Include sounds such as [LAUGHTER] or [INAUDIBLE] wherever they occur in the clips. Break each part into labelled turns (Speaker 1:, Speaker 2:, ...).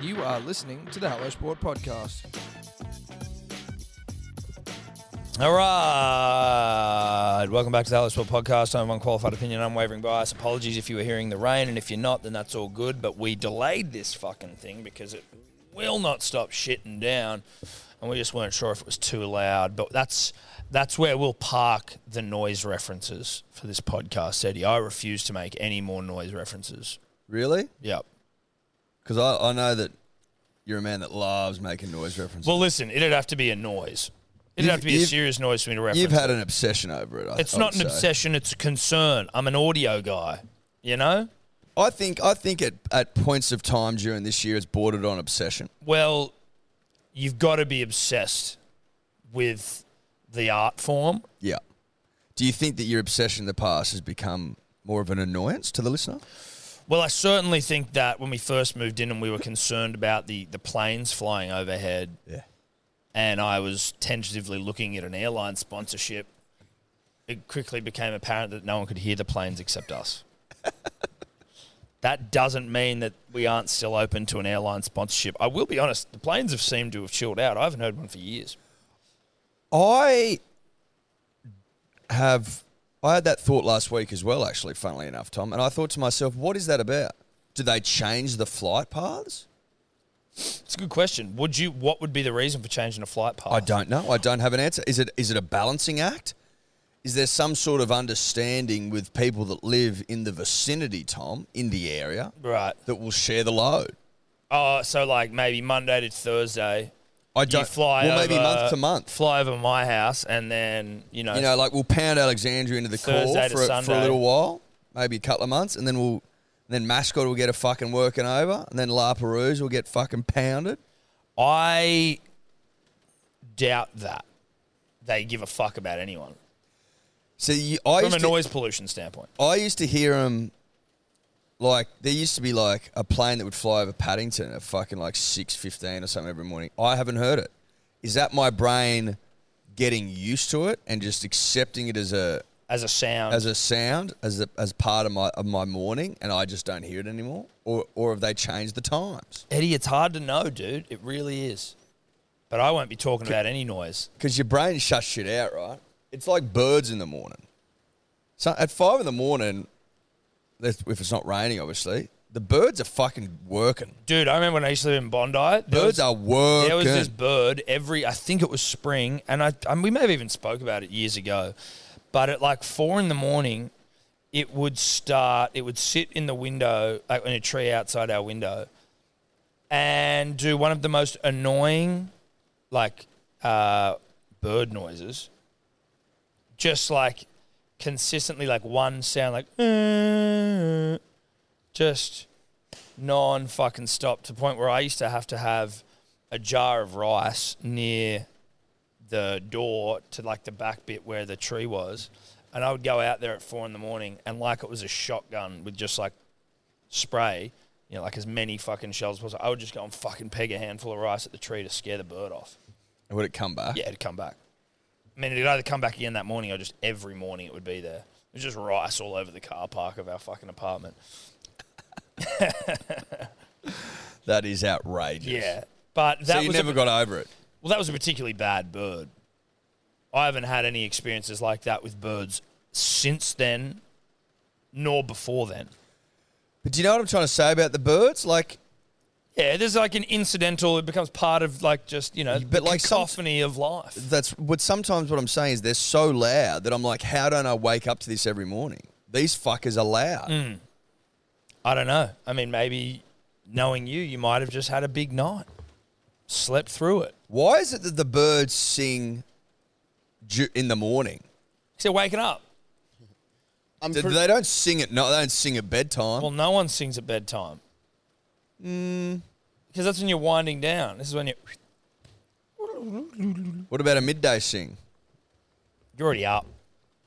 Speaker 1: You are listening to the Hello Sport Podcast.
Speaker 2: All right. Welcome back to the Alice World Podcast. I'm unqualified opinion, unwavering bias. Apologies if you were hearing the rain, and if you're not, then that's all good. But we delayed this fucking thing because it will not stop shitting down, and we just weren't sure if it was too loud. But that's that's where we'll park the noise references for this podcast, Eddie. I refuse to make any more noise references.
Speaker 3: Really?
Speaker 2: Yep.
Speaker 3: Because I, I know that you're a man that loves making noise references.
Speaker 2: Well, listen, it'd have to be a noise. It'd
Speaker 3: You've-
Speaker 2: have to be a
Speaker 3: you've-
Speaker 2: serious noise for me to reference.
Speaker 3: You've had an obsession over it. I,
Speaker 2: It's
Speaker 3: I
Speaker 2: not
Speaker 3: would
Speaker 2: an
Speaker 3: say.
Speaker 2: obsession, it's a concern. I'm an audio guy, you know?
Speaker 3: I think I think at, at points of time during this year, it's bordered on obsession.
Speaker 2: Well, you've got to be obsessed with the art form.
Speaker 3: Yeah. Do you think that your obsession in the past has become more of an annoyance to the listener?
Speaker 2: Well, I certainly think that when we first moved in and we were concerned about the, the planes flying overhead,
Speaker 3: Yeah.
Speaker 2: and I was tentatively looking at an airline sponsorship, it quickly became apparent that no one could hear the planes
Speaker 3: [LAUGHS]
Speaker 2: except us. that doesn't mean that we aren't still open to an airline sponsorship. I will be honest, the planes have seemed to have chilled out. I haven't heard one for years.
Speaker 3: I have. I had that thought last week as well, actually, funnily enough, Tom. And I thought to myself, what is that about? Do they change the flight paths?
Speaker 2: It's a good question. Would you? What would be the reason for changing a flight path?
Speaker 3: I don't know. I don't have an answer. Is it is it a balancing act? Is there some sort of understanding with people that live in the vicinity, Tom, in the area,
Speaker 2: Right.
Speaker 3: that will share the load?
Speaker 2: Oh, so like maybe Monday to Thursday,
Speaker 3: I
Speaker 2: you
Speaker 3: don't.
Speaker 2: fly
Speaker 3: well, maybe
Speaker 2: over-
Speaker 3: month to month.
Speaker 2: fly over my house, and then you know,
Speaker 3: You know, like we'll pound Alexandria into the core for, a-
Speaker 2: Thursday to
Speaker 3: for a
Speaker 2: Sunday.
Speaker 3: little while, maybe a couple of months, and then we'll then Mascot will get a fucking working over, and then La Perouse will get fucking pounded.
Speaker 2: I doubt that they give a fuck about anyone
Speaker 3: So you, I
Speaker 2: from
Speaker 3: used
Speaker 2: a
Speaker 3: to,
Speaker 2: noise pollution standpoint.
Speaker 3: I used to hear them like there used to be like a plane that would fly over Paddington at fucking like six fifteen or something every morning. I haven't heard it. Is that my brain getting used to it and just accepting it as a
Speaker 2: As a sound,
Speaker 3: as a sound as a, as part of my of my morning and I just don't hear it anymore? Or or have they changed the times?
Speaker 2: Eddie, it's hard to know, dude. It really is. But I won't be talking about any noise.
Speaker 3: Because your brain shuts shit out, right? It's like birds in the morning. So at five in the morning, if if it's not raining, obviously, the birds are fucking working.
Speaker 2: Dude, I remember when I used to live in Bondi. there
Speaker 3: Birds
Speaker 2: was-
Speaker 3: are working.
Speaker 2: There was this bird every, I think it was spring, and I, I mean, we may have even spoke about it years ago, but at like four in the morning, it would start. It would sit in the window, like in a tree outside our window, and do one of the most annoying, like, uh, bird noises. Just like consistently, like one sound, like "Uh," [LAUGHS] just non fucking stop to the point where I used to have to have a jar of rice near the door to like the back bit where the tree was. And I would go out there at four in the morning and like it was a shotgun with just like spray, you know, like as many fucking shells as possible. I would just go and fucking peg a handful of rice at the tree to scare the bird off.
Speaker 3: [LAUGHS] Would it come back?
Speaker 2: Yeah, it'd come back. I mean, it'd either come back again that morning or just every morning it would be there. It was just rice all over the car park of our fucking apartment.
Speaker 3: That is outrageous.
Speaker 2: Yeah. But that
Speaker 3: so you
Speaker 2: was a-
Speaker 3: never got over it.
Speaker 2: Well, that was a particularly bad bird. I haven't had any experiences like that with birds since then, nor before then.
Speaker 3: But do you know what I'm trying to say about the birds? Like,
Speaker 2: Yeah, there's like an incidental. It becomes part of like just you know
Speaker 3: But
Speaker 2: the
Speaker 3: like some-
Speaker 2: cacophony of life.
Speaker 3: that's what sometimes what I'm saying is they're so loud that I'm like, how don't I wake up to this every morning? These fuckers are loud.
Speaker 2: I don't know. I mean, maybe knowing you, you might have just had a big night, slept through it.
Speaker 3: Why is it that the birds sing ju- in the morning?
Speaker 2: So waking up.
Speaker 4: I'm
Speaker 3: They-
Speaker 4: pretty,
Speaker 3: they don't sing at night. They don't sing at bedtime.
Speaker 2: Well, no one sings at bedtime. Mm.
Speaker 3: Mm.
Speaker 2: Because that's when you're winding down. This is when you
Speaker 3: what about a midday sing?
Speaker 2: you're already up.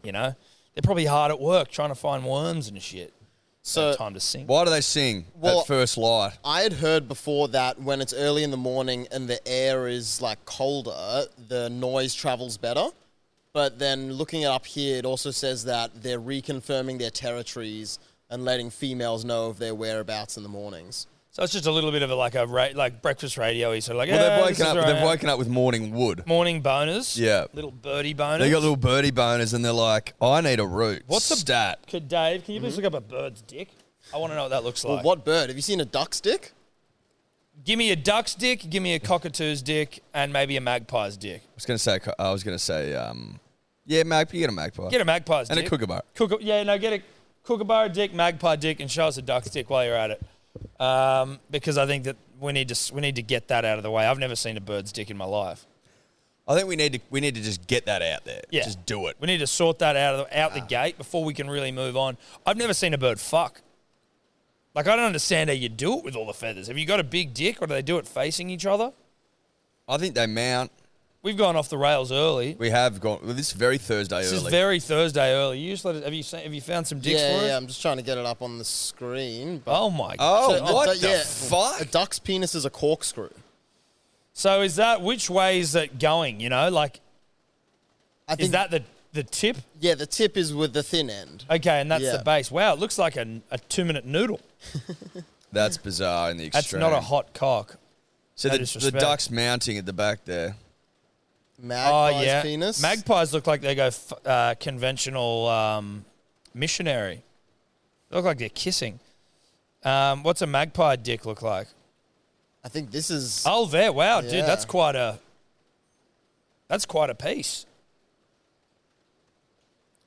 Speaker 2: You know, they're probably hard at work trying to find worms and shit.
Speaker 4: so
Speaker 2: time to sing.
Speaker 3: Why do they sing
Speaker 4: Well-
Speaker 3: at first light?
Speaker 4: I had heard before that when it's early in the morning and the air is like colder, the noise travels better. But then looking it up here, it also says that they're reconfirming their territories and letting females know of their whereabouts in the mornings.
Speaker 2: So it's just a little bit of a, like a ra- like breakfast radio. So like,
Speaker 3: Well,
Speaker 2: yeah,
Speaker 3: they've
Speaker 2: this
Speaker 3: woken
Speaker 2: is
Speaker 3: up.
Speaker 2: where I
Speaker 3: They've
Speaker 2: am."
Speaker 3: woken up with morning wood.
Speaker 2: morning boners.
Speaker 3: Yeah.
Speaker 2: little birdie boners.
Speaker 3: They got little birdie boners, and they're like, "I need a root."
Speaker 2: What's a-
Speaker 3: stat? Mm-hmm.
Speaker 2: Could Dave? Can you please look up a bird's dick? I want to know what that looks like.
Speaker 4: Well, what bird? Have you seen a duck stick?
Speaker 2: Give me a duck's dick. Give me a cockatoo's dick, and maybe a magpie's dick.
Speaker 3: I was gonna say. I was gonna say. Um, yeah, magpie. You get a magpie.
Speaker 2: Get a magpie's
Speaker 3: and
Speaker 2: dick
Speaker 3: a kookaburra.
Speaker 2: Cook, yeah, no, get a kookaburra dick, magpie dick, and show us a duck's dick while you're at it, um, because I think that we need to we need to get that out of the way. I've never seen a bird's dick in my life.
Speaker 3: I think we need to. We need to just get that out there.
Speaker 2: Yeah.
Speaker 3: Just do it.
Speaker 2: We need to sort that out of the, out the gate before we can really move on. I've never seen a bird fuck. Like I don't understand how you do it with all the feathers. Have you got a big dick, or do they do it facing each other?
Speaker 3: I think they mount.
Speaker 2: We've gone off the rails early.
Speaker 3: We have gone. Well, this is very Thursday
Speaker 2: This
Speaker 3: early.
Speaker 2: is very Thursday early. You just let it, have you seen, have you found some dicks
Speaker 4: yeah,
Speaker 2: for
Speaker 4: yeah.
Speaker 2: us?
Speaker 4: I'm just trying to get it up on the screen. But
Speaker 2: Oh my!
Speaker 3: oh,
Speaker 4: So a
Speaker 3: what
Speaker 4: du-
Speaker 3: the
Speaker 4: yeah,
Speaker 3: fuck?
Speaker 4: A duck's penis is a corkscrew.
Speaker 2: So is that which way is that going? You know, like
Speaker 4: I
Speaker 2: is that Oh, the the tip?
Speaker 4: Yeah, the tip is with the thin end.
Speaker 2: Okay, and that's
Speaker 4: Yeah.
Speaker 2: the base. Wow, it looks like a, a two minute noodle.
Speaker 3: That's bizarre in the
Speaker 2: That's
Speaker 3: extreme.
Speaker 2: not a hot cock.
Speaker 3: So
Speaker 2: no
Speaker 3: the, the
Speaker 2: disrespect.
Speaker 3: ducks mounting at the back there.
Speaker 2: Oh
Speaker 4: Magpie's
Speaker 2: yeah,
Speaker 4: penis.
Speaker 2: magpies look like they go f- uh, conventional um, missionary. They look like they're kissing. Um, what's a magpie dick look like?
Speaker 4: I think this is.
Speaker 2: Oh, there! Wow, dude,
Speaker 4: Yeah.
Speaker 2: that's quite a that's quite a piece.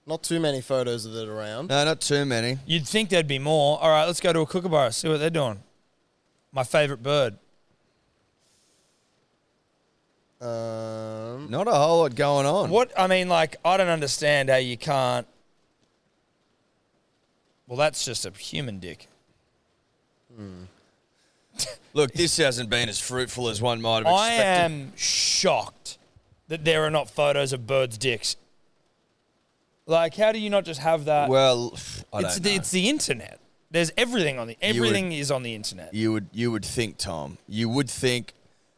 Speaker 4: Not too many photos of it around.
Speaker 3: No, not too many.
Speaker 2: You'd think there'd be more. All right, let's go to a kookaburra, see what they're doing. My favorite bird.
Speaker 4: Um,
Speaker 3: Not a whole lot going on.
Speaker 2: What I mean, like, I don't understand how you can't. Well, that's just a human dick.
Speaker 3: Look, this hasn't been as fruitful as one might have
Speaker 2: I
Speaker 3: expected.
Speaker 2: am shocked that there are not photos of birds' dicks. Like, how do you not just have that?
Speaker 3: Well, I
Speaker 2: uh, it's
Speaker 3: don't
Speaker 2: the,
Speaker 3: know.
Speaker 2: it's the internet. There's everything on the
Speaker 3: would-
Speaker 2: everything is on the internet.
Speaker 3: you would you would think, Tom. You would think.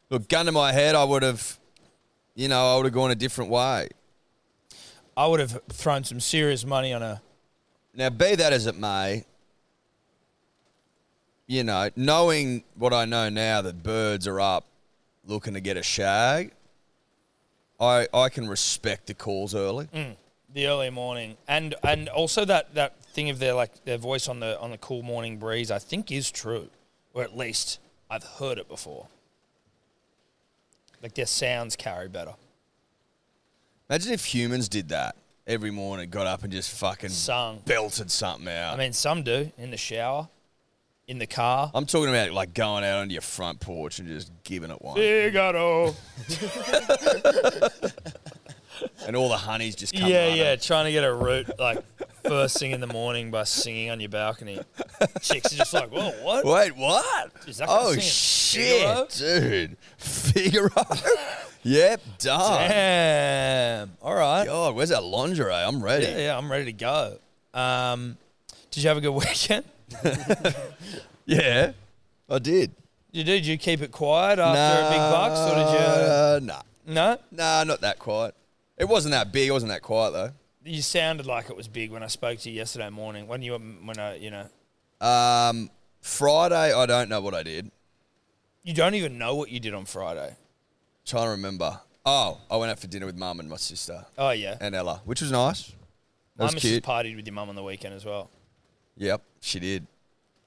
Speaker 3: Look, gun to my head, I would have. You know, I would have gone a different way.
Speaker 2: I would have thrown some serious money on a.
Speaker 3: Now, be that as it may, you know, knowing what I know now that birds are up looking to get a shag, I I can respect the calls early.
Speaker 2: Mm. the early morning, and and also that that thing of their like their voice on the on the cool morning breeze, I think is true, or at least I've heard it before. Like their sounds carry better.
Speaker 3: Imagine if humans did that every morning, got up and just fucking
Speaker 2: Sung.
Speaker 3: belted something out.
Speaker 2: I mean, some do in the shower, in the car.
Speaker 3: I'm talking about like going out onto your front porch and just giving it one,
Speaker 2: Figaro.
Speaker 3: and all the honey's just coming.
Speaker 2: Yeah, yeah, trying to get a root like first thing in the morning by singing on your balcony. Chicks are just like, whoa, what?
Speaker 3: Wait, what?
Speaker 2: Is that gonna
Speaker 3: oh
Speaker 2: sing
Speaker 3: shit,
Speaker 2: it?
Speaker 3: dude, Figaro. [LAUGHS] yep, done.
Speaker 2: Damn. All right.
Speaker 3: God, where's that lingerie? I'm ready.
Speaker 2: Yeah, yeah, I'm ready to go. Um, did you have a good [LAUGHS] weekend?
Speaker 3: Yeah, I did.
Speaker 2: You did. You keep it quiet after a big bucks, or did
Speaker 3: Uh, nah,
Speaker 2: you? No,
Speaker 3: nah, not that quiet. It wasn't that big. It wasn't that quiet though.
Speaker 2: you sounded like it was big when I spoke to you yesterday morning. When you were, when I, you know,
Speaker 3: Um, Friday, I don't know what I did.
Speaker 2: you don't even know what you did on Friday.
Speaker 3: Trying to remember. Oh, I went out for dinner with mum and my sister
Speaker 2: Oh yeah,
Speaker 3: and Ella, which was nice. That
Speaker 2: my
Speaker 3: was
Speaker 2: missus
Speaker 3: cute.
Speaker 2: partied with your mum on the weekend as well.
Speaker 3: yep, she did.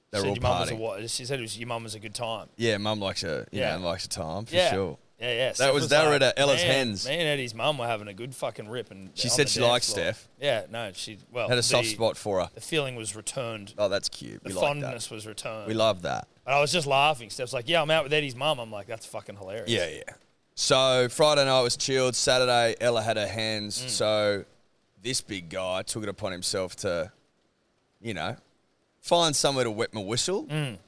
Speaker 3: They were
Speaker 2: said
Speaker 3: all
Speaker 2: your mum was a
Speaker 3: partying.
Speaker 2: what? She said it was your mum was a good time.
Speaker 3: yeah, mum likes a you
Speaker 2: Yeah.
Speaker 3: know likes a time for
Speaker 2: yeah.
Speaker 3: sure.
Speaker 2: Yeah, yeah. Steph
Speaker 3: was- they were
Speaker 2: like,
Speaker 3: at Ella's
Speaker 2: "Man,
Speaker 3: Hens."
Speaker 2: Me and Eddie's mum were having a good fucking rip, and
Speaker 3: She
Speaker 2: on
Speaker 3: said
Speaker 2: the
Speaker 3: she
Speaker 2: dance
Speaker 3: liked
Speaker 2: floor.
Speaker 3: Steph.
Speaker 2: Yeah, no, she well
Speaker 3: Had a soft
Speaker 2: the-
Speaker 3: spot for her.
Speaker 2: The feeling was returned.
Speaker 3: Oh, that's cute.
Speaker 2: The
Speaker 3: we
Speaker 2: fondness
Speaker 3: like
Speaker 2: was returned.
Speaker 3: that. We love that.
Speaker 2: And I was just laughing. Steph's like, "Yeah, I'm out with Eddie's mum." I'm like, "That's fucking hilarious."
Speaker 3: Yeah, yeah. So Friday night was chilled. Saturday, Ella had her hands.
Speaker 2: Mm.
Speaker 3: So this big guy took it upon himself to, you know, find somewhere to wet my whistle.
Speaker 2: Mm.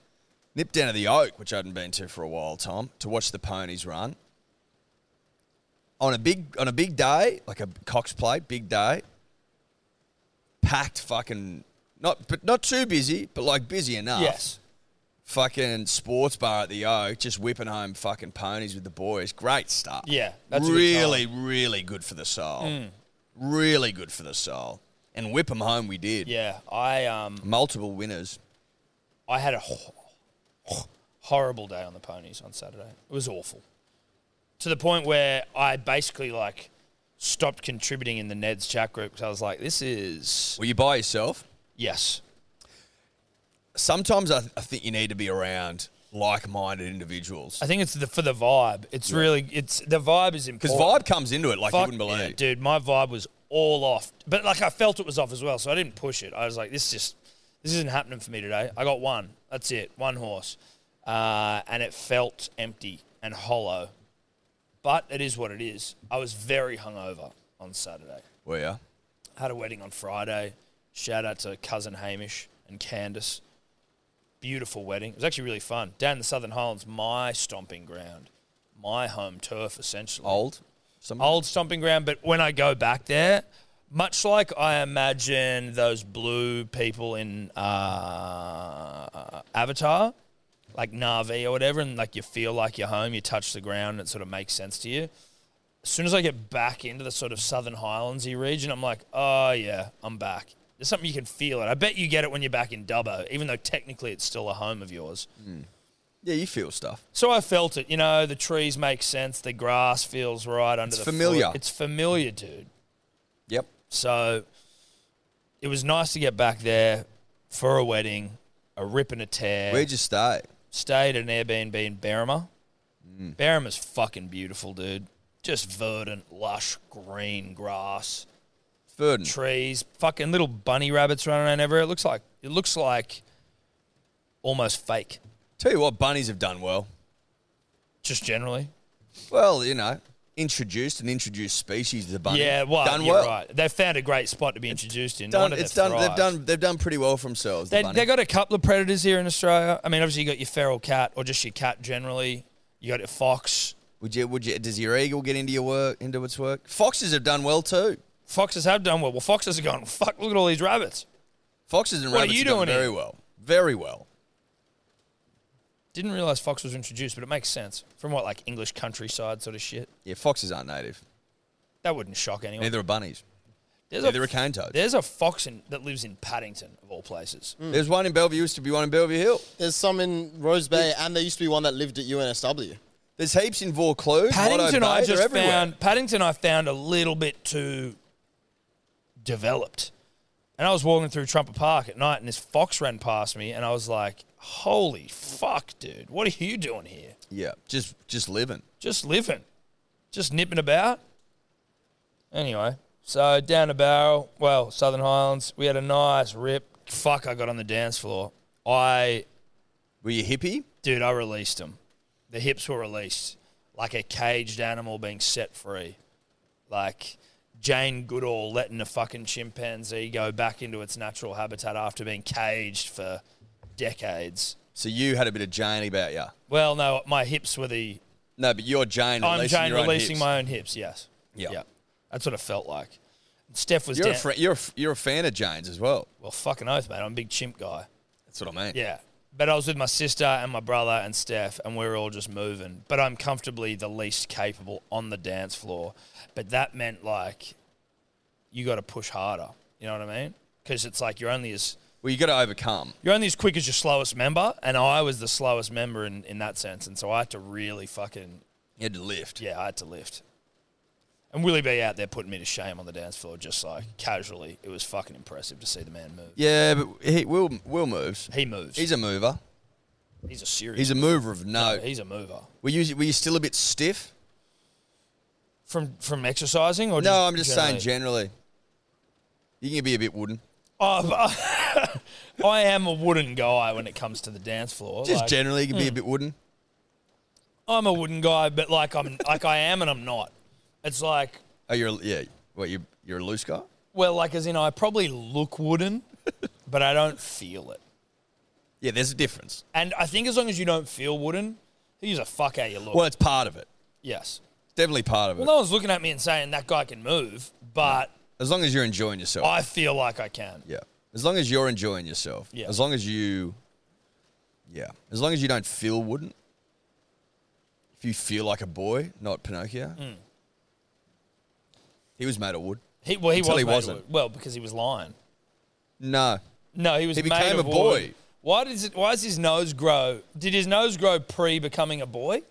Speaker 3: Nipped down to the Oak, which I hadn't been to for a while, Tom, to watch the ponies run. On a big on a big day, like a Cox plate, big day. Packed fucking not but not too busy, but like busy enough
Speaker 2: Yes.
Speaker 3: fucking sports bar at the Oak, just whipping home fucking ponies with the boys. Great stuff.
Speaker 2: Yeah, that's a good Mm.
Speaker 3: really, really good for the soul. Really good for the soul. And whip them home, we did.
Speaker 2: Yeah. I um
Speaker 3: Multiple winners.
Speaker 2: I had a ho- horrible day on the ponies on Saturday. It was awful. To the point where I basically like stopped contributing in the Ned's chat group because I was like, this is
Speaker 3: Were you by yourself?
Speaker 2: yes.
Speaker 3: Sometimes I, I think you need to be around like-minded individuals
Speaker 2: I think it's the, for the vibe. It's really it's the vibe is
Speaker 3: because
Speaker 2: important.
Speaker 3: vibe comes into it like
Speaker 2: Fuck
Speaker 3: you wouldn't believe.
Speaker 2: yeah, dude, my vibe was all off. But like I felt it was off as well, so I didn't push it. I was like, this just this isn't happening for me today. I got one. That's it. One horse. Uh, and it felt empty and hollow. But it is what it is. I was very hungover on Saturday.
Speaker 3: Were ya?
Speaker 2: Had a wedding on Friday. Shout out to cousin Hamish and Candace. Beautiful wedding. It was actually really fun. Down in the Southern Highlands, my stomping ground, my home turf essentially
Speaker 3: Old. Some
Speaker 2: old stomping ground, but when I go back there, much like I imagine those blue people in uh, Avatar, like Navi or whatever, and like you feel like you're home, you touch the ground, it sort of makes sense to you. As soon as I get back into the sort of Southern Highlandsy region, I'm like, oh yeah, I'm back. There's something you can feel it. I bet you get it when you're back in Dubbo, even though technically it's still a home of yours.
Speaker 3: Yeah, you feel stuff.
Speaker 2: So I felt it. You know, the trees make sense. The grass feels right under
Speaker 3: It's
Speaker 2: the
Speaker 3: familiar.
Speaker 2: Foot. It's familiar, dude.
Speaker 3: Yep.
Speaker 2: So it was nice to get back there for a wedding, a rip and a tear.
Speaker 3: Where'd you stay?
Speaker 2: Stayed at an Airbnb in Berrima.
Speaker 3: Mm.
Speaker 2: Berrima's fucking beautiful, dude. Just verdant, lush, green grass,
Speaker 3: Verdant.
Speaker 2: trees, fucking little bunny rabbits running around everywhere. It looks like it looks like almost fake,
Speaker 3: Tell you what, bunnies have done well.
Speaker 2: just generally.
Speaker 3: Well, you know, introduced and introduced species to the bunny.
Speaker 2: Yeah, well,
Speaker 3: done
Speaker 2: you're
Speaker 3: well.
Speaker 2: right. They found a great spot to be introduced in. No
Speaker 3: Done,
Speaker 2: wonder
Speaker 3: it's
Speaker 2: they've
Speaker 3: done. They've
Speaker 2: thrived.
Speaker 3: done. They've done pretty well for themselves. The
Speaker 2: They,
Speaker 3: bunny.
Speaker 2: they got a couple of predators here in Australia. I mean, obviously you got your feral cat or just your cat generally. You got your fox.
Speaker 3: would you? Would you? Does your eagle get into your work? Into its work? Foxes have done well too.
Speaker 2: Foxes have done well. Well, foxes are going. Fuck! Look at all these rabbits.
Speaker 3: Foxes and
Speaker 2: What are
Speaker 3: rabbits
Speaker 2: you
Speaker 3: have done
Speaker 2: doing here?
Speaker 3: very well. Very well.
Speaker 2: Didn't realize fox was introduced, but it makes sense from what like English countryside sort of shit.
Speaker 3: Yeah, foxes aren't native.
Speaker 2: That wouldn't shock anyone.
Speaker 3: Neither are bunnies.
Speaker 2: there's
Speaker 3: Neither
Speaker 2: a
Speaker 3: are cane toads.
Speaker 2: there's a fox in, that lives in Paddington of all places.
Speaker 3: There's one in Bellevue. Used to be one in Bellevue Hill.
Speaker 4: There's some in Rose Bay, and there used to be one that lived at UNSW.
Speaker 3: There's heaps in Vaucluse. Watto
Speaker 2: Paddington,
Speaker 3: Bay,
Speaker 2: I
Speaker 3: they're
Speaker 2: just
Speaker 3: everywhere.
Speaker 2: found Paddington. I found a little bit too developed, and I was walking through Trumper Park at night, and this fox ran past me, and I was like, "Holy fuck, dude! What are you doing here?
Speaker 3: Yeah, just just living.
Speaker 2: Just living, just nipping about." Anyway, so down to Barrel, well, Southern Highlands, we had a nice rip. Fuck, I got on the dance floor. I
Speaker 3: Were you hippie?
Speaker 2: Dude, I released them. The hips were released like a caged animal being set free. Like Jane Goodall letting a fucking chimpanzee go back into its natural habitat after being caged for decades.
Speaker 3: So you had a bit of Jane about you.
Speaker 2: Well, no, my hips were the.
Speaker 3: No, but you're Jane.
Speaker 2: I'm
Speaker 3: releasing
Speaker 2: Jane
Speaker 3: your own
Speaker 2: releasing
Speaker 3: hips.
Speaker 2: my own hips, yes.
Speaker 3: Yeah.
Speaker 2: That's what it felt like. Steph was
Speaker 3: You're a
Speaker 2: down.
Speaker 3: fr- you're a f- you're a fan of Jane's as well.
Speaker 2: well, fucking oath, mate. I'm a big chimp guy.
Speaker 3: That's what I mean.
Speaker 2: Yeah. But I was with my sister and my brother and Steph, and we were all just moving. But I'm comfortably the least capable on the dance floor. But that meant like, you got to push harder. You know what I mean? Because it's like you're only as
Speaker 3: Well, you got to overcome.
Speaker 2: you're only as quick as your slowest member, and I was the slowest member in, in that sense. And so I had to really fucking
Speaker 3: You had to lift.
Speaker 2: yeah, I had to lift. And Willie B out there putting me to shame on the dance floor, just like casually. It was fucking impressive to see the man move.
Speaker 3: Yeah, but he Will Will moves.
Speaker 2: He moves.
Speaker 3: He's a mover.
Speaker 2: he's a serious.
Speaker 3: He's a mover of note.
Speaker 2: he's a mover.
Speaker 3: Were you were you still a bit stiff?
Speaker 2: From from exercising or
Speaker 3: No,
Speaker 2: just
Speaker 3: I'm just saying generally. You can be a bit wooden.
Speaker 2: Oh, but- [LAUGHS] I am a wooden guy when it comes to the dance floor.
Speaker 3: Just
Speaker 2: Like, hmm.
Speaker 3: generally, you can be a bit wooden.
Speaker 2: I'm a wooden guy, but like I'm like I am and I'm not. It's like
Speaker 3: Oh, you're a- yeah. What you you're a loose guy.
Speaker 2: well, like as in I probably look
Speaker 3: [LAUGHS]
Speaker 2: wooden, but I don't feel it.
Speaker 3: Yeah, there's a difference.
Speaker 2: And I think as long as you don't feel wooden, who gives a fuck how you look?
Speaker 3: Well, it's part of it.
Speaker 2: Yes.
Speaker 3: Definitely part of it.
Speaker 2: Oh. Well, no one's looking at me and saying that guy can move, but
Speaker 3: As long as you're enjoying yourself.
Speaker 2: I feel like I can.
Speaker 3: yeah. As long as you're enjoying yourself.
Speaker 2: Yeah.
Speaker 3: As long as you. Yeah. As long as you don't feel wooden. If you feel like a boy, not Pinocchio.
Speaker 2: Hmm.
Speaker 3: He was made of wood.
Speaker 2: He, well, he
Speaker 3: Until
Speaker 2: was
Speaker 3: he
Speaker 2: made of
Speaker 3: wasn't.
Speaker 2: wood. Well, because he was lying.
Speaker 3: No.
Speaker 2: No, he was.
Speaker 3: He
Speaker 2: made
Speaker 3: became
Speaker 2: of
Speaker 3: a
Speaker 2: wood.
Speaker 3: boy.
Speaker 2: Why does it? Why does his nose grow? Did his nose grow pre becoming a boy?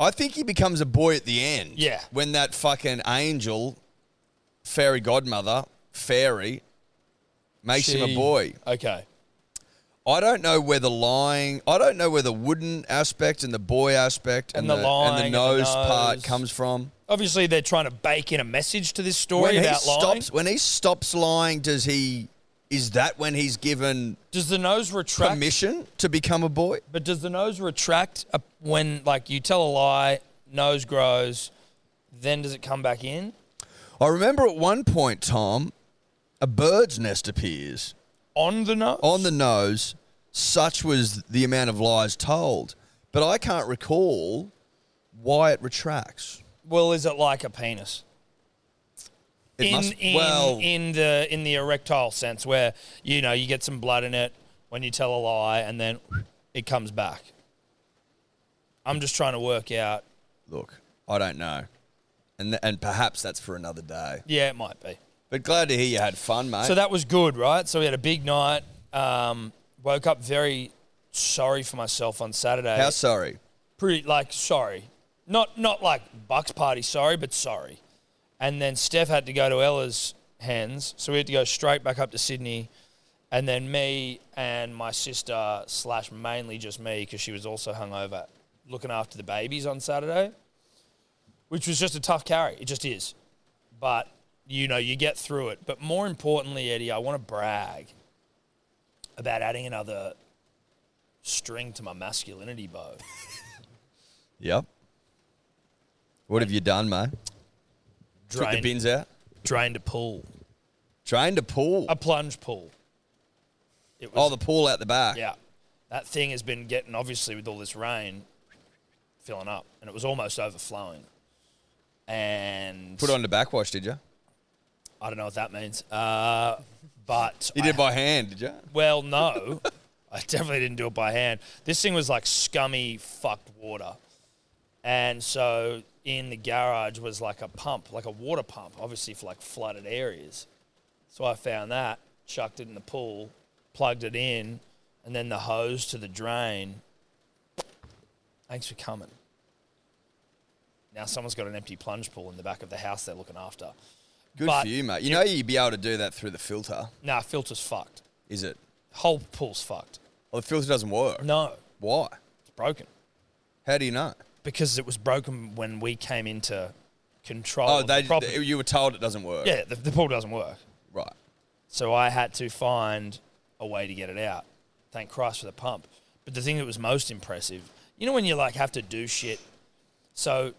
Speaker 3: I think he becomes a boy at the end.
Speaker 2: Yeah.
Speaker 3: When that fucking angel, fairy godmother, fairy, makes him a
Speaker 2: She-
Speaker 3: boy.
Speaker 2: Okay.
Speaker 3: I don't know whether lying, I don't know where the wooden aspect and the boy aspect and,
Speaker 2: And the lying
Speaker 3: and
Speaker 2: and
Speaker 3: the
Speaker 2: the
Speaker 3: nose part
Speaker 2: nose.
Speaker 3: comes from.
Speaker 2: Obviously, they're trying to bake in a message to this story
Speaker 3: When he
Speaker 2: about lying.
Speaker 3: stops, when he stops lying, does he? Is that when he's given
Speaker 2: Does the nose retract?
Speaker 3: permission to become a boy?
Speaker 2: But does the nose retract up when, like, you tell a lie, nose grows, then does it come back in?
Speaker 3: I remember at one point, Tom, a bird's nest appears
Speaker 2: On the nose?
Speaker 3: on the nose. Such was the amount of lies told, but I can't recall why it retracts.
Speaker 2: well, is it like a penis?
Speaker 3: It
Speaker 2: in, in,
Speaker 3: well,
Speaker 2: in the in the erectile sense, where you know you get some blood in it when you tell a lie, and then it comes back. I'm just trying to work out.
Speaker 3: look, I don't know, and th- and perhaps that's for another day.
Speaker 2: Yeah, it might be.
Speaker 3: But glad to hear you had fun, mate.
Speaker 2: So that was good, right? So we had a big night. Um, woke up very sorry for myself on Saturday.
Speaker 3: How sorry?
Speaker 2: pretty like sorry, not not like Bucks party sorry, but sorry. And then Steph had to go to Ella's hands, so we had to go straight back up to Sydney. And then me and my sister slash mainly just me because she was also hungover, looking after the babies on Saturday, which was just a tough carry. It just is, but you know you get through it. But more importantly, Eddie, I want to brag about adding another string to my masculinity bow.
Speaker 3: Yep. What have you done, mate? Took the
Speaker 2: Drained-
Speaker 3: bins out.
Speaker 2: drained a pool,
Speaker 3: Drained a pool.
Speaker 2: a plunge pool. It
Speaker 3: Oh,
Speaker 2: was,
Speaker 3: the pool out the back.
Speaker 2: yeah. That thing has been getting, obviously, with all this rain, filling up, and it was almost overflowing. And
Speaker 3: Put it on the backwash, did you?
Speaker 2: I don't know what that means, uh, but
Speaker 3: You
Speaker 2: I-
Speaker 3: did by hand, did you?
Speaker 2: well, no, I definitely didn't do it by hand. This thing was like scummy, fucked water, and so in the garage was like a pump, like a water pump, obviously for like flooded areas. So I found that, chucked it in the pool, plugged it in, and then the hose to the drain. Thanks for coming. Now someone's got an empty plunge pool in the back of the house they're looking after.
Speaker 3: Good
Speaker 2: But
Speaker 3: for you, mate. You know you'd be able to do that through the filter,
Speaker 2: Nah, filter's fucked.
Speaker 3: is it?
Speaker 2: Whole pool's fucked.
Speaker 3: Well, the filter doesn't work.
Speaker 2: No,
Speaker 3: Why?
Speaker 2: it's broken.
Speaker 3: How do you know?
Speaker 2: because it was broken when we came into control.
Speaker 3: Oh,
Speaker 2: of
Speaker 3: they,
Speaker 2: the property.
Speaker 3: you were told it doesn't work.
Speaker 2: yeah, the, the pool doesn't work,
Speaker 3: Right.
Speaker 2: so I had to find a way to get it out. Thank Christ for the pump. But the thing that was most impressive, you know, when you like have to do shit. So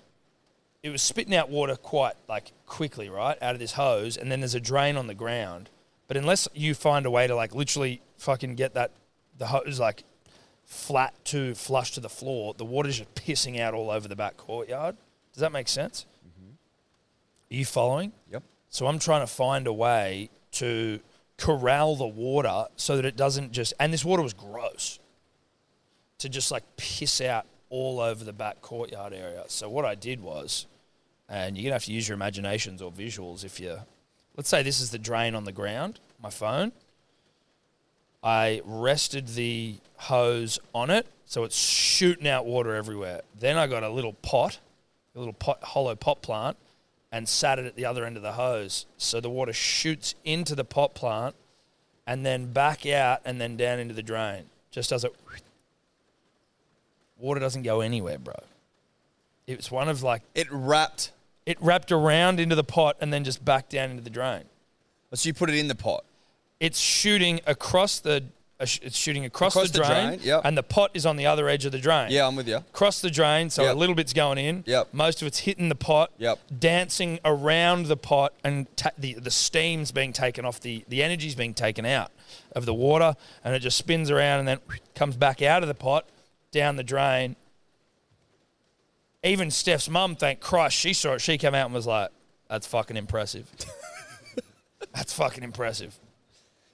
Speaker 2: it was spitting out water quite like quickly, right, out of this hose, and then there's a drain on the ground. But unless you find a way to like literally fucking get that the hose like flat to flush to the floor, the water's just pissing out all over the back courtyard. Does that make sense? Are you following?
Speaker 3: Yep.
Speaker 2: So I'm trying to find a way to corral the water so that it doesn't just and this water was gross to just like piss out all over the back courtyard area. So what I did was and you're going to have to use your imaginations or visuals if you let's say this is the drain on the ground, my phone. I rested the hose on it so it's shooting out water everywhere. Then I got a little pot, a little pot hollow pot plant and sat it at the other end of the hose. So the water shoots into the pot plant and then back out and then down into the drain. Just does it. Water doesn't go anywhere, bro. It was one of like,
Speaker 3: It wrapped.
Speaker 2: it wrapped around into the pot and then just back down into the drain.
Speaker 3: So you put it in the pot.
Speaker 2: It's shooting across the, uh, sh- it's shooting across,
Speaker 3: Across
Speaker 2: the
Speaker 3: the
Speaker 2: drain,
Speaker 3: drain, yep.
Speaker 2: and the pot is on the other edge of the drain.
Speaker 3: Yeah, I'm with you.
Speaker 2: Cross the drain, so
Speaker 3: Yep.
Speaker 2: a little bit's going in.
Speaker 3: Yep.
Speaker 2: Most of it's hitting the pot.
Speaker 3: Yep.
Speaker 2: Dancing around the pot, and ta- the the steam's being taken off the the energy's being taken out of the water, and it just spins around and then comes back out of the pot, down the drain. Even Steph's mum, thank Christ, she saw it. She came out and was like, "That's fucking impressive. [LAUGHS] That's fucking impressive,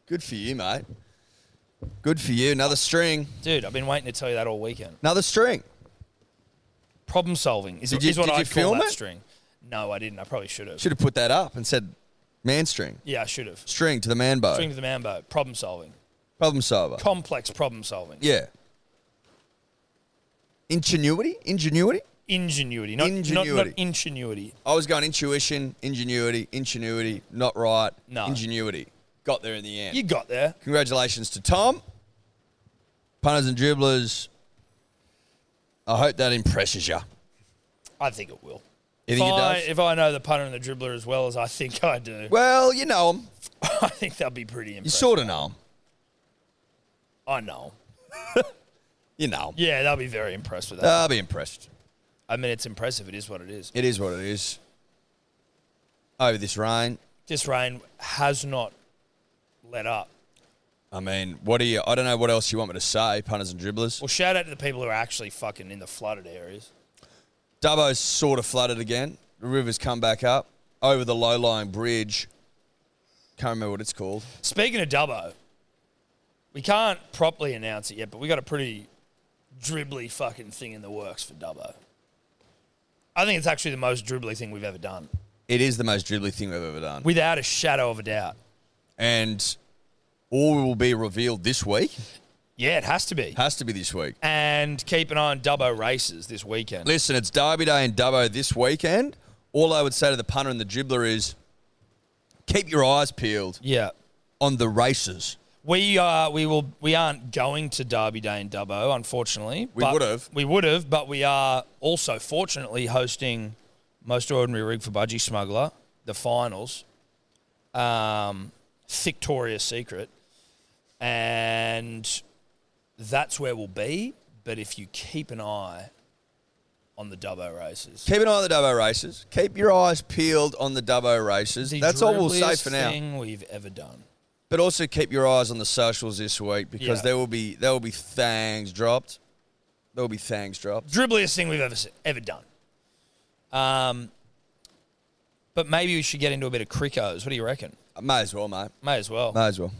Speaker 3: Good for you, mate. Good for you. Another string.
Speaker 2: dude." I've been waiting to tell you that all weekend.
Speaker 3: Another string.
Speaker 2: Problem solving is,
Speaker 3: Did you-
Speaker 2: is what
Speaker 3: did you
Speaker 2: I call
Speaker 3: film
Speaker 2: that
Speaker 3: it?
Speaker 2: string. No, I didn't. I probably should have.
Speaker 3: Should have put that up and said, man string.
Speaker 2: Yeah, I should have.
Speaker 3: String to the man bow.
Speaker 2: String to the Mambo, problem solving.
Speaker 3: Problem solver.
Speaker 2: complex problem solving.
Speaker 3: yeah. Ingenuity? Ingenuity?
Speaker 2: Ingenuity, not, ingenuity. Not,
Speaker 3: Ingenuity.
Speaker 2: not ingenuity.
Speaker 3: I was going intuition, ingenuity, ingenuity, not right,
Speaker 2: No.
Speaker 3: ingenuity. Got there in the end.
Speaker 2: You got there.
Speaker 3: Congratulations to Tom. Punters and dribblers, I hope that impresses you.
Speaker 2: I think it will.
Speaker 3: You
Speaker 2: if,
Speaker 3: think it
Speaker 2: I,
Speaker 3: does?
Speaker 2: if I know the punter and the dribbler as well as I think I do,
Speaker 3: Well, you know him.
Speaker 2: [LAUGHS] I think they'll be pretty
Speaker 3: You
Speaker 2: impressed.
Speaker 3: sort of know him.
Speaker 2: I know.
Speaker 3: You know him.
Speaker 2: Yeah, they'll be very impressed with that.
Speaker 3: I'll be impressed.
Speaker 2: I mean, it's impressive. It is what it is.
Speaker 3: It is what it is. Over this rain,
Speaker 2: This rain has not let up.
Speaker 3: I mean, what do you? I don't know what else you want me to say, punters and dribblers.
Speaker 2: Well, shout out to the people who are actually fucking in the flooded areas.
Speaker 3: Dubbo's sort of flooded again. The river's come back up over the low-lying bridge. Can't remember what it's called.
Speaker 2: Speaking of Dubbo, we can't properly announce it yet, but we got a pretty dribbly fucking thing in the works for Dubbo. I think it's actually the most dribbly thing we've ever done,
Speaker 3: It is the most dribbly thing we've ever done,
Speaker 2: without a shadow of a doubt.
Speaker 3: and all will be revealed this week.
Speaker 2: Yeah, it has to be.
Speaker 3: Has to be this week.
Speaker 2: And keep an eye on Dubbo races this weekend.
Speaker 3: Listen, it's Derby Day in Dubbo this weekend. All I would say to the punter and the dribbler is keep your eyes peeled
Speaker 2: Yeah.
Speaker 3: on the races.
Speaker 2: We uh we will we aren't going to Derby Day in Dubbo, unfortunately.
Speaker 3: We
Speaker 2: but-
Speaker 3: would've.
Speaker 2: We would have, but we are also fortunately hosting most ordinary rig for Budgie Smuggler, the finals. Um Victoria's Secret. And that's where we'll be. But if you keep an eye on the Dubbo races.
Speaker 3: Keep an eye on the Dubbo races. Keep your eyes peeled on the Dubbo races.
Speaker 2: The
Speaker 3: That's all we'll say
Speaker 2: dribbliest
Speaker 3: for now.
Speaker 2: Thing we've ever done.
Speaker 3: But also keep your eyes on the socials this week because
Speaker 2: Yeah.
Speaker 3: there will be there will be thangs dropped. There will be thangs dropped.
Speaker 2: dribbliest thing we've ever se- ever done. Um, but maybe we should get into a bit of crickos. What do you reckon?
Speaker 3: May as well, mate.
Speaker 2: May as well.
Speaker 3: May as well.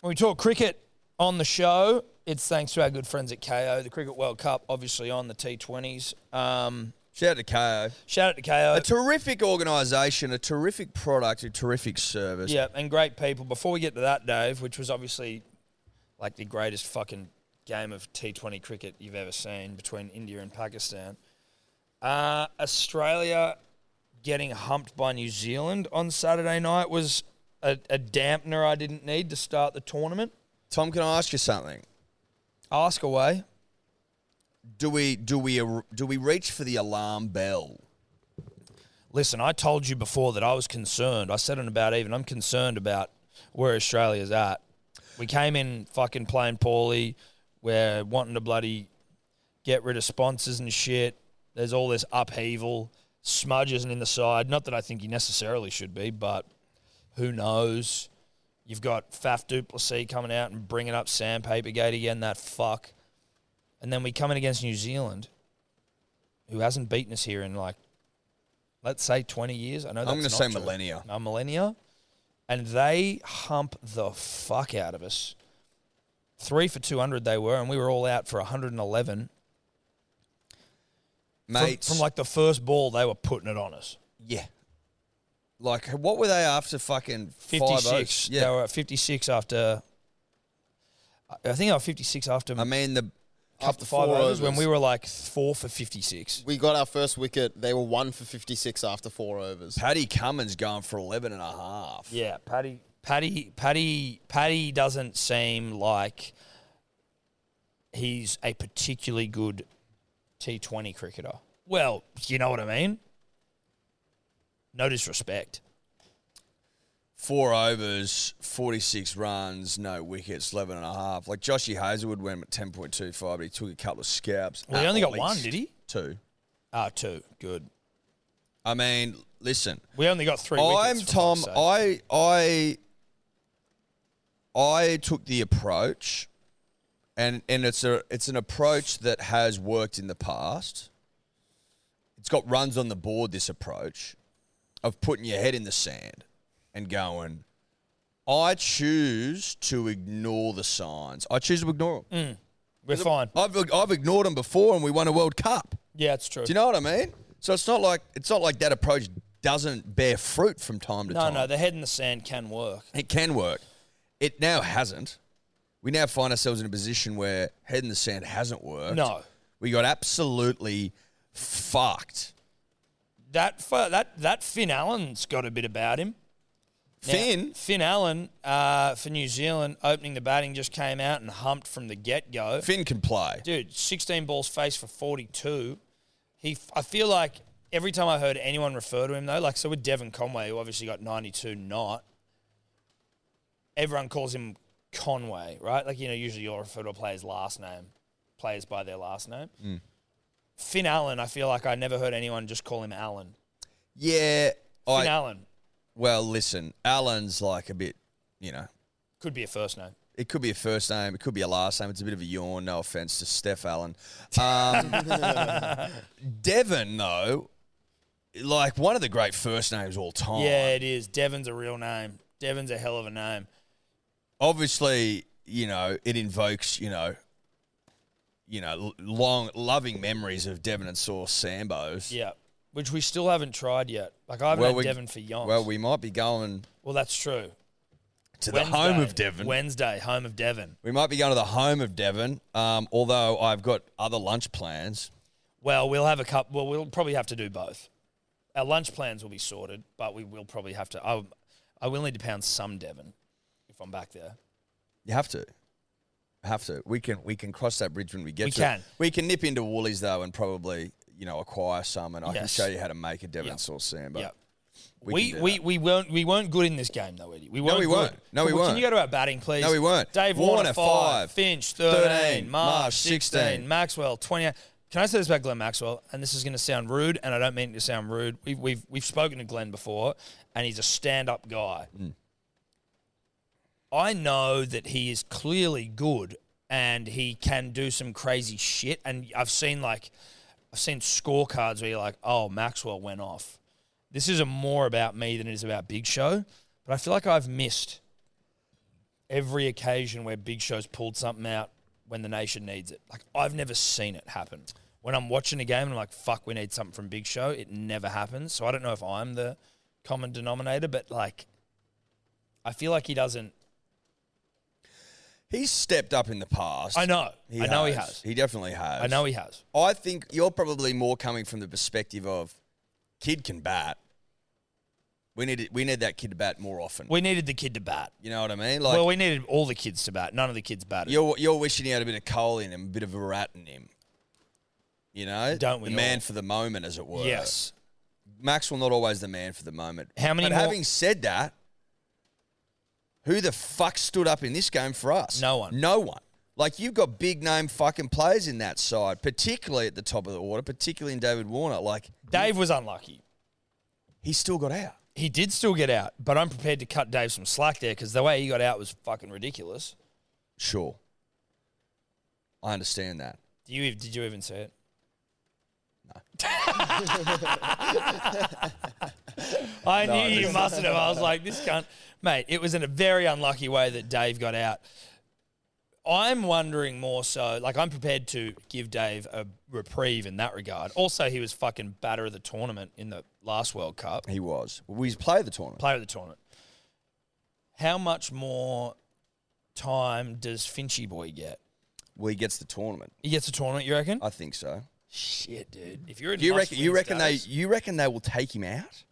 Speaker 2: When we talk cricket on the show, it's thanks to our good friends at KO. The Cricket World Cup, obviously, on the T20s. Um,
Speaker 3: Shout out to KO.
Speaker 2: shout out to KO.
Speaker 3: A terrific organisation, a terrific product, a terrific service.
Speaker 2: yeah, and great people. Before we get to that, Dave, which was obviously like the greatest fucking game of T20 cricket you've ever seen between India and Pakistan. Uh, Australia getting humped by New Zealand on Saturday night was a, a dampener I didn't need to start the tournament.
Speaker 3: Tom, can I ask you something?
Speaker 2: Ask away.
Speaker 3: Do we do we uh, do we reach for the alarm bell?
Speaker 2: Listen, I told you before that I was concerned. I said it about even. I'm concerned about where Australia's at. We came in fucking playing poorly. We're wanting to bloody get rid of sponsors and shit. There's all this upheaval. Smudge isn't in the side. Not that I think he necessarily should be, but who knows? You've got Faf Duplessis coming out and bringing up Sandpapergate again, that fuck. And then we come in against New Zealand, who hasn't beaten us here in like, let's say 20 years. I know that's
Speaker 3: I'm going to
Speaker 2: not
Speaker 3: say
Speaker 2: true.
Speaker 3: millennia.
Speaker 2: A millennia. And they hump the fuck out of us. Three for 200 they were, and we were all out for 111. From-
Speaker 3: Mates,
Speaker 2: From, like the first ball, they were putting it on us.
Speaker 3: yeah, like what were they after? Fucking five
Speaker 2: 56.
Speaker 3: Yeah,
Speaker 2: They were at 56 after. I- I think they were 56 after
Speaker 3: I mean the
Speaker 2: after
Speaker 4: after
Speaker 2: five
Speaker 4: four
Speaker 2: overs when
Speaker 4: overs.
Speaker 2: we were like four for 56.
Speaker 4: We got our first wicket. They were one for 56 after four overs.
Speaker 3: Paddy Cummins going for 11 and a half.
Speaker 2: Yeah, Paddy. Paddy, Paddy, Paddy doesn't seem like he's a particularly good T20 cricketer. Well, you know what I mean? No disrespect.
Speaker 3: four overs, 46 runs, no wickets, 11 and a half. Like Joshy Hazelwood went at 10.25, but he took a couple of scalps.
Speaker 2: Well, he
Speaker 3: At
Speaker 2: only got one,
Speaker 3: least
Speaker 2: did he?
Speaker 3: Two.
Speaker 2: Ah, two. Good.
Speaker 3: I mean, listen,
Speaker 2: We only got three.
Speaker 3: I'm
Speaker 2: wickets, for fuck's
Speaker 3: Tom.
Speaker 2: sake.
Speaker 3: I I I took the approach, and and it's a it's an approach that has worked in the past. It's got runs on the board. This approach of putting your head in the sand and going. I choose to ignore the signs. I choose to ignore
Speaker 2: Mm.
Speaker 3: them.
Speaker 2: We're fine.
Speaker 3: I've, I've ignored them before, and we won a World Cup.
Speaker 2: Yeah, it's true.
Speaker 3: Do you know what I mean? So it's not like it's not like that approach doesn't bear fruit from time to
Speaker 2: no,
Speaker 3: time.
Speaker 2: no, the head in the sand can work.
Speaker 3: It can work. It now hasn't. we now find ourselves in a position where head in the sand hasn't worked.
Speaker 2: No.
Speaker 3: we got absolutely fucked.
Speaker 2: That fu- that that Finn Allen's got a bit about him. Now,
Speaker 3: Finn,
Speaker 2: Finn Allen uh, for New Zealand opening the batting just came out and humped from the get go.
Speaker 3: Finn can play.
Speaker 2: Dude, 16 balls faced for 42. He, I feel like every time I heard anyone refer to him though, like so with Devin Conway, who obviously got 92 not, everyone calls him Conway, right? Like you know, usually you'll refer to a player's last name, players by their last name.
Speaker 3: Mm.
Speaker 2: Finn Allen, I feel like I never heard anyone just call him Allen.
Speaker 3: Yeah,
Speaker 2: Finn uh,
Speaker 3: I.
Speaker 2: Allen
Speaker 3: Well, listen, Alan's like a bit, you know,
Speaker 2: could be a first name.
Speaker 3: It could be a first name. It could be a last name. It's a bit of a yawn. No offense to Steph Allen.
Speaker 2: [LAUGHS]
Speaker 3: Um, Devon, though, like one of the great first names all time.
Speaker 2: Yeah, it is. Devon's a real name. Devon's a hell of a name.
Speaker 3: Obviously, you know it invokes you know, you know, l- long loving memories of Devon and Sauce Sambo's.
Speaker 2: Yeah. Which we still haven't tried yet. Like I haven't had Devon for yonks.
Speaker 3: Well, we might be going
Speaker 2: Well, that's true.
Speaker 3: to the home of Devon.
Speaker 2: Wednesday, home of Devon.
Speaker 3: we might be going to the home of Devon. Um, although I've got other lunch plans.
Speaker 2: Well, we'll have a cup. Well, we'll probably have to do both. Our lunch plans will be sorted, but we will probably have to. I, I will need to pound some Devon if I'm back there.
Speaker 3: You have to. Have to. We can we can cross that bridge when we get
Speaker 2: We
Speaker 3: to it.
Speaker 2: can.
Speaker 3: We can nip into Woolies though and probably, you know, acquire some and I can
Speaker 2: Yes.
Speaker 3: show you how to make a Devon
Speaker 2: Yep.
Speaker 3: sauce sambo.
Speaker 2: yeah.
Speaker 3: we
Speaker 2: We
Speaker 3: can
Speaker 2: we,
Speaker 3: do
Speaker 2: we,
Speaker 3: that.
Speaker 2: weren't we weren't good in this game though, Eddie. We weren't.
Speaker 3: we
Speaker 2: good.
Speaker 3: weren't. No,
Speaker 2: Can
Speaker 3: we
Speaker 2: Can
Speaker 3: weren't.
Speaker 2: you go to our batting, please?
Speaker 3: No, we weren't.
Speaker 2: Dave
Speaker 3: Warner,
Speaker 2: Warner, five.
Speaker 3: five.
Speaker 2: Finch thirteen.
Speaker 3: 13,
Speaker 2: Marsh
Speaker 3: Marsh,
Speaker 2: sixteen.
Speaker 3: 16.
Speaker 2: Maxwell twenty. Can I say this about Glenn Maxwell? And this is going to sound rude, and I don't mean it to sound rude. We've we've we've spoken to Glenn before, and he's a stand-up guy. I know that he is clearly good and he can do some crazy shit. And I've seen like, I've seen scorecards where you're like, oh, Maxwell went off. This is a more about me than it is about Big Show. But I feel like I've missed every occasion where Big Show's pulled something out when the nation needs it. Like, I've never seen it happen. When I'm watching a game and I'm like, fuck, we need something from Big Show, it never happens. So I don't know if I'm the common denominator, but like, I feel like he doesn't.
Speaker 3: He's stepped up in the past.
Speaker 2: I know. I know he has.
Speaker 3: He definitely has.
Speaker 2: I know he has.
Speaker 3: I think you're probably more coming from the perspective of kid can bat. We need it, we need that kid to bat more often.
Speaker 2: We needed the kid to bat.
Speaker 3: you know what I mean? Like
Speaker 2: well, we needed all the kids to bat. None of the kids batted.
Speaker 3: you're you're wishing he had a bit of coal in him, a bit of a rat in him. You know?
Speaker 2: Don't we
Speaker 3: the man
Speaker 2: all?
Speaker 3: for the moment as it were.
Speaker 2: yes.
Speaker 3: Maxwell not always the man for the moment.
Speaker 2: How many
Speaker 3: But
Speaker 2: more-
Speaker 3: having said that, who the fuck stood up in this game for us?
Speaker 2: No one.
Speaker 3: No one. Like you've got big name fucking players in that side, particularly at the top of the order, particularly in David Warner. Like
Speaker 2: Dave was unlucky.
Speaker 3: he still got out.
Speaker 2: He did still get out, but I'm prepared to cut Dave some slack there because the way he got out was fucking ridiculous.
Speaker 3: Sure. I understand that.
Speaker 2: Do you ev- did you even see it? No. [LAUGHS] I
Speaker 3: No,
Speaker 2: knew you
Speaker 3: this-
Speaker 2: mustn't have. I was like, this cunt, mate. It was in a very unlucky way that Dave got out. I'm wondering more so, like I'm prepared to give Dave a reprieve in that regard. Also, he was fucking batter of the tournament in the last World Cup,
Speaker 3: He was. We played the tournament.
Speaker 2: player of the tournament. How much more time does Finchy boy get?
Speaker 3: Well, he gets the tournament.
Speaker 2: He gets a tournament, you reckon?
Speaker 3: I think so.
Speaker 2: Shit, dude. If you're in
Speaker 3: Do you
Speaker 2: must
Speaker 3: reckon? You
Speaker 2: win
Speaker 3: reckon
Speaker 2: status-
Speaker 3: they? You reckon they will take him out?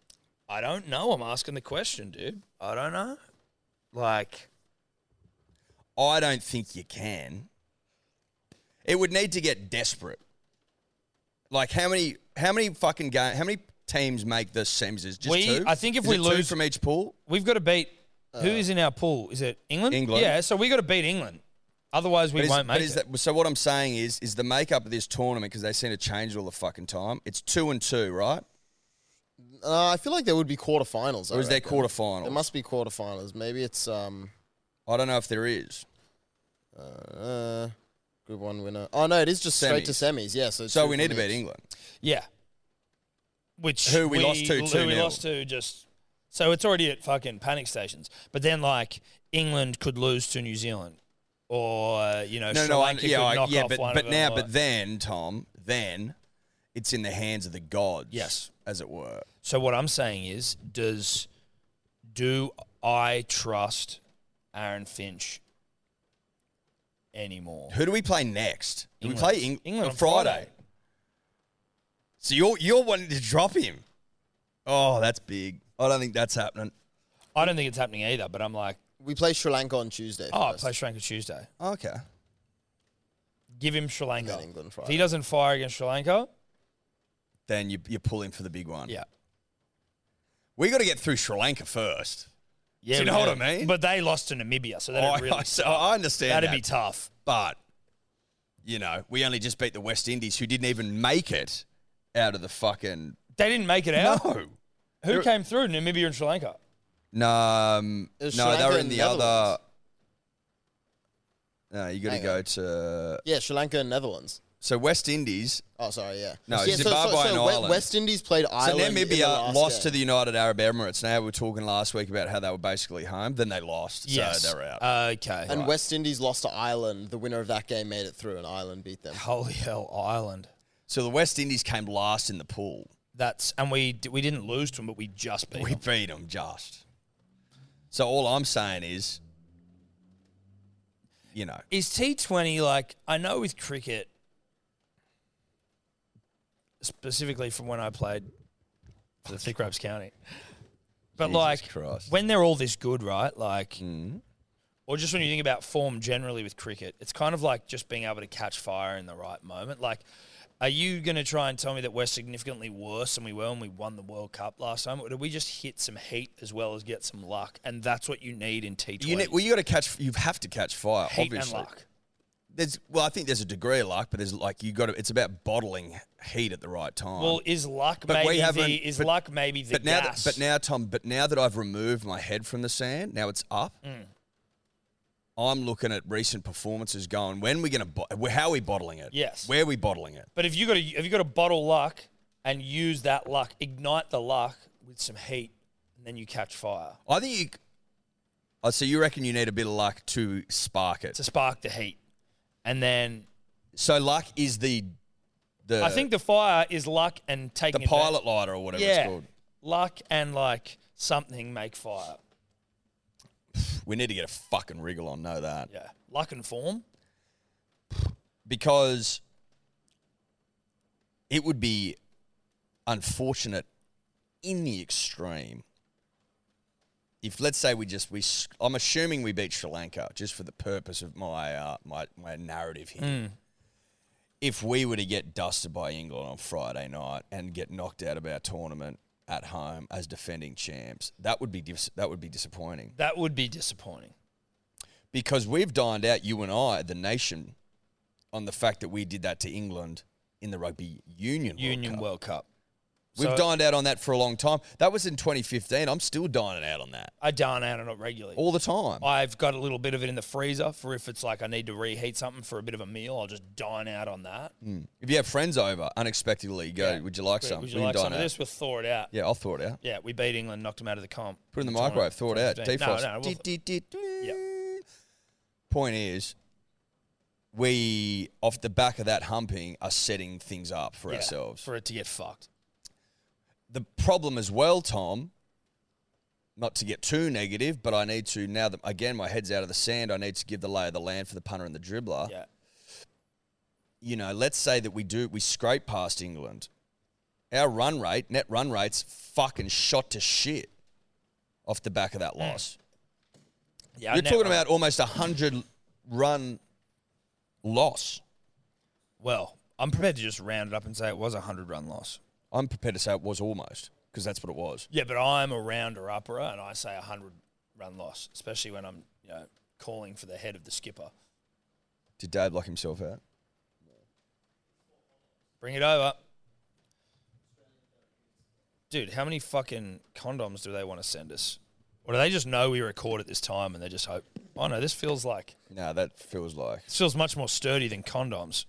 Speaker 2: I don't know. I'm asking the question, dude. I don't know. Like,
Speaker 3: I don't think you can. It would need to get desperate. Like how many? How many fucking game? How many teams make the semis? Is it just
Speaker 2: We-
Speaker 3: two?
Speaker 2: I think if
Speaker 3: Is
Speaker 2: we
Speaker 3: it two
Speaker 2: lose-
Speaker 3: from each pool,
Speaker 2: we've got to beat. who is in our pool? Is it England?
Speaker 3: Uh, England.
Speaker 2: Yeah, so we got to beat England. Otherwise, we
Speaker 3: But is-
Speaker 2: won't
Speaker 3: but
Speaker 2: make
Speaker 3: is
Speaker 2: it.
Speaker 3: that- so what I'm saying is, is the makeup of this tournament because they seem to change it all the fucking time. It's two and two, right?
Speaker 4: Uh, I feel like there would be quarterfinals. I
Speaker 3: Or is there
Speaker 4: reckon.
Speaker 3: quarterfinals?
Speaker 4: There must be quarterfinals. Maybe it's um,
Speaker 3: I don't know if there is.
Speaker 4: uh, group one winner. Oh no, it is just straight to semis. Yeah, so
Speaker 3: So
Speaker 4: two
Speaker 3: we need to
Speaker 4: from
Speaker 3: beat
Speaker 4: each.
Speaker 3: England.
Speaker 2: yeah. Which
Speaker 3: Who we lost to
Speaker 2: Who we
Speaker 3: 2-0.
Speaker 2: lost to just. So it's already at fucking panic stations. But then, like, England could lose to New Zealand, or you know,
Speaker 3: No,
Speaker 2: Sri
Speaker 3: no, I,
Speaker 2: Lanka
Speaker 3: yeah,
Speaker 2: could
Speaker 3: I,
Speaker 2: knock
Speaker 3: yeah,
Speaker 2: off
Speaker 3: but,
Speaker 2: one
Speaker 3: but
Speaker 2: of
Speaker 3: now,
Speaker 2: them, or-
Speaker 3: but then, Tom, then it's in the hands of the gods.
Speaker 2: Yes.
Speaker 3: as it were.
Speaker 2: So what I'm saying is, does do I trust Aaron Finch anymore.
Speaker 3: Who do we play next? Do we
Speaker 2: England.
Speaker 3: play Eng-
Speaker 2: England
Speaker 3: on
Speaker 2: on
Speaker 3: Friday.
Speaker 2: Friday.
Speaker 3: So you're you're wanting to drop him? Oh, that's big. I don't think that's happening.
Speaker 2: I don't think it's happening either, but I'm like,
Speaker 4: We play Sri Lanka on Tuesday.
Speaker 2: oh, I
Speaker 4: first.
Speaker 2: play Sri Lanka Tuesday.
Speaker 3: Okay.
Speaker 2: Give him Sri Lanka.
Speaker 4: then England
Speaker 2: if
Speaker 4: Friday.
Speaker 2: he doesn't fire against Sri Lanka,
Speaker 3: Then you you pull him for the big one.
Speaker 2: yeah.
Speaker 3: We got to get through Sri Lanka first.
Speaker 2: Yeah,
Speaker 3: Do you
Speaker 2: we
Speaker 3: know what
Speaker 2: do.
Speaker 3: I mean?
Speaker 2: But they lost to Namibia, so
Speaker 3: I,
Speaker 2: that really
Speaker 3: I- so I understand
Speaker 2: that'd
Speaker 3: that,
Speaker 2: be tough.
Speaker 3: but you know we only just beat the West Indies, who didn't even make it out of the fucking
Speaker 2: They didn't make it out.
Speaker 3: no.
Speaker 2: Who came through? Namibia and Sri Lanka.
Speaker 3: No, um,
Speaker 4: It
Speaker 3: no,
Speaker 4: was Sri
Speaker 3: they
Speaker 4: Lanka
Speaker 3: were in
Speaker 4: and
Speaker 3: the
Speaker 4: the other
Speaker 3: other. No, you got to
Speaker 4: Hang
Speaker 3: go to
Speaker 4: Yeah, Sri Lanka and Netherlands.
Speaker 3: so West Indies.
Speaker 4: Oh, sorry, yeah.
Speaker 3: No,
Speaker 4: yeah,
Speaker 3: Zimbabwe and
Speaker 4: We-
Speaker 3: Ireland.
Speaker 4: West Indies played
Speaker 3: So
Speaker 4: Ireland. in the
Speaker 3: Namibia
Speaker 4: last
Speaker 3: lost
Speaker 4: game.
Speaker 3: to the United Arab Emirates. Now we were talking last week about how they were basically home. Then they lost,
Speaker 2: Yes. Uh,
Speaker 3: so they're out.
Speaker 2: okay.
Speaker 4: And West Indies lost to Ireland. The winner of that game made it through, and Ireland beat them.
Speaker 2: Holy hell, Ireland.
Speaker 3: so the West Indies came last in the pool.
Speaker 2: That's and we d- we didn't lose to them, but we just beat
Speaker 3: We
Speaker 2: them.
Speaker 3: beat them just. So all I'm saying is, you know,
Speaker 2: Is T20 like I know with cricket specifically from when I played for the Thick Ropes County. But
Speaker 3: Jesus
Speaker 2: like
Speaker 3: Christ. Mm-hmm.
Speaker 2: when they're all this good, right? Like or just when you think about form generally with cricket, it's kind of like just being able to catch fire in the right moment. Like are you going to try and tell me that we're significantly worse than we were when we won the World Cup last time? Or did we just hit some heat as well as get some luck? And that's what you need in T20.
Speaker 3: you ne- well, you got to catch. You have to catch fire,
Speaker 2: heat
Speaker 3: obviously.
Speaker 2: and luck.
Speaker 3: There's well, I think there's a degree of luck, but there's like you got to. It's about bottling heat at the right time.
Speaker 2: Well, is luck
Speaker 3: But we
Speaker 2: maybe
Speaker 3: haven't-
Speaker 2: the is
Speaker 3: but-
Speaker 2: luck maybe the
Speaker 3: but now,
Speaker 2: gas?
Speaker 3: that, but now, Tom, but now that I've removed my head from the sand, now it's up.
Speaker 2: Mm.
Speaker 3: I'm looking at recent performances, going, when we going to, bo- how are we bottling it?
Speaker 2: Yes.
Speaker 3: where are we bottling it?
Speaker 2: But if you got to if you got to bottle luck and use that luck, ignite the luck with some heat, and then you catch fire
Speaker 3: I think you. I so you reckon you need a bit of luck to spark it.
Speaker 2: to spark the heat, and then
Speaker 3: So luck is the, the
Speaker 2: I think the fire is luck and taking
Speaker 3: the
Speaker 2: advan-
Speaker 3: pilot lighter or whatever it's
Speaker 2: Yeah,
Speaker 3: called.
Speaker 2: luck and like something make fire.
Speaker 3: We need to get a fucking wriggle on. Know that.
Speaker 2: Yeah, luck and form.
Speaker 3: because it would be unfortunate in the extreme if let's say we just we s- I'm assuming we beat Sri Lanka just for the purpose of my uh, my my narrative here. If we were to get dusted by England on Friday night and get knocked out of our tournament at home as defending champs, that would be dis- that would be disappointing
Speaker 2: That would be disappointing.
Speaker 3: because we've dined out you and I, the nation, on the fact that we did that to England in the Rugby Union.
Speaker 2: Union
Speaker 3: World Cup.
Speaker 2: World Cup.
Speaker 3: We've
Speaker 2: So-
Speaker 3: dined out on that for a long time. That was in 2015. I'm still dining out on that
Speaker 2: I darn out on it regularly.
Speaker 3: all the time.
Speaker 2: I've got a little bit of it in the freezer for if it's like I need to reheat something for a bit of a meal, I'll just dine out on that.
Speaker 3: If you have friends over unexpectedly, you go,
Speaker 2: Yeah.
Speaker 3: "Would you like
Speaker 2: Great.
Speaker 3: Mm, some?"
Speaker 2: Would you
Speaker 3: We can
Speaker 2: like
Speaker 3: dine
Speaker 2: some of
Speaker 3: out.
Speaker 2: this? We'll thaw it out. Yeah.
Speaker 3: Yeah, I'll thaw it out.
Speaker 2: we beat England, knocked them out of the comp.
Speaker 3: Put it in the
Speaker 2: Tournament.
Speaker 3: microwave, thaw it out,
Speaker 2: 2015.
Speaker 3: defrost.
Speaker 2: No, no, we'll-
Speaker 3: Dee, dee, dee, dee. Point is, we off the back of that humping are setting things up for
Speaker 2: yeah,
Speaker 3: ourselves.
Speaker 2: for it to get fucked.
Speaker 3: the problem as well, Tom, not to get too negative, but I need to now that again my head's out of the sand, I need to give the lay of the land for the punter and the dribbler.
Speaker 2: Yeah,
Speaker 3: You know, let's say that we do we scrape past England. Our run rate, net run rate's fucking shot to shit off the back of that loss.
Speaker 2: yeah.
Speaker 3: You're
Speaker 2: Mm. net
Speaker 3: talking
Speaker 2: run.
Speaker 3: about almost a hundred run loss.
Speaker 2: [LAUGHS] Well, I'm prepared to just round it up and say it was a hundred run loss.
Speaker 3: I'm prepared to say it was almost, because that's what it was.
Speaker 2: Yeah, but I'm a rounder upper, and I say a hundred run loss, especially when I'm you know calling for the head of the skipper.
Speaker 3: Did Dave lock himself out?
Speaker 2: Bring it over. Dude, how many fucking condoms do they want to send us? Or do they just know we record at this time and they just hope? Oh no, this feels like
Speaker 3: No, that feels like
Speaker 2: this feels much more sturdy than condoms.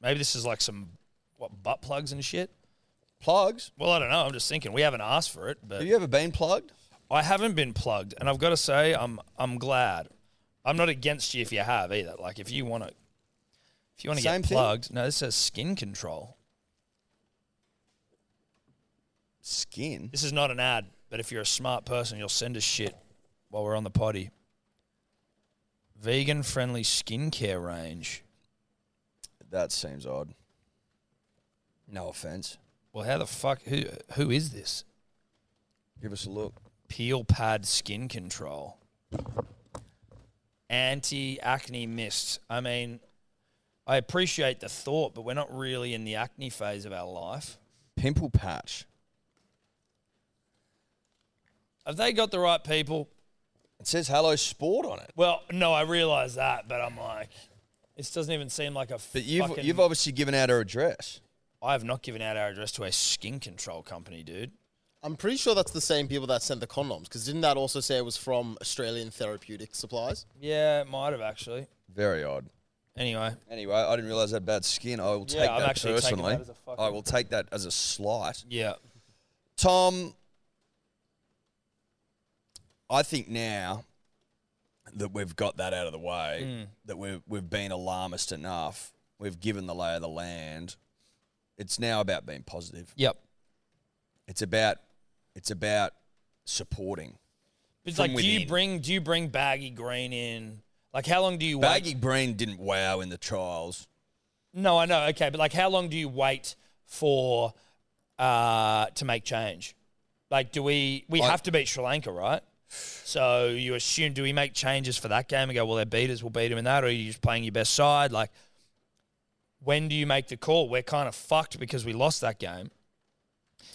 Speaker 2: Maybe this is like some what butt plugs and shit.
Speaker 3: plugs.
Speaker 2: Well, I don't know. I'm just thinking we haven't asked for it, but
Speaker 3: Have you ever been plugged?
Speaker 2: I haven't been plugged, and I've got to say I'm I'm glad. I'm not against you if you have either. Like if you want to, if you want to
Speaker 3: Same
Speaker 2: get
Speaker 3: thing?
Speaker 2: plugged. No, this says skin control.
Speaker 3: Skin.
Speaker 2: This is not an ad, but if you're a smart person, you'll send us shit while we're on the potty. vegan friendly skincare range.
Speaker 3: That seems odd. No offense.
Speaker 2: Well, how the fuck? Who who is this?
Speaker 3: Give us a look.
Speaker 2: Peel pad skin control. Anti acne mists. I mean, I appreciate the thought, but we're not really in the acne phase of our life.
Speaker 3: Pimple patch.
Speaker 2: Have they got the right people?
Speaker 3: It says Hello Sport on it.
Speaker 2: Well, no, I realise that, but I'm like, this doesn't even seem like a.
Speaker 3: But you've
Speaker 2: fucking-
Speaker 3: you've obviously given out her address.
Speaker 2: I have not given out our address to a skin control company, dude.
Speaker 4: I'm pretty sure that's the same people that sent the condoms, because didn't that also say it was from Australian Therapeutic Supplies?
Speaker 2: Yeah, it might have actually.
Speaker 3: Very odd.
Speaker 2: Anyway,
Speaker 3: Anyway, I didn't realize that bad skin. I will take
Speaker 2: Yeah, I'm
Speaker 3: that
Speaker 2: actually taking
Speaker 3: personally.
Speaker 2: that as a fucking-
Speaker 3: I will take that as a slight.
Speaker 2: yeah,
Speaker 3: Tom, I think now that we've got that out of the way,
Speaker 2: Hmm.
Speaker 3: that we've we've been alarmist enough, we've given the lay of the land. It's now about being positive.
Speaker 2: yep.
Speaker 3: It's about it's about supporting.
Speaker 2: It's
Speaker 3: From
Speaker 2: like, do you
Speaker 3: within.
Speaker 2: bring do you bring Baggy Green in? Like, how long do you
Speaker 3: Baggy
Speaker 2: wait?
Speaker 3: Green didn't wow in the trials.
Speaker 2: No, I know. Okay, but like, how long do you wait for uh, to make change? Like, do we we
Speaker 3: I-
Speaker 2: have to beat Sri Lanka, right? So you assume do we make changes for that game and go, well, their beaters will beat them in that, or are you just playing your best side? Like, when do you make the call? We're kind of fucked because we lost that game.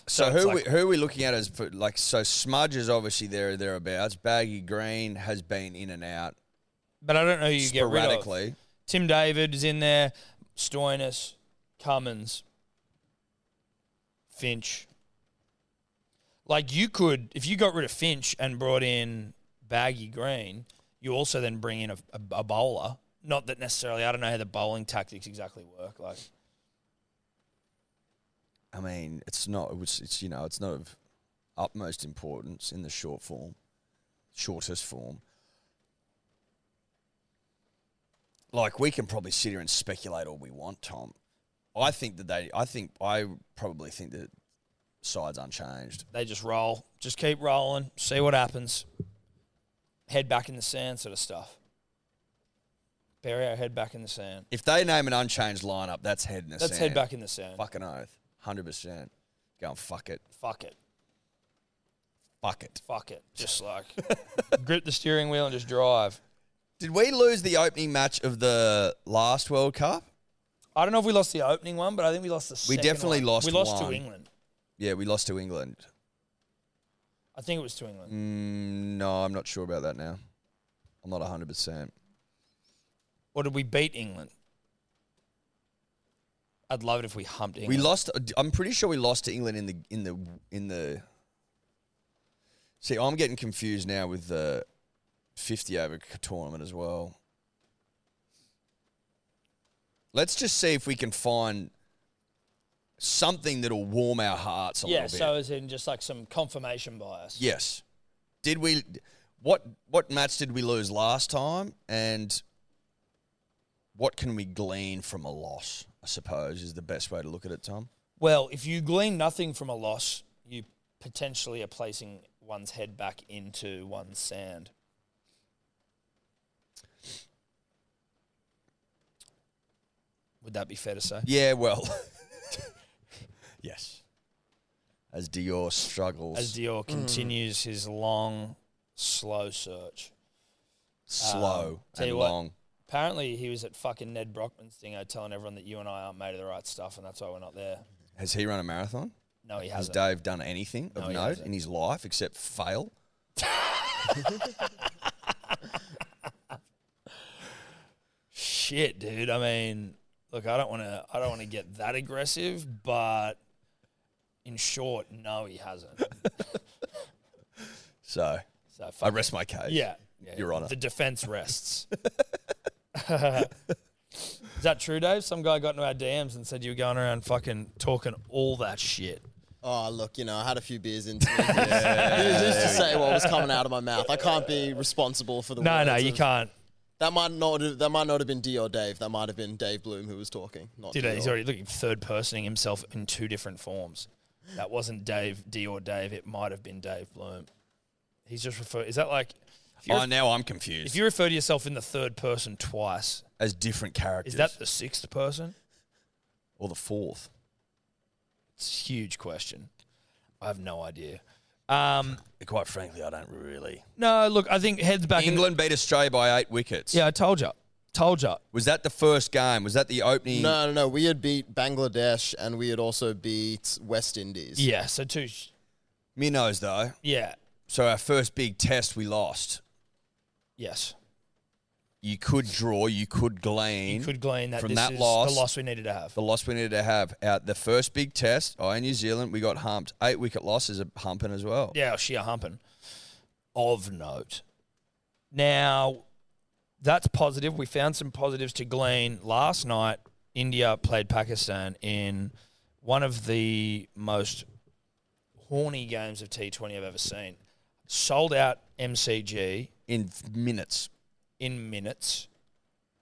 Speaker 3: So,
Speaker 2: it's
Speaker 3: who
Speaker 2: like-
Speaker 3: we, who are we looking at as for, like so Smudge is obviously there or thereabouts. Baggy Green has been in and out
Speaker 2: But I don't know who you get rid of.
Speaker 3: sporadically.
Speaker 2: Tim David is in there. Stoinis, Cummins, Finch. Like you could, if you got rid of Finch and brought in Baggy Green, you also then bring in a, a, a bowler. Not that necessarily. I don't know how the bowling tactics exactly work. Like
Speaker 3: I mean, it's not. It was, it's you know, it's not of utmost importance in the short form, shortest form. Like we can probably sit here and speculate all we want, Tom. I think that they. I think I probably think that sides unchanged.
Speaker 2: they just roll, just keep rolling, see what happens. Head back in the sand, sort of stuff. Bury our head back in the sand.
Speaker 3: If they name an unchanged lineup, that's head in the
Speaker 2: Let's
Speaker 3: sand.
Speaker 2: head back in the sand.
Speaker 3: Fucking oath, hundred percent. Go and fuck it,
Speaker 2: Fuck it.
Speaker 3: fuck it.
Speaker 2: fuck it.
Speaker 3: [LAUGHS]
Speaker 2: Just like grip the steering wheel and just drive.
Speaker 3: Did we lose the opening match of the last World Cup?
Speaker 2: I don't know if we lost the opening one, but I think we lost the
Speaker 3: We
Speaker 2: second
Speaker 3: definitely
Speaker 2: one.
Speaker 3: lost
Speaker 2: We lost
Speaker 3: one.
Speaker 2: to England.
Speaker 3: Yeah, we lost to England.
Speaker 2: I think it was to England.
Speaker 3: Mm, no, I'm not sure about that now. I'm not 100%.
Speaker 2: Or did we beat England? I'd love it if we humped England.
Speaker 3: We lost uh, I'm pretty sure we lost to England in the in the in the See, I'm getting confused now with the 50 over c- tournament as well. Let's just see if we can find something that'll warm our hearts a
Speaker 2: yeah,
Speaker 3: little bit.
Speaker 2: so as in just like some confirmation bias.
Speaker 3: Yes. Did we? What what match did we lose last time? And what can we glean from a loss? I suppose is the best way to look at it, Tom.
Speaker 2: Well, if you glean nothing from a loss, you potentially are placing one's head back into one's sand. Would that be fair to say?
Speaker 3: Yeah.
Speaker 2: [LAUGHS]
Speaker 3: Well. yes. As Dior struggles,
Speaker 2: as Dior continues his long, slow search.
Speaker 3: slow
Speaker 2: um, tell
Speaker 3: and
Speaker 2: you what.
Speaker 3: long.
Speaker 2: Apparently, he was at fucking Ned Brockman's dingo telling everyone that you and I aren't made of the right stuff, and that's why we're not there.
Speaker 3: Has he run a marathon?
Speaker 2: No, he
Speaker 3: Has
Speaker 2: hasn't.
Speaker 3: Dave done anything of
Speaker 2: No, he
Speaker 3: note
Speaker 2: hasn't.
Speaker 3: in his life except fail?
Speaker 2: Shit, dude. I mean, look, I don't want to. I don't want to get that aggressive, but in short, no, he hasn't.
Speaker 3: So
Speaker 2: So fuck
Speaker 3: I
Speaker 2: it.
Speaker 3: rest my case.
Speaker 2: Yeah, yeah,
Speaker 3: Your Honour.
Speaker 2: The defense rests. [LAUGHS] Is that true, Dave? Some guy got into our DMs and said you were going around fucking talking all that shit.
Speaker 4: Oh, look, you know, I had a few beers into [LAUGHS] me. it was just to say what was coming out of my mouth. I can't be responsible for the
Speaker 2: No,
Speaker 4: words
Speaker 2: no, you
Speaker 4: of-
Speaker 2: can't.
Speaker 4: That might not have, that might not have been D or Dave. That might have been Dave Bloom who was talking. Not
Speaker 2: Dude,
Speaker 4: Dior.
Speaker 2: he's already looking third personing himself in two different forms. That wasn't Dave D or Dave. It might have been Dave Bloom. He's just referred. Is that like? you're-
Speaker 3: oh, now I'm
Speaker 2: If
Speaker 3: confused.
Speaker 2: you refer to yourself in the third person twice,
Speaker 3: As different characters.
Speaker 2: is that the sixth person?
Speaker 3: or the fourth?
Speaker 2: It's a huge question. I have no idea. Um,
Speaker 3: Quite frankly, I don't really.
Speaker 2: no, look, I think heads back in-
Speaker 3: England beat Australia by eight wickets.
Speaker 2: yeah, I told you. Told you.
Speaker 3: Was that the first game? Was that the opening?
Speaker 4: No, no, no. We had beat Bangladesh and we had also beat West Indies.
Speaker 2: Yeah, so two. sh-
Speaker 3: Minnows, though.
Speaker 2: Yeah,
Speaker 3: So our first big test we lost.
Speaker 2: yes.
Speaker 3: You could draw, you could glean.
Speaker 2: You could glean that
Speaker 3: from
Speaker 2: this
Speaker 3: that
Speaker 2: is
Speaker 3: loss-
Speaker 2: the loss we needed to have.
Speaker 3: the loss we needed to have. Out the first big test, I New Zealand, we got humped. Eight wicket loss is a humping as well.
Speaker 2: Yeah, sheer humping. Of note. Now, that's positive. We found some positives to glean last night. India played Pakistan in one of the most horny games of T20 I've ever seen. Sold out MCG
Speaker 3: In f- minutes.
Speaker 2: in minutes.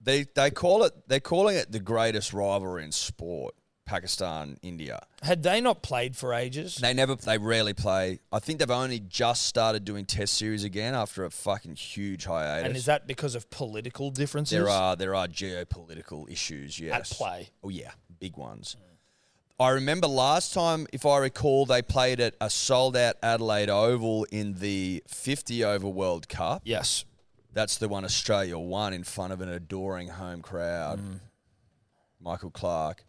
Speaker 3: They they call it they're calling it the greatest rivalry in sport. Pakistan, India.
Speaker 2: Had they not played for ages?
Speaker 3: They never they rarely play. I think they've only just started doing test series again after a fucking huge hiatus.
Speaker 2: and is that because of political differences?
Speaker 3: There are there are geopolitical issues, yes.
Speaker 2: play.
Speaker 3: Oh yeah, big ones. I remember last time, if I recall, they played at a sold out Adelaide Oval in the 50 over World Cup.
Speaker 2: Yes.
Speaker 3: That's the one Australia won in front of an adoring home crowd. Michael Clark.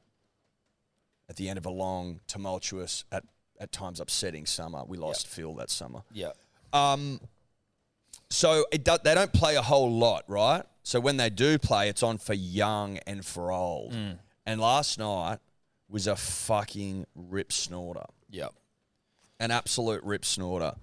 Speaker 3: At the end of a long, tumultuous, at, at times upsetting summer. We lost Phil that summer.
Speaker 2: Yeah.
Speaker 3: Um, so it do, they don't play a whole lot, right? So when they do play, it's on for young and for old.
Speaker 2: Hmm.
Speaker 3: And last night was a fucking rip snorter,
Speaker 2: Yeah.
Speaker 3: an absolute rip snorter.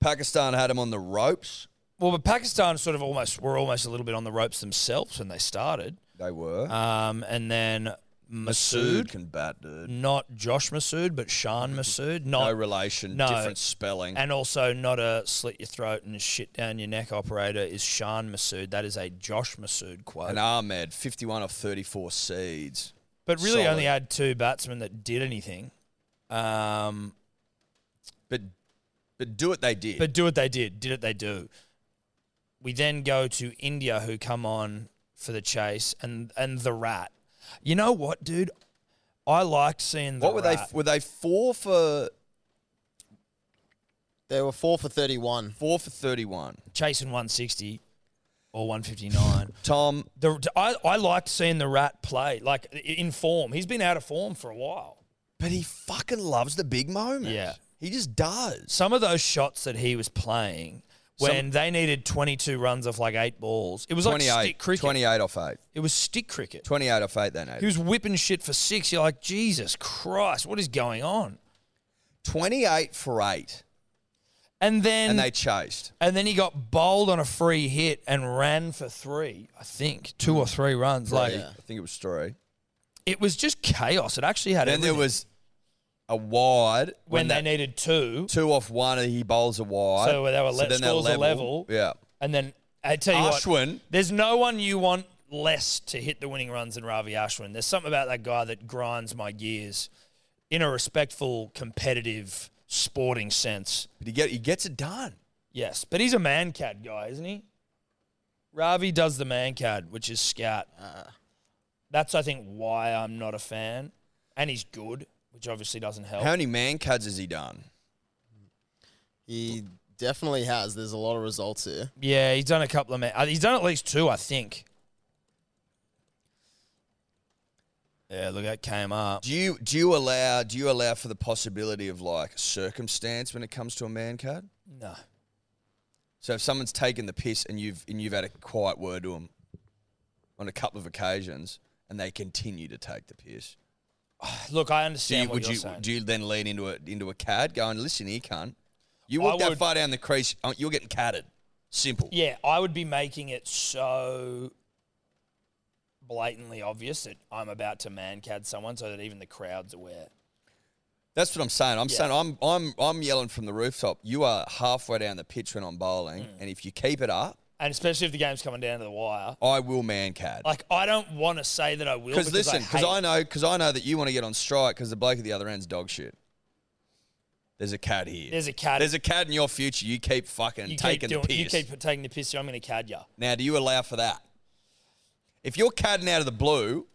Speaker 3: Pakistan had him on the ropes.
Speaker 2: Well, but Pakistan sort of almost were almost a little bit on the ropes themselves when they started.
Speaker 3: They were.
Speaker 2: Um, and then
Speaker 3: Masood
Speaker 2: Masood,
Speaker 3: can bat, dude.
Speaker 2: not Josh Masood, but Shan Masood, not
Speaker 3: No relation,
Speaker 2: No.
Speaker 3: different spelling.
Speaker 2: and also not a slit your throat and shit down your neck operator is Shan Masood. That is a Josh Masood quote.
Speaker 3: and Ahmed, 51 of 34 seeds.
Speaker 2: but really,
Speaker 3: solid.
Speaker 2: only had two batsmen that did anything. Um,
Speaker 3: But but do it they did.
Speaker 2: But do what they did. Did it they do. We then go to India, who come on for the chase and and the rat. You know what, dude? I liked seeing the
Speaker 3: what were they?
Speaker 2: rat.
Speaker 3: Were they four for
Speaker 4: They were four for 31.
Speaker 3: four for 31?
Speaker 2: chasing 160 or 159.
Speaker 3: Tom,
Speaker 2: the I, I liked seeing the rat play like i- in form. He's been out of form for a while.
Speaker 3: But he fucking loves the big moment.
Speaker 2: Yeah.
Speaker 3: He just does.
Speaker 2: Some of those shots that he was playing when they needed 22 runs off like eight balls, it was like
Speaker 3: 28,
Speaker 2: stick cricket.
Speaker 3: 28 off 8.
Speaker 2: It was stick cricket.
Speaker 3: 28 off 8 then,
Speaker 2: He
Speaker 3: Aiden.
Speaker 2: was whipping shit for six. You're like, Jesus Christ, what is going on?
Speaker 3: 28 for 8.
Speaker 2: And then
Speaker 3: And they chased.
Speaker 2: and then he got bowled on a free hit and ran for three, I think, two or three runs. Like
Speaker 3: I think it was 3.
Speaker 2: it was just chaos. It actually had.
Speaker 3: Then there
Speaker 2: everything.
Speaker 3: was a wide.
Speaker 2: when, they
Speaker 3: that
Speaker 2: needed two,
Speaker 3: Two off one, and he bowls a wide.
Speaker 2: So they were le- scores a level.
Speaker 3: Yeah.
Speaker 2: and then I tell you
Speaker 3: Ashwin.
Speaker 2: what, there's no one you want less to hit the winning runs than Ravi Ashwin. There's something about that guy that grinds my gears in a respectful, competitive, sporting sense.
Speaker 3: But he, get, he gets it done.
Speaker 2: Yes, but he's a man cad guy, isn't he? Ravi does the man cad, which is scat. That's I think why I'm not a fan, and he's good, which obviously doesn't help.
Speaker 3: How many man cuts has he done?
Speaker 4: He definitely has. There's a lot of results here.
Speaker 2: yeah, he's done a couple of man. uh, He's done at least two, I think. Yeah, look that came up.
Speaker 3: Do you do you allow do you allow for the possibility of like circumstance when it comes to a man card?
Speaker 2: No,
Speaker 3: So if someone's taken the piss and you've and you've had a quiet word to them on a couple of occasions, and they continue to take the piss,
Speaker 2: look, I
Speaker 3: do you,
Speaker 2: understand what
Speaker 3: would
Speaker 2: you're
Speaker 3: you
Speaker 2: saying.
Speaker 3: do you then lean into a into a cad going, listen here, cunt, you
Speaker 2: I
Speaker 3: walk that
Speaker 2: would-
Speaker 3: far down the crease, uh, you're getting catted. Simple.
Speaker 2: yeah, I would be making it so blatantly obvious that I'm about to man cad someone, so that even the crowd's aware.
Speaker 3: That's what I'm saying. I'm
Speaker 2: Yeah.
Speaker 3: saying I'm I'm I'm yelling from the rooftop. You are halfway down the pitch when I'm bowling,
Speaker 2: Mm.
Speaker 3: and if you keep it up,
Speaker 2: and especially if the game's coming down to the wire.
Speaker 3: I will man cad.
Speaker 2: Like I don't want to say that I will
Speaker 3: Because listen,
Speaker 2: because
Speaker 3: because
Speaker 2: I,
Speaker 3: I,
Speaker 2: hate-
Speaker 3: know, because I know that you want to get on strike because the bloke at the other end's dog shit. There's a cad here.
Speaker 2: There's a cad.
Speaker 3: There's a cad in your future. You keep fucking
Speaker 2: you
Speaker 3: taking
Speaker 2: keep doing,
Speaker 3: the piss.
Speaker 2: You keep taking the piss. so I'm going to cad you.
Speaker 3: now, do you allow for that? If you're cadding out of the blue,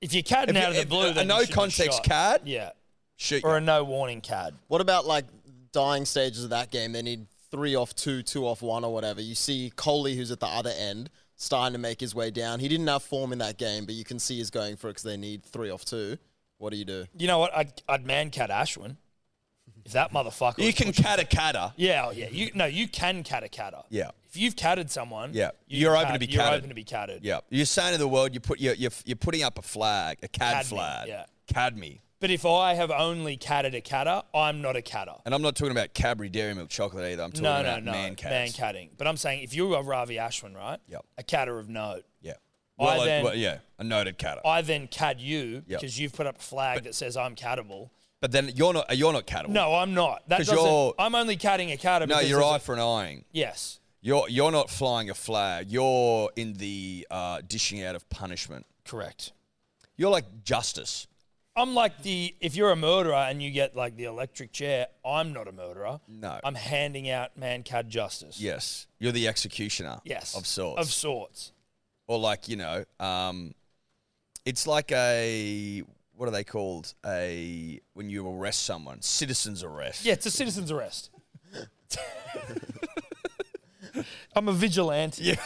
Speaker 2: If you're cadding
Speaker 3: If you-
Speaker 2: out of the
Speaker 3: if
Speaker 2: blue,
Speaker 3: a
Speaker 2: then you
Speaker 3: no
Speaker 2: should be
Speaker 3: context
Speaker 2: shot.
Speaker 3: cad?
Speaker 2: Yeah.
Speaker 3: shoot.
Speaker 2: Or
Speaker 3: you.
Speaker 2: a no warning cad.
Speaker 4: What about like dying stages of that game? They need three off two, two off one, or whatever. You see Coley, who's at the other end, starting to make his way down. He didn't have form in that game, but you can see he's going for it because they need three off two. What do you do?
Speaker 2: You know what? I'd, I'd man cad Ashwin. If that motherfucker.
Speaker 3: You
Speaker 2: was
Speaker 3: can
Speaker 2: pushing-
Speaker 3: cad a cadder.
Speaker 2: Yeah, oh, yeah. You no, you can cat a catter.
Speaker 3: Yeah.
Speaker 2: If you've catted someone,
Speaker 3: Yeah.
Speaker 2: you
Speaker 3: You're
Speaker 2: can
Speaker 3: open to be
Speaker 2: you're
Speaker 3: catted.
Speaker 2: open to be catted.
Speaker 3: Yeah, you're saying to the world, you put you're, you're, you're putting up a flag, a cad
Speaker 2: Cad me,
Speaker 3: flag,
Speaker 2: yeah.
Speaker 3: cad me,
Speaker 2: But if I have only catted a catter, I'm not a catter.
Speaker 3: and I'm not talking about Cadbury Dairy Milk chocolate either. I'm talking
Speaker 2: No, no,
Speaker 3: about
Speaker 2: no.
Speaker 3: man cads.
Speaker 2: catting. But I'm saying if you are Ravi Ashwin, right?
Speaker 3: Yep.
Speaker 2: A catter of note.
Speaker 3: Yeah,
Speaker 2: I
Speaker 3: well, I-
Speaker 2: then-
Speaker 3: well, yeah, a noted cadder.
Speaker 2: I then cad you
Speaker 3: Yep.
Speaker 2: because you've put up a flag that says I'm cattable.
Speaker 3: but then you're not you're not caddable.
Speaker 2: No, I'm not. That
Speaker 3: 'Cause
Speaker 2: doesn't.
Speaker 3: you're-
Speaker 2: I'm only catting a catter.
Speaker 3: no,
Speaker 2: because
Speaker 3: you're
Speaker 2: there's a-
Speaker 3: eye for an eyeing.
Speaker 2: Yes.
Speaker 3: You're you're not flying a flag. You're in the uh, dishing out of punishment.
Speaker 2: Correct.
Speaker 3: You're like justice.
Speaker 2: I'm like the if you're a murderer and you get like the electric chair, I'm not a murderer.
Speaker 3: No.
Speaker 2: I'm handing out man cad justice.
Speaker 3: Yes, you're the executioner.
Speaker 2: Yes.
Speaker 3: of sorts.
Speaker 2: Of sorts.
Speaker 3: or like you know, um, it's like a what are they called? A when you arrest someone, citizens arrest.
Speaker 2: Yeah, it's a citizen's arrest. [LAUGHS] I'm a vigilante.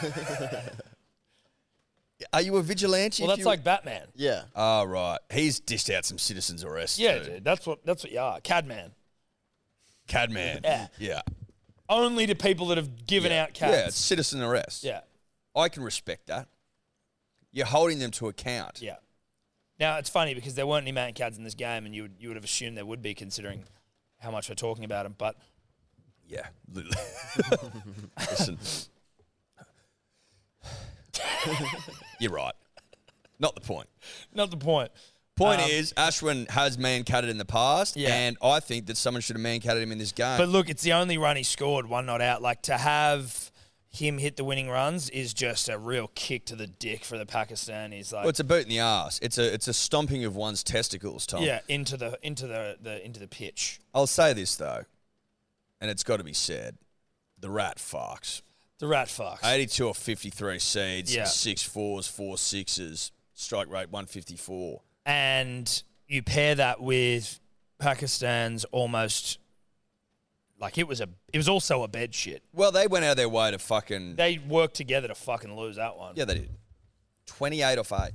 Speaker 3: Are you a vigilante?
Speaker 2: Well,
Speaker 3: if
Speaker 2: that's
Speaker 3: you-
Speaker 2: like Batman.
Speaker 4: Yeah.
Speaker 3: Oh, right. He's dished out some citizens arrest.
Speaker 2: Yeah,
Speaker 3: too.
Speaker 2: dude. That's what that's what you are. Cadman.
Speaker 3: Cadman.
Speaker 2: Yeah.
Speaker 3: Yeah.
Speaker 2: Only to people that have given out
Speaker 3: Yeah, it's
Speaker 2: cats.
Speaker 3: citizen arrest.
Speaker 2: Yeah.
Speaker 3: I can respect that. You're holding them to account.
Speaker 2: Yeah. Now it's funny because there weren't any mountain cads in this game, and you would you would have assumed there would be considering how much we're talking about them. But
Speaker 3: Yeah. [LAUGHS]
Speaker 2: [LAUGHS]
Speaker 3: Listen. You're right. Not the point.
Speaker 2: not the point.
Speaker 3: Point
Speaker 2: Um,
Speaker 3: is, Ashwin has man catted in the past,
Speaker 2: Yeah.
Speaker 3: and I think that someone should have man catted him in this game.
Speaker 2: But look, it's the only run he scored, one not out. Like to have him hit the winning runs is just a real kick to the dick for the Pakistanis. Like
Speaker 3: Well, it's a boot in the ass. It's a it's a stomping of one's testicles, Tom.
Speaker 2: yeah, into the into the, the into the pitch.
Speaker 3: I'll say this though, and it's got to be said: the rat fucks.
Speaker 2: The rat fucks.
Speaker 3: Eighty-two or fifty-three seeds,
Speaker 2: Yeah.
Speaker 3: six fours, four sixes, strike rate one fifty-four.
Speaker 2: and you pair that with Pakistan's almost like it was a it was also a bed shit.
Speaker 3: Well, they went out of their way to fucking
Speaker 2: They worked together to fucking lose that one.
Speaker 3: yeah, they did. Twenty-eight off eight.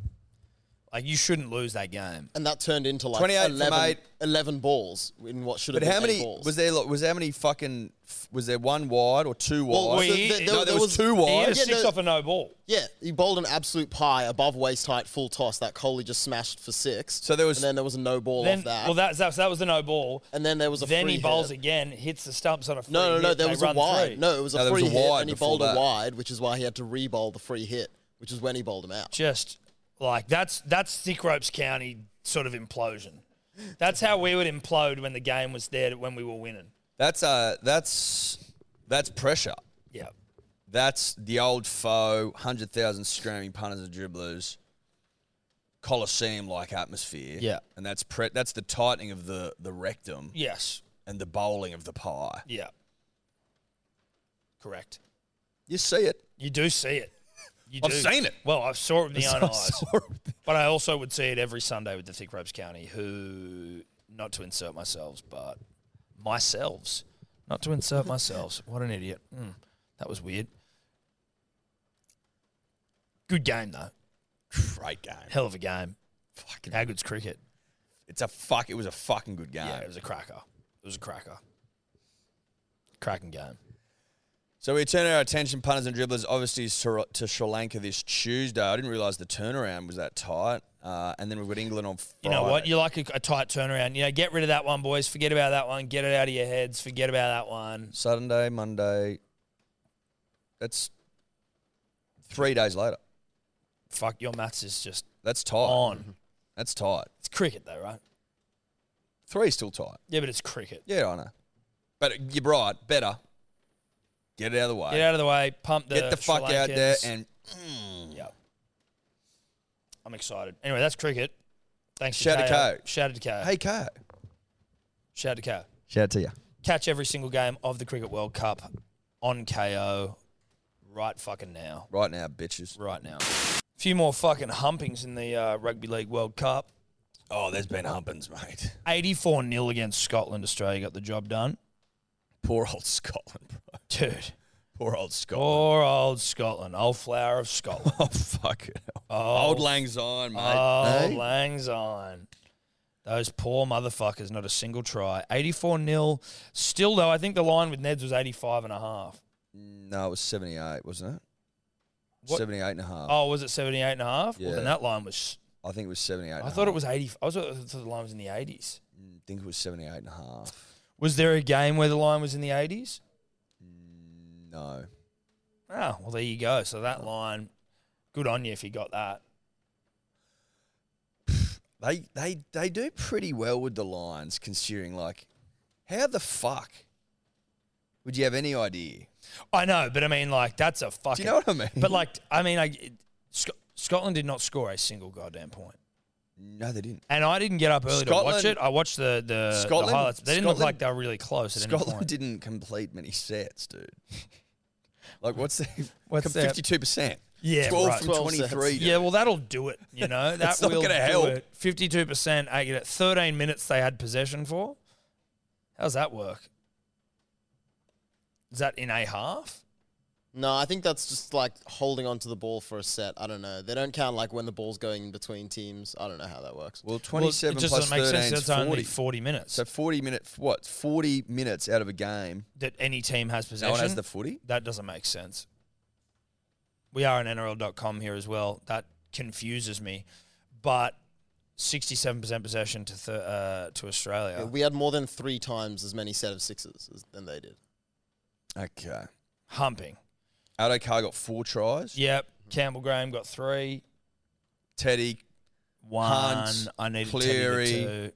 Speaker 2: Like you shouldn't lose that game.
Speaker 4: And that turned into like
Speaker 3: 28 from
Speaker 4: 11,
Speaker 3: eight.
Speaker 4: 11 balls in what should have
Speaker 3: But
Speaker 4: been
Speaker 3: how
Speaker 4: eight
Speaker 3: many
Speaker 4: balls.
Speaker 3: was there? like, Was how many fucking was there one wide or two wide?
Speaker 4: Well,
Speaker 2: we-
Speaker 4: th- th-
Speaker 2: No,
Speaker 3: no, there, was, two
Speaker 2: He had
Speaker 3: wide.
Speaker 2: a six
Speaker 4: no-
Speaker 2: off a no ball.
Speaker 4: Yeah, he bowled an absolute pie above waist height, full toss that Coley just smashed for six.
Speaker 3: So there was-
Speaker 4: and then there was a no ball
Speaker 2: Then
Speaker 4: off that.
Speaker 2: well that, that that was a no ball.
Speaker 4: and then there was a
Speaker 2: Then
Speaker 4: free
Speaker 2: he bowls
Speaker 4: hit.
Speaker 2: again, hits the stumps on a free
Speaker 4: No, no, no.
Speaker 2: hit,
Speaker 4: There
Speaker 2: they
Speaker 4: was a
Speaker 2: run
Speaker 4: wide.
Speaker 2: three.
Speaker 4: No, it was a
Speaker 3: No, there
Speaker 4: free
Speaker 3: was a
Speaker 4: hit,
Speaker 3: wide
Speaker 4: and he
Speaker 3: before
Speaker 4: bowled
Speaker 3: that.
Speaker 4: a wide, which is why he had to re-bowl the free hit, which is when he bowled him out.
Speaker 2: just like that's that's thick ropes county sort of implosion. That's how we would implode when the game was there when we were winning.
Speaker 3: That's uh, that's that's pressure.
Speaker 2: Yeah.
Speaker 3: That's the old foe, 100,000 screaming punters and dribblers, Colosseum like atmosphere.
Speaker 2: Yeah.
Speaker 3: And that's pre- that's the tightening of the, the rectum
Speaker 2: Yes.
Speaker 3: and the bowling of the pie.
Speaker 2: Yeah. Correct.
Speaker 3: You see it.
Speaker 2: You do see it. You
Speaker 3: I've
Speaker 2: do.
Speaker 3: seen it.
Speaker 2: Well, I saw it with my
Speaker 3: [LAUGHS]
Speaker 2: own
Speaker 3: I
Speaker 2: eyes.
Speaker 3: saw it.
Speaker 2: But I also would see it every Sunday with the Thick Ropes County, who, not to insert myself, but myselves. Not to
Speaker 3: [LAUGHS]
Speaker 2: insert myself. What an idiot. Mm, that was weird. Good game, though.
Speaker 3: Great game.
Speaker 2: Hell of a game.
Speaker 3: Fucking,
Speaker 2: How good's cricket?
Speaker 3: it's a fuck. It was a fucking good game.
Speaker 2: Yeah, it was a cracker. It was a cracker. Cracking game.
Speaker 3: So we turn our attention, punters and dribblers, obviously to to Sri Lanka this Tuesday. I didn't realise the turnaround was that tight. Uh, and then we've got England on Friday.
Speaker 2: You know what? You like a, a tight turnaround. You know, get rid of that one, boys. Forget about that one. Get it out of your heads. Forget about that one.
Speaker 3: Sunday, Monday. That's three days later.
Speaker 2: Fuck, your maths is just
Speaker 3: That's tight.
Speaker 2: on.
Speaker 3: That's tight.
Speaker 2: It's cricket, though, right?
Speaker 3: Three's still tight.
Speaker 2: Yeah, but it's cricket.
Speaker 3: Yeah, I know. But you're right. Better get it out of the way.
Speaker 2: Get out of the way. Pump the
Speaker 3: Get the
Speaker 2: Sri
Speaker 3: fuck out there
Speaker 2: Lankans.
Speaker 3: and
Speaker 2: yeah. I'm excited. Anyway, that's cricket. Thanks.
Speaker 3: Shout
Speaker 2: to
Speaker 3: to
Speaker 2: Ko.
Speaker 3: Ko.
Speaker 2: Shout out to Ko.
Speaker 3: hey, Kat.
Speaker 2: Shout out to Ko.
Speaker 3: Shout out to you.
Speaker 2: Catch every single game of the Cricket World Cup on KO right fucking now.
Speaker 3: Right now, bitches.
Speaker 2: Right now. Few more fucking humpings in the uh, Rugby League World Cup.
Speaker 5: Oh, there's been humpings, mate. [LAUGHS]
Speaker 2: 84 0 against Scotland. Australia got the job done.
Speaker 5: Poor old Scotland, bro.
Speaker 2: Dude.
Speaker 5: Poor old
Speaker 3: [LAUGHS]
Speaker 5: Scotland.
Speaker 2: Poor old Scotland. Old flower of Scotland.
Speaker 5: Oh, fuck it.
Speaker 3: Old Lang eh? Syne, mate.
Speaker 2: Oh,
Speaker 3: Hey?
Speaker 2: Lang Syne. Those poor motherfuckers, not a single try. 84 0. Still, though, I think the line with Neds was 85 and a half.
Speaker 3: No, it was 78, wasn't it?
Speaker 2: What-
Speaker 3: 78 and a half.
Speaker 2: Oh, was it 78 and a half? Well,
Speaker 3: Yeah.
Speaker 2: then that line was.
Speaker 5: Oh.
Speaker 3: I think it was 78 and
Speaker 2: I
Speaker 3: a
Speaker 2: thought it
Speaker 3: half.
Speaker 2: was 80. I was, I thought the line was in the 80s.
Speaker 3: I think it was 78 and a half.
Speaker 2: Was there a game where the line was in the 80s?
Speaker 3: No.
Speaker 2: Oh, well, there you go. So that line, good on you if you got that.
Speaker 3: They they they do pretty well with the lines considering like how the fuck would you have any idea?
Speaker 2: I know, but I mean, like, that's a
Speaker 3: Do
Speaker 2: fucking.
Speaker 3: you know what I mean?
Speaker 2: But, like, I mean, I, Sc- Scotland did not score a single goddamn point.
Speaker 3: no, they didn't.
Speaker 2: And I didn't get up early to watch
Speaker 3: Scotland-
Speaker 2: it. I watched the the, the
Speaker 3: Scotland-
Speaker 2: highlights. They didn't look
Speaker 3: Scotland-
Speaker 2: like they were really close at any
Speaker 3: Scotland
Speaker 2: point.
Speaker 3: didn't complete many sets,
Speaker 2: [LAUGHS]
Speaker 3: dude. like what's the
Speaker 2: What's that?
Speaker 3: fifty-two percent?
Speaker 2: yeah,
Speaker 3: Twelve
Speaker 2: right.
Speaker 3: from
Speaker 4: 12 sets.
Speaker 3: twenty-three. dude.
Speaker 2: Yeah, well, that'll do it.
Speaker 3: [LAUGHS]
Speaker 2: You know, that
Speaker 3: It's not
Speaker 2: will
Speaker 3: gonna
Speaker 2: do
Speaker 3: help.
Speaker 2: it. Fifty-two percent. I get it. Thirteen minutes they had possession for. How's that work? Is that in a half?
Speaker 4: No, I think that's just like holding onto the ball for a set. I don't know. They don't count like when the ball's going in between teams. I don't know how that works.
Speaker 3: Well,
Speaker 2: Well,
Speaker 3: twenty-seven
Speaker 2: it just
Speaker 3: plus
Speaker 2: doesn't make
Speaker 3: thirteen
Speaker 2: sense.
Speaker 3: is
Speaker 2: That's
Speaker 3: forty.
Speaker 2: only forty minutes
Speaker 3: so forty minutes. What? Forty minutes out of a game.
Speaker 2: that any team has
Speaker 3: No
Speaker 2: possession.
Speaker 3: one has the footy.
Speaker 2: that doesn't make sense. We are on NRL.com here as well. That confuses me. But 67% possession to th- uh, to Australia.
Speaker 4: We had more than three times as many set of sixes as, than they did.
Speaker 3: Okay.
Speaker 2: Humping.
Speaker 3: Aldo Carr got four tries.
Speaker 2: Yep. Campbell Graham got three.
Speaker 3: Teddy
Speaker 2: One.
Speaker 3: Hunt,
Speaker 2: I needed
Speaker 3: Cleary,
Speaker 2: Cleary. Two.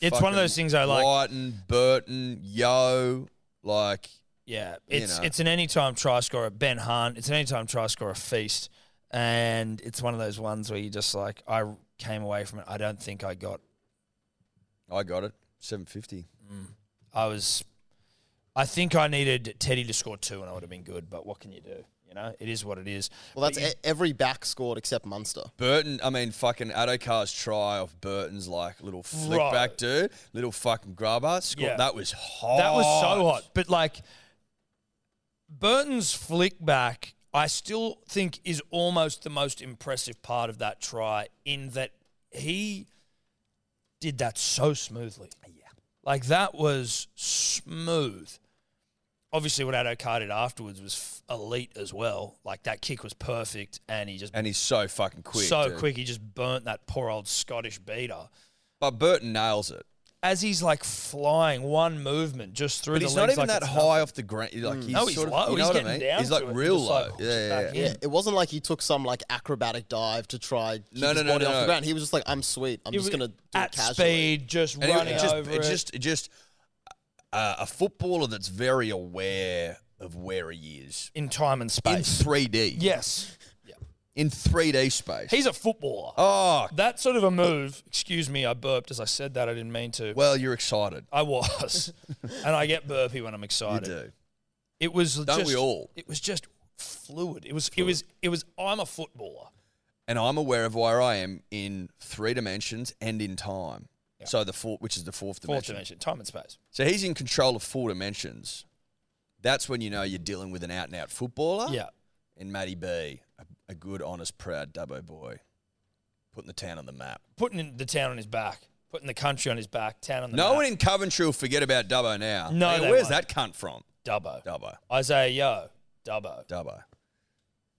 Speaker 2: It's one of those
Speaker 3: fucking
Speaker 2: things I like.
Speaker 3: Whiten, Burton, Yo, like
Speaker 2: Yeah.
Speaker 3: you
Speaker 2: It's
Speaker 3: know.
Speaker 2: it's an anytime try scorer, Ben Hunt. It's an anytime try scorer feast. And it's one of those ones where you just like, I came away from it. I don't think I got
Speaker 3: I got it. Seven fifty.
Speaker 2: I was, I think I needed Teddy to score two, and I would have been good. But what can you do? You know, it is what it is.
Speaker 4: Well, that's
Speaker 2: But you-
Speaker 4: e- every back scored except Munster.
Speaker 3: Burton, I mean, fucking Adokar's try off Burton's like little flick
Speaker 2: Right.
Speaker 3: back, dude. Little fucking grubber. Score.
Speaker 2: Yeah.
Speaker 3: That was hot.
Speaker 2: that was
Speaker 3: Oh.
Speaker 2: so hot. But like, Burton's flick back, I still think is almost the most impressive part of that try, in that he did that so smoothly. Yeah, like that was smooth. Obviously, what Adokar did afterwards was f- elite as well. Like that kick was perfect, and he just
Speaker 3: And he's so fucking quick.
Speaker 2: so
Speaker 3: dude.
Speaker 2: quick he just burnt that poor old Scottish beater.
Speaker 3: But Burton nails it.
Speaker 2: As he's like flying one movement just through
Speaker 3: But
Speaker 2: the
Speaker 3: he's not
Speaker 2: legs
Speaker 3: even
Speaker 2: like
Speaker 3: that
Speaker 2: it's
Speaker 3: high
Speaker 2: nothing. Mm.
Speaker 3: off the ground. Like he's
Speaker 2: No, Oh, he's
Speaker 3: sort of,
Speaker 2: low.
Speaker 3: You know
Speaker 2: He's
Speaker 3: what
Speaker 2: getting
Speaker 3: I mean?
Speaker 2: down
Speaker 3: he's like
Speaker 2: to it and
Speaker 3: real
Speaker 2: just,
Speaker 3: low.
Speaker 2: like, pushes
Speaker 3: yeah, yeah,
Speaker 2: back
Speaker 3: yeah.
Speaker 2: in.
Speaker 4: Yeah, it wasn't like he took some like acrobatic dive to try keep
Speaker 3: No,
Speaker 4: his
Speaker 3: no, no,
Speaker 4: body
Speaker 3: no,
Speaker 4: off the
Speaker 3: no.
Speaker 4: ground. He was just like, "I'm sweet. I'm just gonna do
Speaker 2: at
Speaker 4: it casually."
Speaker 2: speed, just
Speaker 3: And
Speaker 2: running
Speaker 3: it, it just,
Speaker 2: over
Speaker 3: it, just, it just, uh, a footballer that's very aware of where he is
Speaker 2: in time and
Speaker 3: in
Speaker 2: space.
Speaker 3: 3D.
Speaker 2: yes,
Speaker 3: in 3D space.
Speaker 2: he's a footballer.
Speaker 3: oh,
Speaker 2: That sort of a move. Excuse me, I burped as I said that. I didn't mean to.
Speaker 3: well, you're excited.
Speaker 2: I was, [LAUGHS] and I get burpy when I'm
Speaker 3: You
Speaker 2: excited.
Speaker 3: do.
Speaker 2: It was
Speaker 3: Don't
Speaker 2: just,
Speaker 3: we all?
Speaker 2: It was just fluid. It was. It was. It was. I'm a footballer.
Speaker 3: And I'm aware of where I am in three dimensions and in time. So the four, which is the fourth dimension.
Speaker 2: Fourth dimension, time and space.
Speaker 3: So he's in control of four dimensions. That's when you know you're dealing with an out and out footballer.
Speaker 2: Yeah.
Speaker 3: And Matty B, a, a good, honest, proud Dubbo boy, putting the town on the map.
Speaker 2: putting in the town on his back, putting the country on his back, town on the
Speaker 3: no
Speaker 2: map.
Speaker 3: one in Coventry will forget about Dubbo now.
Speaker 2: No,
Speaker 3: Hey,
Speaker 2: they
Speaker 3: where's that
Speaker 2: won't.
Speaker 3: cunt from?
Speaker 2: Dubbo.
Speaker 3: Dubbo,
Speaker 2: Isaiah Yo, Dubbo.
Speaker 3: Dubbo.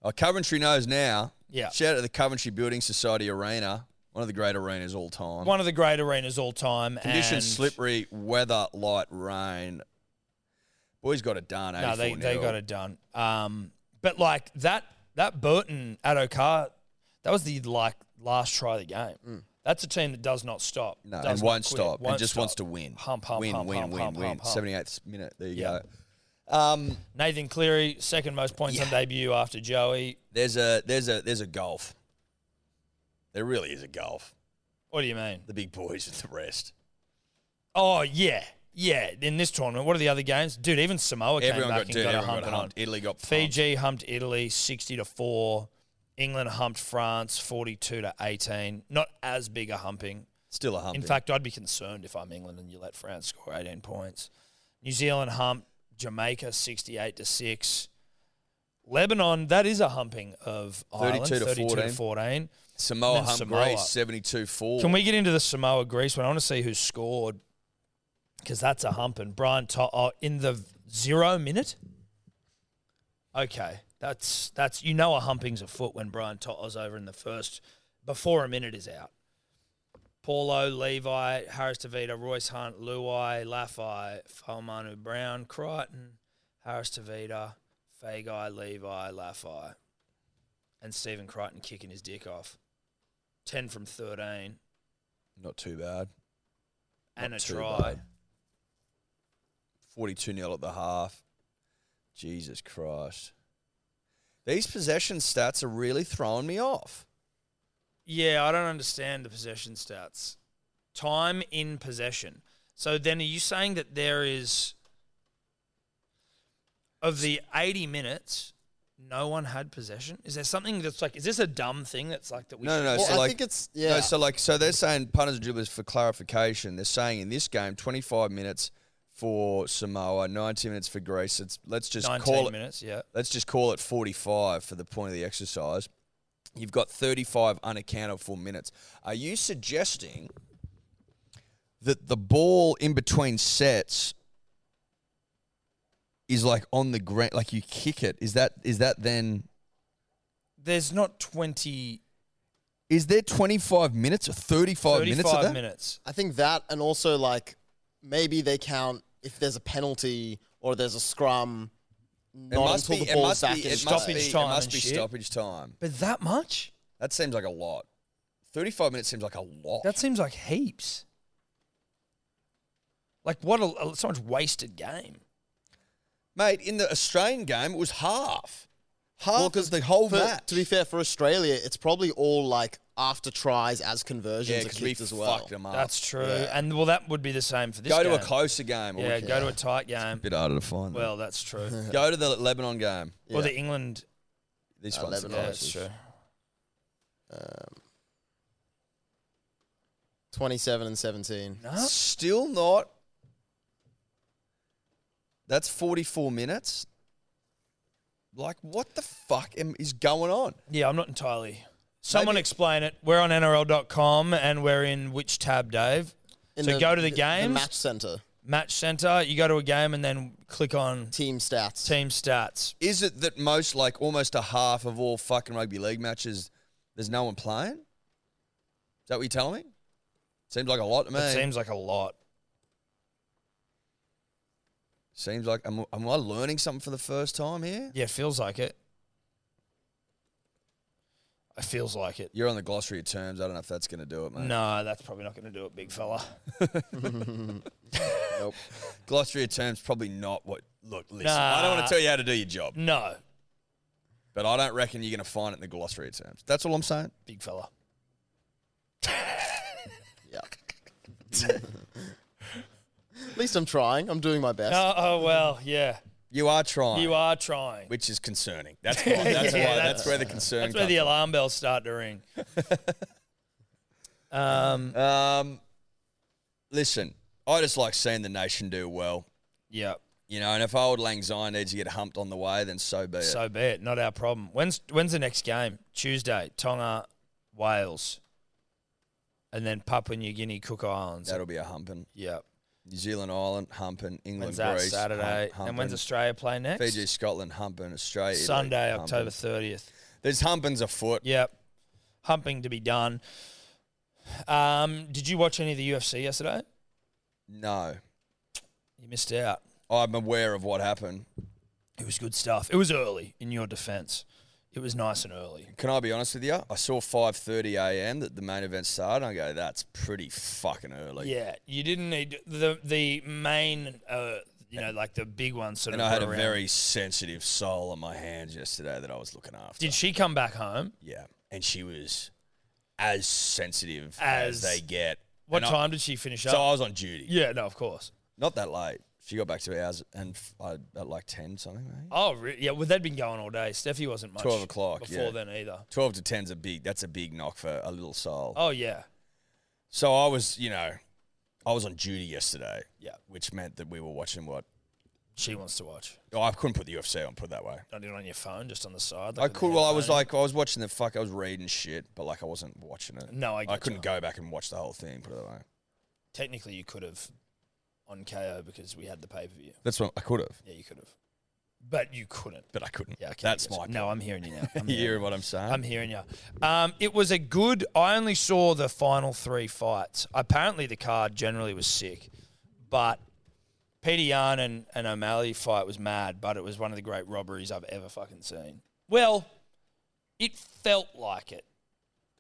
Speaker 3: Oh, Coventry knows now.
Speaker 2: Yeah.
Speaker 3: Shout out to the Coventry Building Society Arena, one of the great arenas all time.
Speaker 2: One of the great arenas all time. and
Speaker 3: Conditions slippery, weather, light, rain. Boys got it done.
Speaker 2: No, they,
Speaker 3: 84
Speaker 2: they
Speaker 3: nil.
Speaker 2: got it done. Um, but like that that Burton at O'Car, that was the like last try of the game. That's a team that does not stop.
Speaker 3: Mm. No,
Speaker 2: does
Speaker 3: and
Speaker 2: not
Speaker 3: won't
Speaker 2: quit,
Speaker 3: stop.
Speaker 2: won't
Speaker 3: and just
Speaker 2: stop.
Speaker 3: wants to win.
Speaker 2: Hump, hump,
Speaker 3: win,
Speaker 2: hump,
Speaker 3: win,
Speaker 2: hump,
Speaker 3: win,
Speaker 2: hump,
Speaker 3: win.
Speaker 2: hump, hump.
Speaker 3: 78th minute. There you
Speaker 2: Yeah.
Speaker 3: go. Um,
Speaker 2: Nathan Cleary, second most points on debut after Joey.
Speaker 3: there's a there's a there's a golf. There really is a golf.
Speaker 2: What do you mean?
Speaker 3: The big boys and the rest.
Speaker 2: Oh yeah, Yeah, in this tournament, what are the other games, dude? Even Samoa
Speaker 5: Everyone
Speaker 2: came
Speaker 5: got
Speaker 2: back
Speaker 5: dude,
Speaker 2: and got a
Speaker 5: everyone
Speaker 2: hump
Speaker 5: got
Speaker 2: and on.
Speaker 5: humped. Italy got pumped.
Speaker 2: Fiji humped Italy sixty to four. England humped France forty-two to eighteen. Not as big a humping.
Speaker 3: Still a hump.
Speaker 2: In fact, I'd be concerned if I'm England and you let France score eighteen points. New Zealand humped Jamaica sixty-eight to six. Lebanon, that is a humping of Ireland,
Speaker 3: 32 to 14.
Speaker 2: fourteen.
Speaker 3: Samoa
Speaker 2: and then
Speaker 3: hump
Speaker 2: Samoa.
Speaker 3: Grace, 72 4.
Speaker 2: Can we get into the Samoa Greece one? I want to see who scored because that's a hump. And Brian to- oh, in the zero minute. Okay, that's that's you know a humping's a foot when Brian Toto's over in the first before a minute is out. Paulo, Levi, Harris Tavita, Royce Hunt, Luai, Lafai, Falmanu Brown, Crichton, Harris Tavita, Fagai, Levi, Lafai. And Stephen Crichton kicking his dick off. 10 from 13
Speaker 3: Not too bad.
Speaker 2: and
Speaker 3: Not
Speaker 2: a
Speaker 3: too
Speaker 2: try.
Speaker 3: bad. 42 0 at the half. Jesus Christ. These possession stats are really throwing me off.
Speaker 2: Yeah, I don't understand the possession stats. Time in possession. So then are you saying that there is of the 80 minutes no one had possession? Is there something that's like is this a dumb thing that's like that we
Speaker 3: No,
Speaker 2: should-
Speaker 3: no, no.
Speaker 4: Well,
Speaker 3: so
Speaker 4: I
Speaker 3: like,
Speaker 4: think it's yeah.
Speaker 3: No, so like, so they're saying punters and dribblers for clarification. They're saying in this game, 25 minutes for Samoa, 90 minutes for Greece. It's, let's just
Speaker 2: 19
Speaker 3: call it.
Speaker 2: minutes, yeah.
Speaker 3: Let's just call it 45 for the point of the exercise. You've got 35 unaccounted for minutes. Are you suggesting that the ball in between sets is like on the ground, like you kick it? Is that is that then?
Speaker 2: There's not 20
Speaker 3: Is there 25 minutes or 35,
Speaker 2: 35
Speaker 3: minutes of that?
Speaker 2: minutes.
Speaker 4: I think that, and also like maybe they count if there's a penalty or there's a scrum. Not until the ball's back in
Speaker 3: it
Speaker 4: play.
Speaker 3: must be,
Speaker 2: Stoppage
Speaker 3: it
Speaker 2: time
Speaker 3: must
Speaker 2: and
Speaker 3: be
Speaker 2: shit.
Speaker 3: stoppage time.
Speaker 2: But that much?
Speaker 3: That seems like a lot. 35 minutes seems like a lot.
Speaker 2: That seems like heaps. Like what a, a so much wasted game.
Speaker 3: Mate, in the Australian game, it was half. Half
Speaker 4: Well,
Speaker 3: is the whole
Speaker 4: For-
Speaker 3: match.
Speaker 4: To be fair, for Australia, it's probably all like after tries as
Speaker 3: yeah,
Speaker 4: conversions are
Speaker 3: because we
Speaker 4: kicked as well.
Speaker 3: fucked them up.
Speaker 2: That's true. And well that would be the same for this
Speaker 3: go to
Speaker 2: game.
Speaker 3: a closer game. or we
Speaker 2: Yeah,
Speaker 3: can-
Speaker 2: go to a tight game.
Speaker 3: Bit harder to find. them.
Speaker 2: Well, that's
Speaker 3: [LAUGHS]
Speaker 2: true.
Speaker 3: go to the Lebanon game.
Speaker 2: Or the England.
Speaker 3: This
Speaker 4: Uh,
Speaker 3: one's the
Speaker 4: Lebanon.
Speaker 2: Yeah,
Speaker 4: Yeah,
Speaker 2: that's
Speaker 3: closest.
Speaker 2: true.
Speaker 4: Um, Twenty-seven and seventeen.
Speaker 2: No,
Speaker 3: Still not. That's 44 minutes. Like, what the fuck am, is going on?
Speaker 2: yeah, I'm not entirely. Someone explain it. We're on NRL.com and we're in which tab, Dave?
Speaker 4: In
Speaker 2: So go to the
Speaker 4: The
Speaker 2: games?
Speaker 4: match center,
Speaker 2: Match center. You go to a game and then click on
Speaker 4: team stats.
Speaker 2: team stats.
Speaker 3: Is it that most, like, almost a half of all fucking rugby league matches, there's no one playing? Is that what you're telling me? Seems like a lot to me.
Speaker 2: It seems like a lot.
Speaker 3: Seems like am, am I learning something for the first time here?
Speaker 2: Yeah, it feels like it. It feels like it.
Speaker 3: You're on the glossary of terms. I don't know if that's going to do it, mate.
Speaker 2: No, that's probably not going to do it, big
Speaker 3: [LAUGHS]
Speaker 2: fella.
Speaker 4: Nope.
Speaker 3: Glossary of terms probably not what.
Speaker 5: Look, listen,
Speaker 2: Nah.
Speaker 5: I don't want to tell you how to do your job,
Speaker 2: No,
Speaker 3: But I don't reckon you're going to find it in the glossary of terms. That's all I'm saying.
Speaker 2: big fella.
Speaker 4: yeah. At least I'm trying. I'm doing my best.
Speaker 2: Oh, oh well, yeah.
Speaker 3: You are trying,
Speaker 2: You are trying.
Speaker 5: which is
Speaker 2: [LAUGHS]
Speaker 5: concerning. That's why. That's
Speaker 2: Yeah,
Speaker 5: why. That's,
Speaker 2: that's-
Speaker 5: where the concern.
Speaker 2: That's where
Speaker 5: comes
Speaker 2: the alarm bells start to
Speaker 3: [LAUGHS]
Speaker 2: ring. um,
Speaker 3: Um, listen, I just like seeing the nation do well,
Speaker 2: yeah,
Speaker 3: you know. And if old Lang Syne needs to get humped on the way, then so be it.
Speaker 2: so be it. Not our problem. When's when's the next game? Tuesday, Tonga, Wales, and then Papua New Guinea, Cook Islands.
Speaker 3: That'll be a humping.
Speaker 2: yeah.
Speaker 3: New Zealand, Ireland, humping. England,
Speaker 2: When's that?
Speaker 3: Greece, hump-
Speaker 2: Saturday. and when's
Speaker 3: humping.
Speaker 2: Australia play next?
Speaker 3: Fiji, Scotland, humping. Australia, Italy,
Speaker 2: Sunday,
Speaker 3: humping.
Speaker 2: October thirtieth.
Speaker 3: There's humpings afoot.
Speaker 2: Yep. Humping to be done. Um, did you watch any of the UFC yesterday?
Speaker 3: No,
Speaker 2: You missed out.
Speaker 3: I'm aware of what happened.
Speaker 2: It was good stuff. It was early. In your defence, it was nice and early.
Speaker 3: Can I be honest with you? I saw 5:30 a.m. that the main event started. and I go, that's pretty fucking early.
Speaker 2: Yeah, you didn't need the the main, uh, you know, like the big one. Sort
Speaker 3: And
Speaker 2: of.
Speaker 3: I had a
Speaker 2: were around.
Speaker 3: very sensitive soul on my hands yesterday that I was looking after.
Speaker 2: Did she come back home?
Speaker 5: yeah, and she was as sensitive
Speaker 2: As-
Speaker 5: as, they get.
Speaker 2: What
Speaker 5: And I-
Speaker 2: time did she finish up?
Speaker 5: so I was on duty.
Speaker 2: yeah, no, of course.
Speaker 3: Not that late. She got back to ours and f- I, at like ten something, maybe.
Speaker 2: Oh, re- yeah. Well, they'd been going all day. Steffi wasn't much.
Speaker 3: 12 o'clock,
Speaker 2: Before
Speaker 3: yeah.
Speaker 2: then either.
Speaker 3: Twelve to ten's a big. That's a big knock for a little soul.
Speaker 2: Oh, yeah.
Speaker 3: So I was, you know,
Speaker 5: I was on duty yesterday.
Speaker 2: Yeah.
Speaker 5: Which meant that we were watching what
Speaker 2: She wants to watch.
Speaker 5: oh, I couldn't put the UFC on. Put it that way.
Speaker 2: Not even on your phone, just on the side.
Speaker 3: I
Speaker 2: like on
Speaker 3: could.
Speaker 2: the
Speaker 3: Well, I was
Speaker 2: headphone.
Speaker 3: like, I was watching the fuck. I was reading shit, but like I wasn't watching it.
Speaker 2: No, I
Speaker 3: I
Speaker 2: getcha.
Speaker 3: couldn't go back and watch the whole thing. Put it that way.
Speaker 2: Technically, you could have on KO because we had the pay per view.
Speaker 3: That's what I could have,
Speaker 2: Yeah, you could have, but you couldn't.
Speaker 3: but I couldn't.
Speaker 2: Yeah, okay,
Speaker 3: that's
Speaker 2: I guess.
Speaker 3: my.
Speaker 2: No, I'm hearing you
Speaker 3: [LAUGHS]
Speaker 2: now. I'm
Speaker 3: you
Speaker 2: hearing
Speaker 3: hearing what I'm saying?
Speaker 2: I'm hearing you. Um, it was a good. I only saw the final three fights. Apparently, the card generally was sick, but Peter Yarn and, and O'Malley fight was mad. But it was one of the great robberies I've ever fucking seen. Well, it felt like it.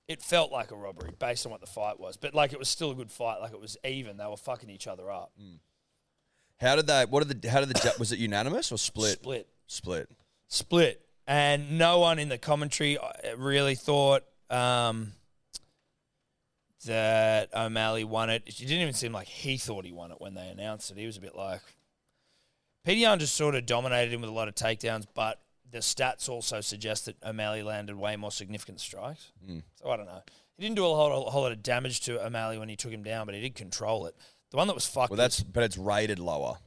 Speaker 2: It felt like a robbery based on what the fight was, but like it was still a good fight. Like it was even. They were fucking each other up.
Speaker 3: how did they? What did the? How did the? ju- Was it unanimous or split?
Speaker 2: Split.
Speaker 3: Split.
Speaker 2: split, and no one in the commentary uh, really thought um, that O'Malley won it. It didn't even seem like he thought he won it when they announced it. He was a bit like Pete Young just sort of dominated him with a lot of takedowns, but the stats also suggest that O'Malley landed way more significant strikes. So I don't know. He didn't do a whole, a whole lot of damage to O'Malley when he took him down, but he did control it. The one that was fucked
Speaker 3: Well,
Speaker 2: was-
Speaker 3: that's but it's rated lower.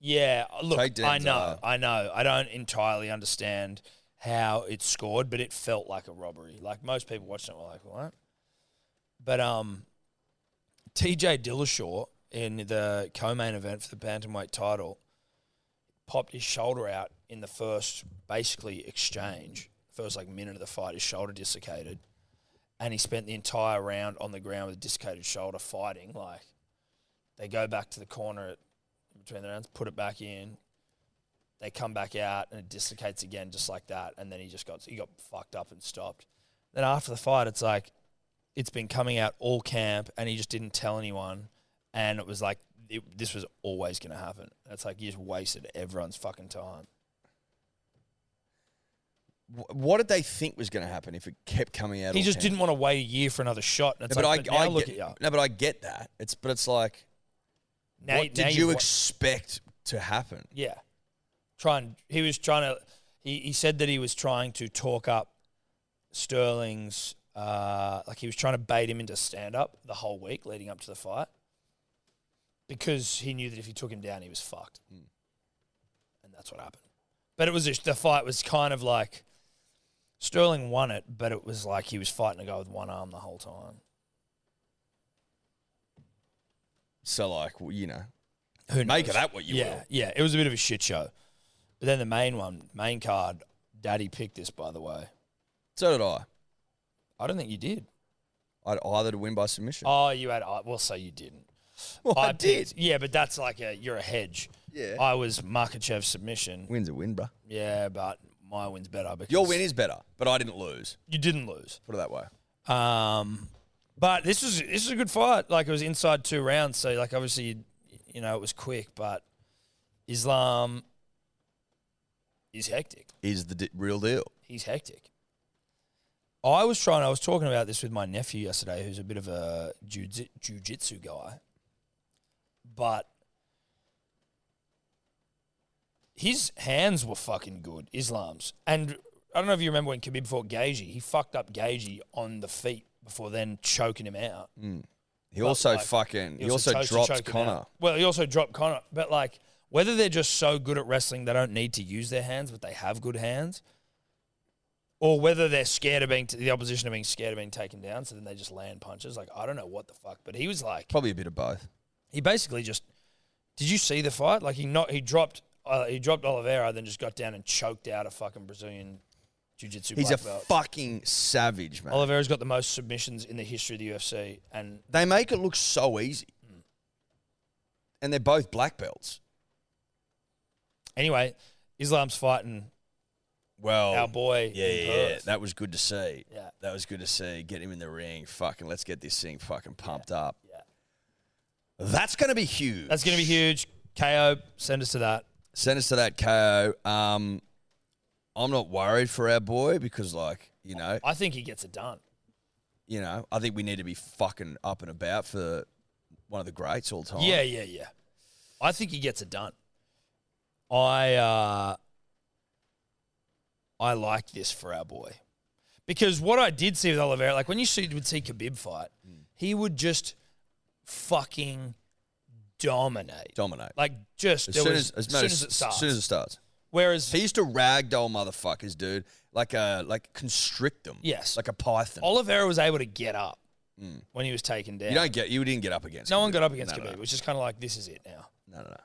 Speaker 2: yeah, uh, look,
Speaker 3: Takedowns
Speaker 2: I know,
Speaker 3: are-
Speaker 2: I know. I don't entirely understand how it scored, but it felt like a robbery. Like most people watching it were like, "What?" But um, T.J. Dillashaw in the co-main event for the bantamweight title popped his shoulder out in the first basically exchange, first like minute of the fight. His shoulder dislocated, and he spent the entire round on the ground with a dislocated shoulder fighting. Like they go back to the corner at between the rounds, put it back in. They come back out and it dislocates again, just like that. And then he just got he got fucked up and stopped. Then after the fight, it's like it's been coming out all camp, and he just didn't tell anyone. And it was like it, this was always going to happen. It's like you just wasted everyone's fucking time.
Speaker 3: Wh- What did they think was going to happen if it kept coming out?
Speaker 2: He
Speaker 3: all
Speaker 2: just
Speaker 3: camp?
Speaker 2: didn't want to wait a year for another shot. And it's
Speaker 3: No, but
Speaker 2: like,
Speaker 3: I, I
Speaker 2: now look
Speaker 3: get,
Speaker 2: at you.
Speaker 3: no, but I get that. It's but it's like,
Speaker 2: Now,
Speaker 3: what
Speaker 2: now
Speaker 3: did you
Speaker 2: wa-
Speaker 3: expect to happen?
Speaker 2: Yeah. Trying he was trying to he, he said that he was trying to talk up Sterling's uh like he was trying to bait him into stand up the whole week leading up to the fight. Because he knew that if he took him down he was fucked. And that's what happened. But it was just, the fight was kind of like Sterling won it, but it was like he was fighting a guy with one arm the whole time.
Speaker 3: So like, well, you know,
Speaker 2: Who
Speaker 3: Make
Speaker 2: knows?
Speaker 3: of that what you
Speaker 2: yeah,
Speaker 3: will.
Speaker 2: Yeah, it was a bit of a shit show. But then the main one, main card, Daddy picked this, by the way.
Speaker 3: so did I.
Speaker 2: I don't think you did.
Speaker 3: I'd either to win by submission.
Speaker 2: Oh, you had. I- Well, so you didn't.
Speaker 3: [LAUGHS] well, Oh, I, did.
Speaker 2: picked- yeah, but that's like a you're a hedge.
Speaker 3: Yeah.
Speaker 2: I was Markachev's submission.
Speaker 3: Win's a win, bruh.
Speaker 2: Yeah, but my win's better because
Speaker 3: Your win is better, but I didn't lose.
Speaker 2: you didn't lose.
Speaker 3: Put it that way.
Speaker 2: Um, but this was this was a good fight. Like it was inside two rounds, so like obviously, you know, it was quick. But Islam is hectic.
Speaker 3: Is the d- real deal?
Speaker 2: he's hectic. I was trying. I was talking about this with my nephew yesterday, who's a bit of a jujit- jujitsu guy, but his hands were fucking good. Islam's and I don't know if you remember when Khabib fought Gaige, he fucked up Gaige on the feet before then choking him out.
Speaker 3: He
Speaker 2: But,
Speaker 3: also
Speaker 2: like,
Speaker 3: fucking. He also,
Speaker 2: chose to
Speaker 3: drops
Speaker 2: choke him
Speaker 3: Connor.
Speaker 2: out. Well, he also dropped Connor. But like, whether they're just so good at wrestling they don't need to use their hands, but they have good hands, or whether they're scared of being the opposition of being scared of being taken down, so then they just land punches. Like I don't know what the fuck, but he was like,
Speaker 3: Probably a bit of both.
Speaker 2: he basically just. Did you see the fight? Like he not he dropped uh, he dropped Oliveira, then just got down and choked out a fucking Brazilian jiu-jitsu
Speaker 3: He's
Speaker 2: black
Speaker 3: a
Speaker 2: belt.
Speaker 3: fucking savage, man.
Speaker 2: Oliveira's got the most submissions in the history of the UFC, and
Speaker 3: They make it look so easy,
Speaker 2: Hmm.
Speaker 3: and they're both black belts.
Speaker 2: anyway, Islam's fighting
Speaker 3: Oh,
Speaker 5: Well,
Speaker 2: our boy.
Speaker 5: Yeah,
Speaker 2: in
Speaker 5: yeah, yeah.
Speaker 2: Perth.
Speaker 5: That was good to see.
Speaker 2: Yeah.
Speaker 5: That was good to see. Get him in the ring. Fucking let's get this thing fucking pumped up.
Speaker 2: Yeah.
Speaker 3: That's going to be huge.
Speaker 2: That's going to be huge. KO, send us to that.
Speaker 3: Send us to that KO. Um, I'm not worried for our boy because, like, you know,
Speaker 2: I think he gets it done.
Speaker 3: you know, I think we need to be fucking up and about for one of the greats all time.
Speaker 2: Yeah, yeah, yeah. I think he gets it done. I uh, I like this for our boy because what I did see with Oliveira, like when you see would see Khabib fight,
Speaker 3: Mm.
Speaker 2: he would just fucking dominate,
Speaker 3: Dominate.
Speaker 2: like just
Speaker 3: as
Speaker 2: there
Speaker 3: soon
Speaker 2: was-
Speaker 3: as, as,
Speaker 2: as
Speaker 3: no,
Speaker 2: soon
Speaker 3: as-
Speaker 2: as it starts.
Speaker 3: As soon as it starts.
Speaker 2: Whereas
Speaker 3: He used to ragdoll motherfuckers, dude. Like uh, like constrict them.
Speaker 2: Yes.
Speaker 3: Like a python.
Speaker 2: Oliveira was able to get up when he was taken down.
Speaker 3: Mm. You don't get. You didn't get up against.
Speaker 2: no one
Speaker 3: Khabib.
Speaker 2: got up against
Speaker 3: no,
Speaker 2: Khabib.
Speaker 3: no,
Speaker 2: It was just kind of like this is it now.
Speaker 3: No, no, no.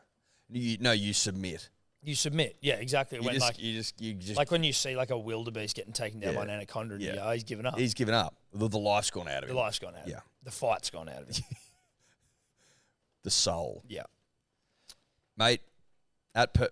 Speaker 3: You, no, you submit.
Speaker 2: You submit, yeah, exactly.
Speaker 3: You
Speaker 2: When
Speaker 3: just,
Speaker 2: like
Speaker 3: you just, you just.
Speaker 2: like when you see like a wildebeest getting taken down by an
Speaker 3: Yeah.
Speaker 2: anaconda, and
Speaker 3: Yeah.
Speaker 2: yeah, he's given up.
Speaker 3: he's given up. The, the life's gone out of
Speaker 2: uh. the
Speaker 3: him.
Speaker 2: life's gone out. Of
Speaker 3: Yeah.
Speaker 2: him. the fight's gone out of
Speaker 3: [LAUGHS]
Speaker 2: him.
Speaker 3: The soul,
Speaker 2: yeah,
Speaker 3: mate. At Perth,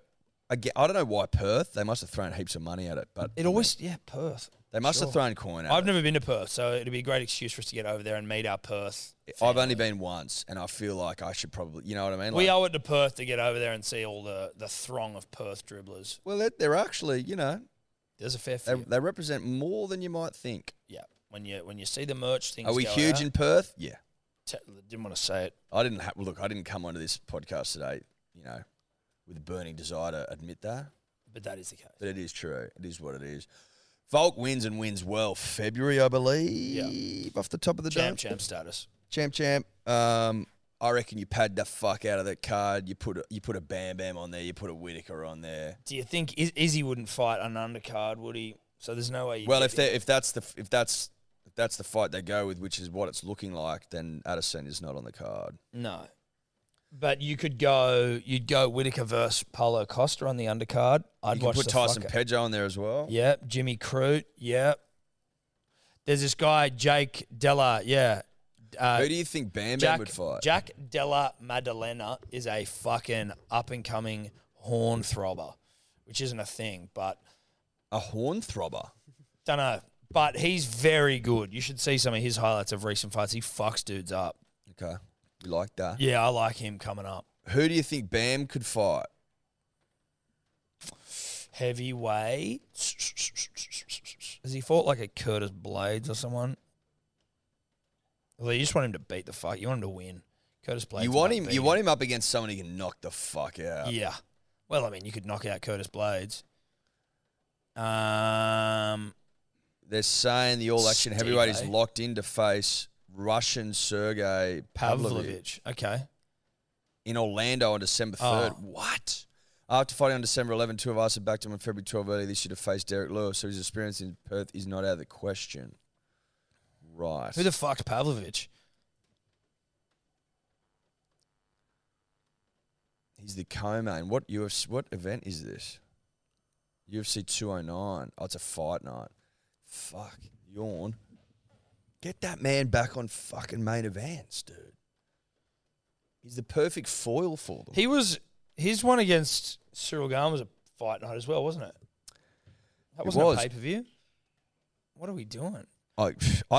Speaker 3: I, get, I don't know why Perth. They must have thrown heaps of money at it, but
Speaker 2: it always yeah Perth.
Speaker 3: they must
Speaker 2: sure.
Speaker 3: have thrown coin at
Speaker 2: I've
Speaker 3: it.
Speaker 2: never been to Perth, so it'd be a great excuse for us to get over there and meet our Perth.
Speaker 3: I've
Speaker 2: family.
Speaker 3: only been once, and I feel like I should probably. You know what I mean?
Speaker 2: We
Speaker 3: Like,
Speaker 2: owe it to Perth to get over there and see all the the throng of Perth dribblers.
Speaker 3: well, they're, they're actually, you know,
Speaker 2: There's a fair
Speaker 3: they,
Speaker 2: few.
Speaker 3: they represent more than you might think.
Speaker 2: yeah, when you when you see the merch things.
Speaker 3: Are we
Speaker 2: go
Speaker 3: huge
Speaker 2: out,
Speaker 3: in Perth? Yeah.
Speaker 2: te- didn't want to say it.
Speaker 3: I didn't ha- look. I didn't come onto this podcast today, you know, with a burning desire to admit that,
Speaker 2: But that is the case.
Speaker 3: but it is true. It is what it is. Volk wins and wins well. February, I believe, off the top of the
Speaker 2: Champ,
Speaker 3: dome.
Speaker 2: champ status.
Speaker 3: champ, champ. Um, I reckon you pad the fuck out of that card. You put a, you put a Bam Bam on there. You put a Whitaker on there.
Speaker 2: Do you think Iz- Izzy wouldn't fight an undercard, would he? So there's no way. you
Speaker 3: Well,
Speaker 2: get
Speaker 3: if
Speaker 2: the-
Speaker 3: they if that's the if that's if that's the fight they go with, which is what it's looking like, then Addison is not on the card.
Speaker 2: no, but you could go. You'd go Whitaker versus Paulo Costa on the undercard. I'd
Speaker 3: You can
Speaker 2: watch
Speaker 3: put
Speaker 2: the
Speaker 3: Tyson
Speaker 2: fuck-
Speaker 3: Pedro on there as well.
Speaker 2: Yep, Jimmy Crute. Yep. There's this guy Jake Della. Yeah. Uh,
Speaker 3: Who do you think Bam Bam
Speaker 2: Jack,
Speaker 3: would fight?
Speaker 2: Jack Della Maddalena is a fucking up and coming horn throbber, which isn't a thing, but
Speaker 3: A horn throbber.
Speaker 2: don't know. But he's very good. You should see some of his highlights of recent fights. He fucks dudes up.
Speaker 3: Okay. You like that?
Speaker 2: Yeah, I like him coming up.
Speaker 3: Who do you think Bam could fight?
Speaker 2: Heavyweight. Has he fought like a Curtis Blades or someone? Well, you just want him to beat the fuck. You want him to win. Curtis Blades.
Speaker 3: you want him you want him up against someone he can knock the fuck out.
Speaker 2: Yeah. Well, I mean, you could knock out Curtis Blades. Um,
Speaker 3: They're saying the all action heavyweight is
Speaker 2: Steve, eh?
Speaker 3: locked in to face Russian Sergey Pavlovich
Speaker 2: Pavlovich. Okay.
Speaker 3: in Orlando on December
Speaker 2: Oh.
Speaker 3: third. What? After fighting on December 11, two of us are back to him on February 12 earlier this year to face Derek Lewis, so his experience in Perth is not out of the question. Right.
Speaker 2: Who the fuck's Pavlovich?
Speaker 3: He's the co-main. What UFC? What event is this? UFC 209. Oh, it's a fight night. Fuck. Yawn. Get that man back on fucking main events, dude. He's the perfect foil for them.
Speaker 2: He was his one against Cyril Garn was a fight night as well, wasn't it? That
Speaker 3: It
Speaker 2: wasn't
Speaker 3: was.
Speaker 2: a pay per view. What are we doing?
Speaker 3: I, I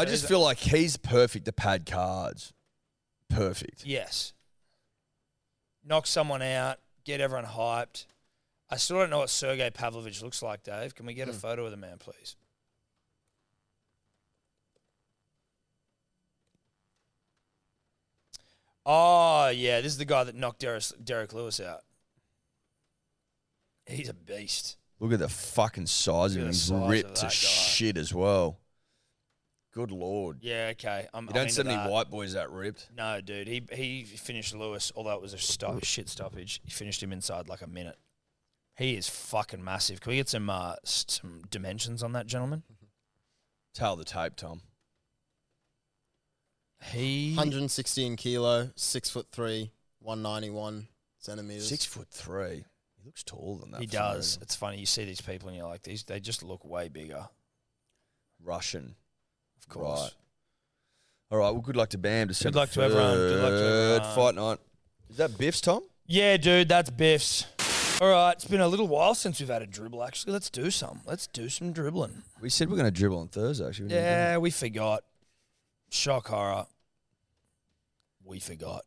Speaker 2: There's
Speaker 3: just
Speaker 2: a-
Speaker 3: feel like he's perfect to pad cards. Perfect.
Speaker 2: Yes. Knock someone out. Get everyone hyped. I still don't know what Sergey Pavlovich looks like, Dave. Can we get a photo of the man, please? Oh, yeah. This is the guy that knocked Derek, Derek Lewis out. He's a beast.
Speaker 3: Look at the fucking size of him.
Speaker 2: Look at the
Speaker 3: He's
Speaker 2: size of
Speaker 3: ripped
Speaker 2: that
Speaker 3: to
Speaker 2: guy.
Speaker 3: shit as well. Good lord.
Speaker 2: Yeah, okay. I'm,
Speaker 3: You
Speaker 2: I'm
Speaker 3: don't
Speaker 2: into
Speaker 3: see many
Speaker 2: that.
Speaker 3: white boys that ripped.
Speaker 2: No, dude. He he finished Lewis, although it was a stop, shit stoppage. He finished him inside like a minute. He is fucking massive. Can we get some uh, s- some dimensions on that gentleman?
Speaker 3: Tail the tape, Tom.
Speaker 2: He
Speaker 4: 116 kilo, six foot three, 191 centimeters.
Speaker 3: Six foot three. He looks taller than that.
Speaker 2: he
Speaker 3: for some
Speaker 2: does.
Speaker 3: reason.
Speaker 2: It's funny. You see these people and you're like these. They just look way bigger.
Speaker 3: Russian,
Speaker 2: Of course.
Speaker 3: Right. All right. Well, good luck to Bam. December
Speaker 2: luck to everyone, good luck to
Speaker 3: 3rd,
Speaker 2: everyone.
Speaker 3: Fight night. Is that Biff's Tom?
Speaker 2: Yeah, dude. That's Biff's. All right. It's been a little while since we've had a dribble. Actually, let's do some. Let's do some dribbling.
Speaker 3: We said we're going to dribble on Thursday. Actually, we didn't do
Speaker 2: Yeah, we forgot. Shock horror. We forgot.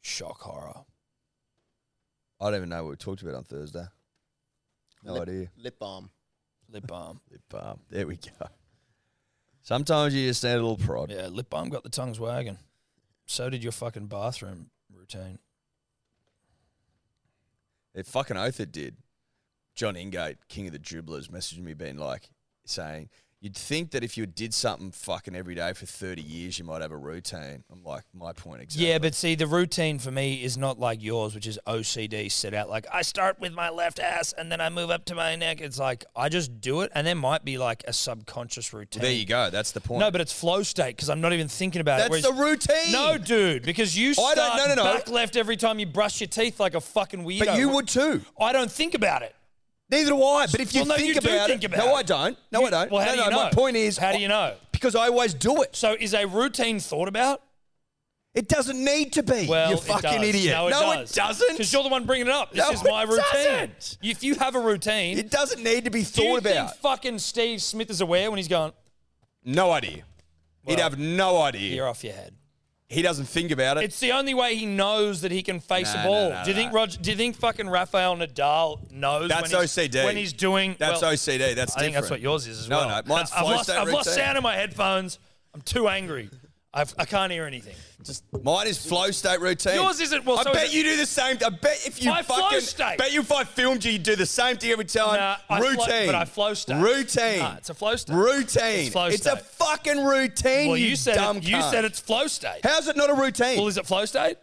Speaker 2: Shock horror.
Speaker 3: it. I don't even know what we talked about on Thursday. No
Speaker 4: Lip-
Speaker 3: idea.
Speaker 2: [LAUGHS]
Speaker 4: Lip balm.
Speaker 2: Lip balm.
Speaker 3: Lip balm. There we go. Sometimes you just need a little prod.
Speaker 2: Yeah, lip balm got the tongues wagging. So did your fucking bathroom routine.
Speaker 3: It fucking oath it did. John Ingate, king of the dribblers, messaged me being like, saying, You'd think that if you did something fucking every day for 30 years, you might have a routine. I'm like, My point exactly.
Speaker 2: Yeah, but see, the routine for me is not like yours, which is OCD set out. Like, I start with my left ass and then I move up to my neck. It's like, I just do it. And there might be like a subconscious routine.
Speaker 3: Well, there you go. That's the point.
Speaker 2: No, but it's flow state because I'm not even thinking about
Speaker 3: That's
Speaker 2: it. whereas-
Speaker 3: the routine.
Speaker 2: No, dude, because you
Speaker 3: I
Speaker 2: start
Speaker 3: don't- no, no, no.
Speaker 2: back left every time you brush your teeth like a fucking weirdo.
Speaker 3: But you would too.
Speaker 2: I don't think about it.
Speaker 3: Neither do I. But if you
Speaker 2: Well, no,
Speaker 3: think
Speaker 2: you do
Speaker 3: about
Speaker 2: think
Speaker 3: it,
Speaker 2: about
Speaker 3: no,
Speaker 2: it.
Speaker 3: I don't. No, I
Speaker 2: You-
Speaker 3: don't.
Speaker 2: Well, how
Speaker 3: no,
Speaker 2: do you
Speaker 3: no,
Speaker 2: know?
Speaker 3: My point is,
Speaker 2: how do you know?
Speaker 3: Because I always do it.
Speaker 2: So, is a routine thought about?
Speaker 3: It doesn't need to be.
Speaker 2: Well,
Speaker 3: you
Speaker 2: it
Speaker 3: fucking
Speaker 2: does.
Speaker 3: idiot.
Speaker 2: No, it does.
Speaker 3: doesn't.
Speaker 2: Because you're the one bringing it up. This
Speaker 3: No,
Speaker 2: is my
Speaker 3: it
Speaker 2: routine.
Speaker 3: doesn't.
Speaker 2: If you have a routine,
Speaker 3: It doesn't need to be
Speaker 2: do you
Speaker 3: thought about.
Speaker 2: think fucking Steve Smith is aware when he's going,
Speaker 3: no idea. He'd
Speaker 2: Well,
Speaker 3: have no idea.
Speaker 2: you're off your head?
Speaker 3: He doesn't think about it.
Speaker 2: It's the only way he knows that he can face
Speaker 3: No,
Speaker 2: a ball.
Speaker 3: no, no,
Speaker 2: do you think
Speaker 3: no.
Speaker 2: Roger, do you think fucking Rafael Nadal knows
Speaker 3: That's
Speaker 2: when he's,
Speaker 3: OCD.
Speaker 2: when he's doing
Speaker 3: that's
Speaker 2: well,
Speaker 3: OCD. That's
Speaker 2: I think that's what
Speaker 3: different.
Speaker 2: yours is as
Speaker 3: No,
Speaker 2: well.
Speaker 3: no, mine's
Speaker 2: I've,
Speaker 3: flow
Speaker 2: lost,
Speaker 3: state
Speaker 2: I've lost
Speaker 3: routine.
Speaker 2: sound in my headphones. I'm too angry. I've, I can't hear anything.
Speaker 3: Mine is flow state routine.
Speaker 2: Yours isn't- well,
Speaker 3: I
Speaker 2: so
Speaker 3: bet
Speaker 2: is it-
Speaker 3: you do the same. I bet if you
Speaker 2: My flow
Speaker 3: fucking.
Speaker 2: state.
Speaker 3: Bet you if I filmed you, you'd do the same thing every time.
Speaker 2: Nah, I flow-
Speaker 3: routine.
Speaker 2: but I flow state.
Speaker 3: Routine.
Speaker 2: Nah, it's a flow state.
Speaker 3: Routine.
Speaker 2: It's flow
Speaker 3: a
Speaker 2: state.
Speaker 3: fucking routine.
Speaker 2: Well, you, said
Speaker 3: dumb
Speaker 2: it, you
Speaker 3: cunt.
Speaker 2: said it's flow state.
Speaker 3: How's it not a routine?
Speaker 2: Well, is it flow state?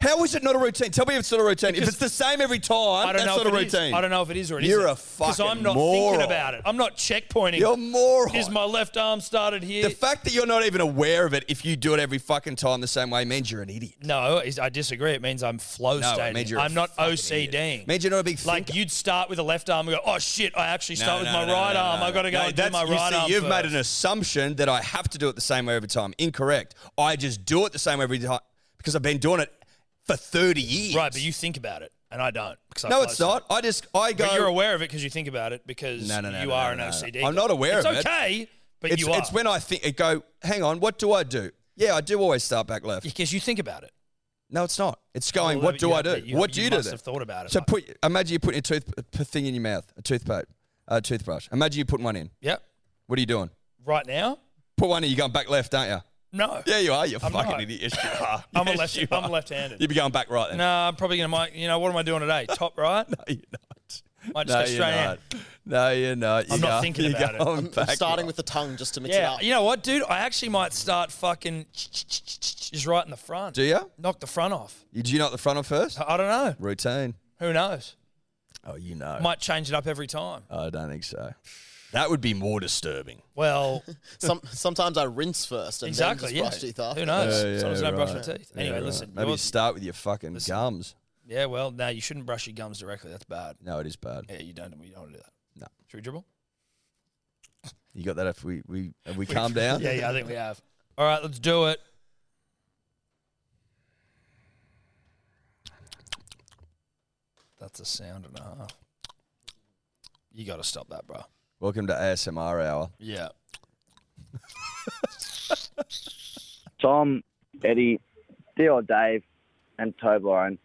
Speaker 3: How is it not a routine? Tell me if it's not a routine. if
Speaker 2: Because-
Speaker 3: it's the same every time,
Speaker 2: I don't
Speaker 3: that's
Speaker 2: know
Speaker 3: not
Speaker 2: if
Speaker 3: a
Speaker 2: it is.
Speaker 3: routine.
Speaker 2: I don't know if it is or it
Speaker 3: You're
Speaker 2: isn't.
Speaker 3: a
Speaker 2: Because I'm
Speaker 3: fucking
Speaker 2: not
Speaker 3: moron.
Speaker 2: thinking about it. I'm not checkpointing.
Speaker 3: You're a moron.
Speaker 2: Is my left arm started here?
Speaker 3: The fact that you're not even aware of it if you do it every fucking time the same way means you're an idiot.
Speaker 2: no, is- I disagree. It means I'm flow
Speaker 3: No, it
Speaker 2: stating.
Speaker 3: means you're a
Speaker 2: I'm not
Speaker 3: fucking
Speaker 2: OCDing.
Speaker 3: idiot. Means you're not a big
Speaker 2: Like
Speaker 3: thinker.
Speaker 2: you'd start with a left arm and go, oh shit, I actually start with my right arm. I've got to go
Speaker 3: No,
Speaker 2: and do
Speaker 3: that's-
Speaker 2: my
Speaker 3: you
Speaker 2: right
Speaker 3: see,
Speaker 2: arm.
Speaker 3: You've
Speaker 2: first.
Speaker 3: made an assumption that I have to do it the same way every time. Incorrect. I just do it the same way every time because I've been doing it for 30 years.
Speaker 2: Right, but you think about it, and I don't. 'cause I
Speaker 3: No,
Speaker 2: flow
Speaker 3: it's
Speaker 2: state.
Speaker 3: not. I just I go.
Speaker 2: But you're aware of it because you think about it because
Speaker 3: No, no, no,
Speaker 2: you
Speaker 3: no,
Speaker 2: are
Speaker 3: no,
Speaker 2: an
Speaker 3: no, no.
Speaker 2: OCD.
Speaker 3: I'm
Speaker 2: guy.
Speaker 3: not aware
Speaker 2: it's
Speaker 3: of it.
Speaker 2: okay, but
Speaker 3: it's,
Speaker 2: you are.
Speaker 3: it's when I think it go. Hang on. What do I do? Yeah, I do always start back
Speaker 2: [LAUGHS]
Speaker 3: left.
Speaker 2: because you think about it.
Speaker 3: No, it's not. It's going.
Speaker 2: Well,
Speaker 3: what do
Speaker 2: you-
Speaker 3: I do?
Speaker 2: you-
Speaker 3: what do
Speaker 2: you
Speaker 3: you, do?
Speaker 2: must
Speaker 3: then?
Speaker 2: have thought about it,
Speaker 3: So
Speaker 2: mate.
Speaker 3: put. Imagine you put your tooth p- thing in your mouth, a toothpaste, a toothbrush. Imagine you put one in.
Speaker 2: Yep.
Speaker 3: What are you doing?
Speaker 2: Right now,
Speaker 3: Put one in. You're going back left, don't you? [LAUGHS]
Speaker 2: no.
Speaker 3: Yeah, you are. You
Speaker 2: I'm
Speaker 3: fucking
Speaker 2: not.
Speaker 3: idiot. Yes,
Speaker 2: [LAUGHS]
Speaker 3: you are.
Speaker 2: I'm a
Speaker 3: Yes,
Speaker 2: left.
Speaker 3: you
Speaker 2: I'm
Speaker 3: are.
Speaker 2: left-handed.
Speaker 3: You'd be going back right then.
Speaker 2: no, I'm probably gonna. Might, you know, what am I doing today? Top right.
Speaker 3: [LAUGHS] you're not. No,
Speaker 2: Might just go
Speaker 3: you're
Speaker 2: straight
Speaker 3: not.
Speaker 2: out.
Speaker 3: No, you're not.
Speaker 2: I'm
Speaker 3: You
Speaker 2: not
Speaker 3: are.
Speaker 2: thinking
Speaker 3: You're
Speaker 2: about it.
Speaker 3: going
Speaker 4: I'm,
Speaker 3: back
Speaker 4: I'm starting
Speaker 3: right.
Speaker 4: with the tongue just to mix it
Speaker 2: Yeah.
Speaker 4: up.
Speaker 2: You know what, dude? I actually might start fucking just right in the front.
Speaker 3: Do you?
Speaker 2: Knock the front off.
Speaker 3: You- Do you not the front on first?
Speaker 2: I I don't know.
Speaker 3: Routine.
Speaker 2: Who knows?
Speaker 3: Oh, you know.
Speaker 2: Might change it up every time.
Speaker 3: I don't think so. That would be more disturbing. [LAUGHS]
Speaker 2: Well,
Speaker 4: Some, sometimes I rinse first and
Speaker 2: exactly.
Speaker 4: then
Speaker 2: Yeah.
Speaker 4: just brush teeth after.
Speaker 2: Who knows?
Speaker 3: Yeah,
Speaker 2: as long as
Speaker 3: yeah,
Speaker 2: I don't brush
Speaker 3: right.
Speaker 2: my teeth.
Speaker 3: Yeah,
Speaker 2: Anyway,
Speaker 3: right.
Speaker 2: listen.
Speaker 3: Maybe
Speaker 2: yours-
Speaker 3: start with your fucking gums.
Speaker 2: yeah. Well, no, you shouldn't brush your gums directly. That's bad.
Speaker 3: No, it is bad.
Speaker 2: Yeah, you don't. You don't want to do that.
Speaker 3: No.
Speaker 2: Should we dribble?
Speaker 3: You got that? If we we have we calm down.
Speaker 2: Yeah, yeah, I think we have. All right, let's do it. That's a sound and a half. You got to stop that, bro.
Speaker 3: Welcome to ASMR Hour.
Speaker 2: Yeah.
Speaker 6: Tom, Eddie, Theo, Dave, and Toblerone.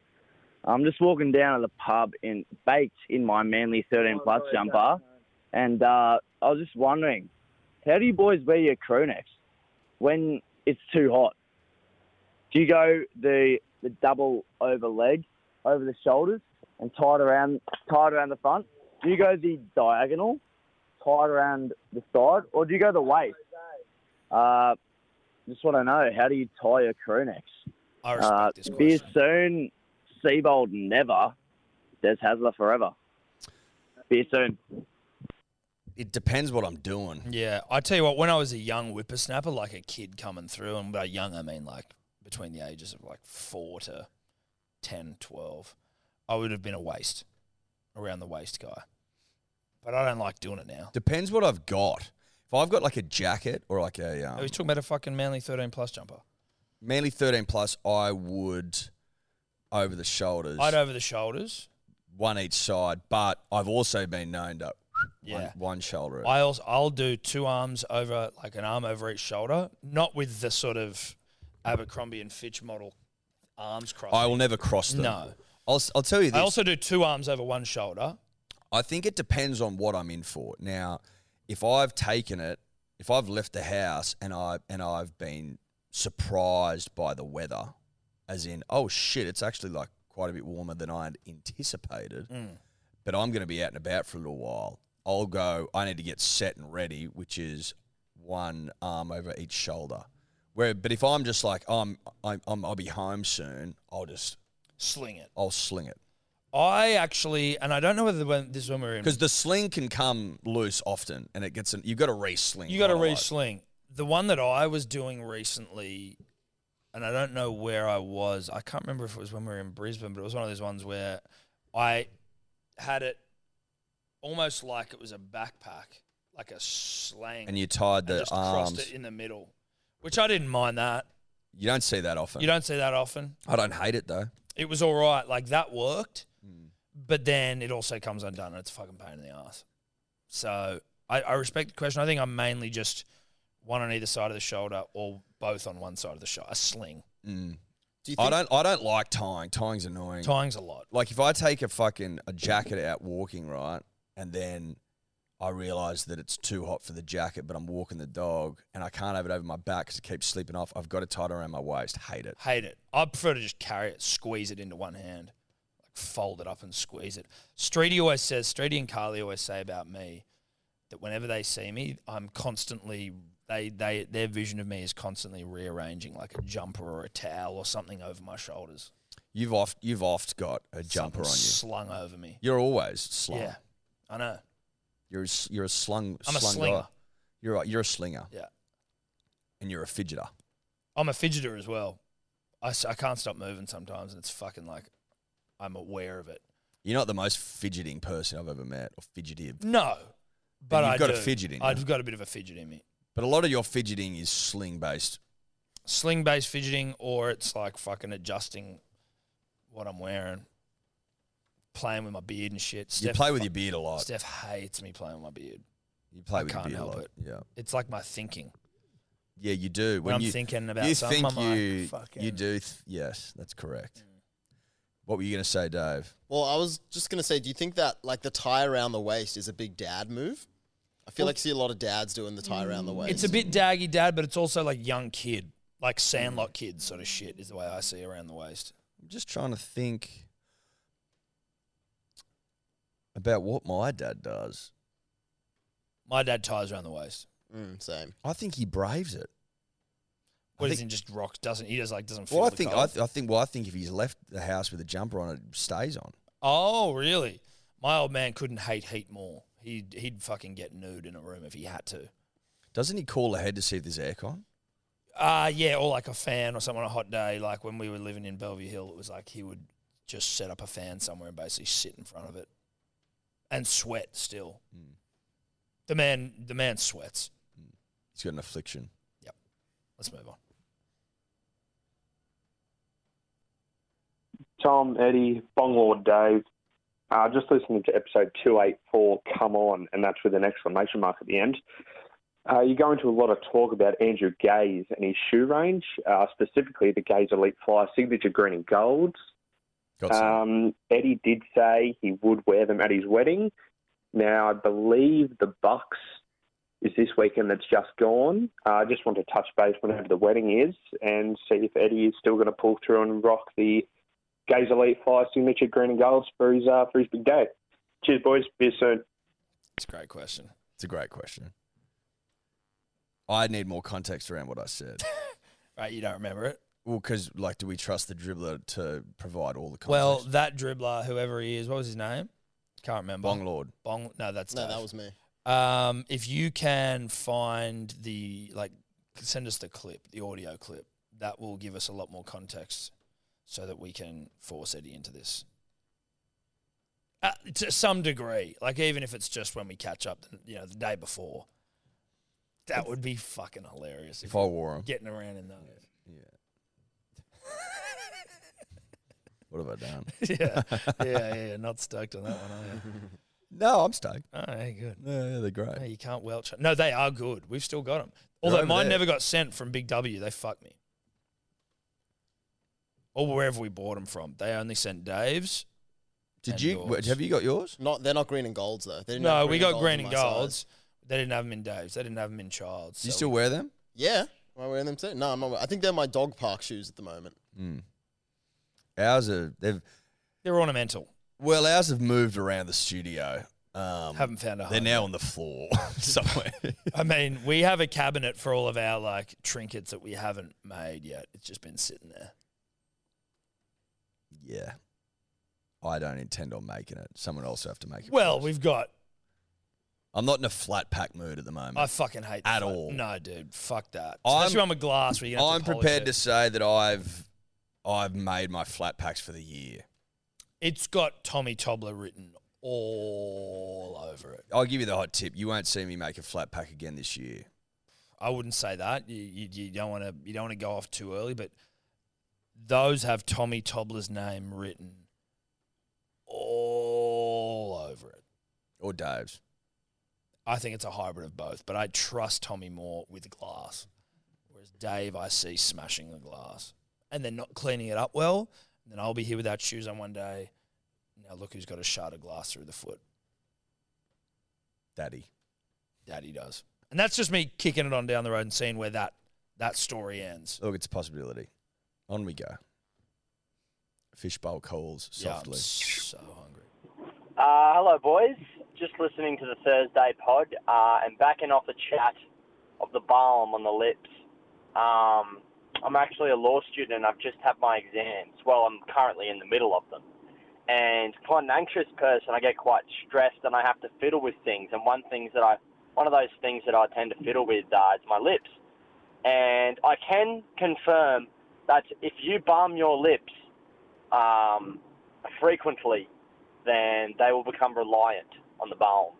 Speaker 6: I'm just walking down to the pub in baked in my manly 13 plus jumper, and uh, I was just wondering, how do you boys wear your crew necks when it's too hot? Do you go the the double over leg, over the shoulders, and tie it around tie it around the front? Do you go the diagonal, tie it around the side, or do you go the waist? Uh, just want to know how do you tie your crew necks?
Speaker 2: I respect
Speaker 6: Uh,
Speaker 2: this
Speaker 6: beer
Speaker 2: question.
Speaker 6: soon, Seabold never, Des Hasler forever. Beer soon.
Speaker 3: It depends what I'm doing.
Speaker 2: Yeah, I tell you what, when I was a young whippersnapper, like a kid coming through, and by young I mean like between the ages of like four to 10, 12, I would have been a waist, around the waist guy. But I don't like doing it now.
Speaker 3: Depends what I've got. If I've got like a jacket or like a
Speaker 2: I
Speaker 3: um,
Speaker 2: was talking about a fucking manly 13 plus jumper.
Speaker 3: manly 13 plus, I would over the shoulders,
Speaker 2: I'd over the shoulders.
Speaker 3: one each side. But I've also been known to one,
Speaker 2: Yeah.
Speaker 3: one shoulder. it.
Speaker 2: I also, I'll do two arms over, like an arm over each shoulder, not with the sort of Abercrombie and Fitch model arms crossed.
Speaker 3: I will never cross them.
Speaker 2: No.
Speaker 3: I'll, s- I'll tell you this.
Speaker 2: I also do two arms over one shoulder.
Speaker 3: I think it depends on what I'm in for. Now, if I've taken it, if I've left the house and I and I've been surprised by the weather, as in, oh shit, it's actually like quite a bit warmer than I'd anticipated. But I'm going to be out and about for a little while. I'll go. I need to get set and ready, which is one arm over each shoulder. Where, but if I'm just like I'm, I'm, I'm I'll be home soon. I'll just,
Speaker 2: Sling it.
Speaker 3: I'll sling it
Speaker 2: I actually, and I don't know whether when, this is when we were in.
Speaker 3: because the sling can come loose often, and it gets. An, you've got to re-sling.
Speaker 2: You got to
Speaker 3: quite a
Speaker 2: re
Speaker 3: lot.
Speaker 2: sling. The one that I was doing recently, and I don't know where I was. I can't remember if it was when we were in Brisbane, but it was one of those ones where I had it almost like it was a backpack, like a slang,
Speaker 3: and you tied
Speaker 2: and
Speaker 3: the
Speaker 2: just
Speaker 3: arms.
Speaker 2: crossed it in the middle, which I didn't mind that.
Speaker 3: You don't see that often.
Speaker 2: You don't see that often.
Speaker 3: I don't hate it though.
Speaker 2: It was all right. Like that worked, but then it also comes undone, and it's a fucking pain in the ass. So I, I respect the question. I think I'm mainly just one on either side of the shoulder, or both on one side of the shoulder. A sling.
Speaker 4: Do you
Speaker 3: Mm. I
Speaker 4: think
Speaker 3: don't. I don't like tying. Tying's annoying.
Speaker 2: Tying's a lot.
Speaker 3: like if I take a fucking a jacket out walking right, and then I realize that it's too hot for the jacket, but I'm walking the dog, and I can't have it over my back because it keeps slipping off. I've got to tie it around my waist. Hate it.
Speaker 2: Hate it. I prefer to just carry it, squeeze it into one hand, like fold it up and squeeze it. Streety always says. Streety and Carly always say about me that whenever they see me, I'm constantly. They, they their vision of me is constantly rearranging like a jumper or a towel or something over my shoulders.
Speaker 3: You've oft you've oft got a jumper on
Speaker 2: Something
Speaker 3: you.
Speaker 2: Slung over me.
Speaker 3: You're always slung.
Speaker 2: Yeah. I know.
Speaker 3: You're a, s- you're a slung.
Speaker 2: I'm a
Speaker 3: slung
Speaker 2: slinger.
Speaker 3: guy. You're a, you're a slinger.
Speaker 2: Yeah.
Speaker 3: And you're a fidgeter.
Speaker 2: I'm a fidgeter as well. I, s- I can't stop moving sometimes, and it's fucking like I'm aware of it.
Speaker 3: You're not the most fidgeting person I've ever met, or fidgety.
Speaker 2: No. But
Speaker 3: you've
Speaker 2: I
Speaker 3: got a
Speaker 2: do.
Speaker 3: fidget in you.
Speaker 2: I've got a bit of a fidget in me.
Speaker 3: But a lot of your fidgeting is sling based.
Speaker 2: Sling based fidgeting, or it's like fucking adjusting what I'm wearing, playing with my beard and shit.
Speaker 3: You
Speaker 2: Steph,
Speaker 3: play with your beard a lot.
Speaker 2: Steph hates me playing with my beard.
Speaker 3: you play
Speaker 2: I
Speaker 3: with
Speaker 2: can't
Speaker 3: your beard
Speaker 2: help
Speaker 3: a lot.
Speaker 2: it.
Speaker 3: Yeah.
Speaker 2: It's like my thinking.
Speaker 3: Yeah, you do.
Speaker 2: When, I'm
Speaker 3: you,
Speaker 2: thinking about
Speaker 3: you
Speaker 2: something,
Speaker 3: think
Speaker 2: I'm like, Mm.
Speaker 3: you
Speaker 2: fucking.
Speaker 3: you do. Th- yes, that's correct. What were you going to say, Dave?
Speaker 4: Well, I was just gonna say, do you think that like the tie around the waist is a big dad move? I feel like I see a lot of dads doing the tie around the waist.
Speaker 2: mm, It's a bit daggy dad, but it's also like young kid, like sandlot kid sort of shit is the way I see around the waist.
Speaker 3: I'm just trying to think about what my dad does.
Speaker 2: My dad ties around the waist.
Speaker 4: mm, same.
Speaker 3: I think he braves it.
Speaker 2: What
Speaker 3: I
Speaker 2: is
Speaker 3: think-
Speaker 2: in just rocks? Doesn't he? Just like doesn't. Feel
Speaker 3: Well, I
Speaker 2: the
Speaker 3: think I,
Speaker 2: cold.
Speaker 3: th- I think well, I think if he's left the house with a jumper on, it stays on.
Speaker 2: oh really? My old man couldn't hate heat more. He'd he'd fucking get nude in a room if he had to.
Speaker 3: Doesn't he call ahead to see if there's aircon?
Speaker 2: Uh yeah, or like a fan or something on a hot day. Like when we were living in Bellevue Hill, it was like he would just set up a fan somewhere and basically sit in front of it and sweat still.
Speaker 3: Hmm.
Speaker 2: The man, the man sweats.
Speaker 3: He's got an affliction.
Speaker 2: Let's move on.
Speaker 7: Tom, Eddie, Bonglord Dave. Uh, just listening to episode 284, Come On, and that's with an exclamation mark at the end. Uh, you go into a lot of talk about Andrew Gaze and his shoe range, uh, specifically the Gaze Elite Fly Signature Green and Golds.
Speaker 3: Got some.
Speaker 7: Um, Eddie did say he would wear them at his wedding. Now, I believe the Bucks is this weekend that's just gone. Uh, I just want to touch base whenever the wedding is and see if Eddie is still going to pull through and rock the Gaze Elite Fly signature green and golds for his, uh, for his big day. Cheers, boys. Be soon.
Speaker 2: It's a great question.
Speaker 3: it's a great question. I need more context around what I said.
Speaker 2: Right, you don't remember it.
Speaker 3: Well, because like, do we trust the dribbler to provide all the context?
Speaker 2: Well, that dribbler, whoever he is, what was his name? Can't remember.
Speaker 3: Bong Lord.
Speaker 2: Bong. No, that's
Speaker 4: No,
Speaker 2: Dave.
Speaker 4: that was me.
Speaker 2: Um, if you can find the like, send us the clip, the audio clip. That will give us a lot more context, so that we can force Eddie into this. Uh, to some degree, like even if it's just when we catch up, you know, the day before. That would be fucking hilarious if,
Speaker 3: If I wore him,
Speaker 2: getting around in those.
Speaker 3: [LAUGHS] what have I done?
Speaker 2: [LAUGHS] yeah, yeah, yeah, yeah. Not stoked on that one, are you?
Speaker 3: [LAUGHS] no, I'm stoked.
Speaker 2: Oh, yeah, good.
Speaker 3: Yeah, yeah, they're great.
Speaker 2: No, you can't welch. No, they are good. We've still got them. Although
Speaker 3: over
Speaker 2: mine
Speaker 3: there.
Speaker 2: never got sent from Big W. They fucked me. Or wherever we bought them from. They only sent Dave's.
Speaker 3: Did
Speaker 2: And
Speaker 3: you?
Speaker 2: yours.
Speaker 3: wait, Have you got yours?
Speaker 4: Not they're not green and golds though. They didn't
Speaker 2: No,
Speaker 4: have
Speaker 2: we got green
Speaker 4: on
Speaker 2: and
Speaker 4: my size.
Speaker 2: golds. They didn't have them in Dave's. They didn't have them in Child's.
Speaker 3: Do you
Speaker 2: so
Speaker 3: still
Speaker 2: we-
Speaker 3: wear them?
Speaker 4: Yeah, am I wearing them too? No, I'm not. I think they're my dog park shoes at the moment.
Speaker 3: Hmm. Ours are. They've
Speaker 2: They're ornamental.
Speaker 3: Well, ours have moved around the studio. Um,
Speaker 2: Haven't found a
Speaker 3: they're
Speaker 2: home.
Speaker 3: now on the floor [LAUGHS] somewhere.
Speaker 2: I mean, we have a cabinet for all of our like trinkets that we haven't made yet. It's just been sitting there.
Speaker 3: yeah. I don't intend on making it. Someone else will have to make it.
Speaker 2: Well,
Speaker 3: first.
Speaker 2: we've got.
Speaker 3: I'm not in a flat pack mood at the moment.
Speaker 2: I fucking hate the
Speaker 3: At
Speaker 2: fuck-
Speaker 3: all.
Speaker 2: No, dude, fuck that.
Speaker 3: I'm-
Speaker 2: Especially on a glass. Where you're gonna
Speaker 3: I'm
Speaker 2: have to polish
Speaker 3: prepared
Speaker 2: it.
Speaker 3: to say that I've I've made my flat packs for the year.
Speaker 2: It's got Tommy Tobler written all over it.
Speaker 3: I'll give you the hot tip. You won't see me make a flat pack again this year.
Speaker 2: I wouldn't say that. You, you, you don't want to. You don't want to go off too early, but those have Tommy Tobler's name written all over it.
Speaker 3: Or Dave's.
Speaker 2: I think it's a hybrid of both, but I trust Tommy more with glass, whereas Dave I see smashing the glass and then not cleaning it up well. And then I'll be here without shoes on one day. Now look who's got a shard of glass through the foot.
Speaker 3: Daddy.
Speaker 2: Daddy does, and that's just me kicking it on down the road and seeing where that that story ends.
Speaker 3: Look, it's a possibility. On we go. Fishbowl calls
Speaker 2: Yeah,
Speaker 3: softly.
Speaker 2: I'm so hungry.
Speaker 8: Uh, hello, boys. Just listening to the Thursday pod uh, and backing off the chat of the balm on the lips. Um, I'm actually a law student and I've just had my exams. Well, I'm currently in the middle of them. And quite an anxious person, I get quite stressed and I have to fiddle with things. And one things that I, one of those things that I tend to fiddle with uh, is my lips. And I can confirm that if you balm your lips um, frequently, then they will become reliant on the balm.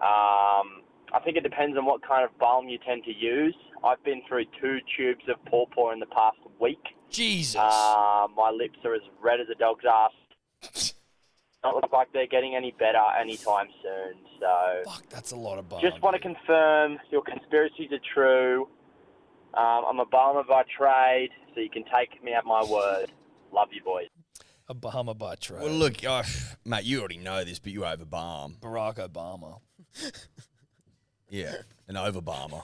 Speaker 8: Um, I think it depends on what kind of balm you tend to use. I've been through two tubes of pawpaw in the past week.
Speaker 2: Jesus.
Speaker 8: Uh, my lips are as red as a dog's ass. Not look like they're getting any better anytime soon. So
Speaker 2: Fuck, that's a lot of bars.
Speaker 8: just want to confirm your conspiracies are true. Um, I'm a balmer by trade, so you can take me at my word. Love you, boys.
Speaker 2: a Bahama by trade.
Speaker 3: Well, look, oh, mate, you already know this, but you overbalm.
Speaker 2: Barack Obama.
Speaker 3: Yeah, an overbalmer.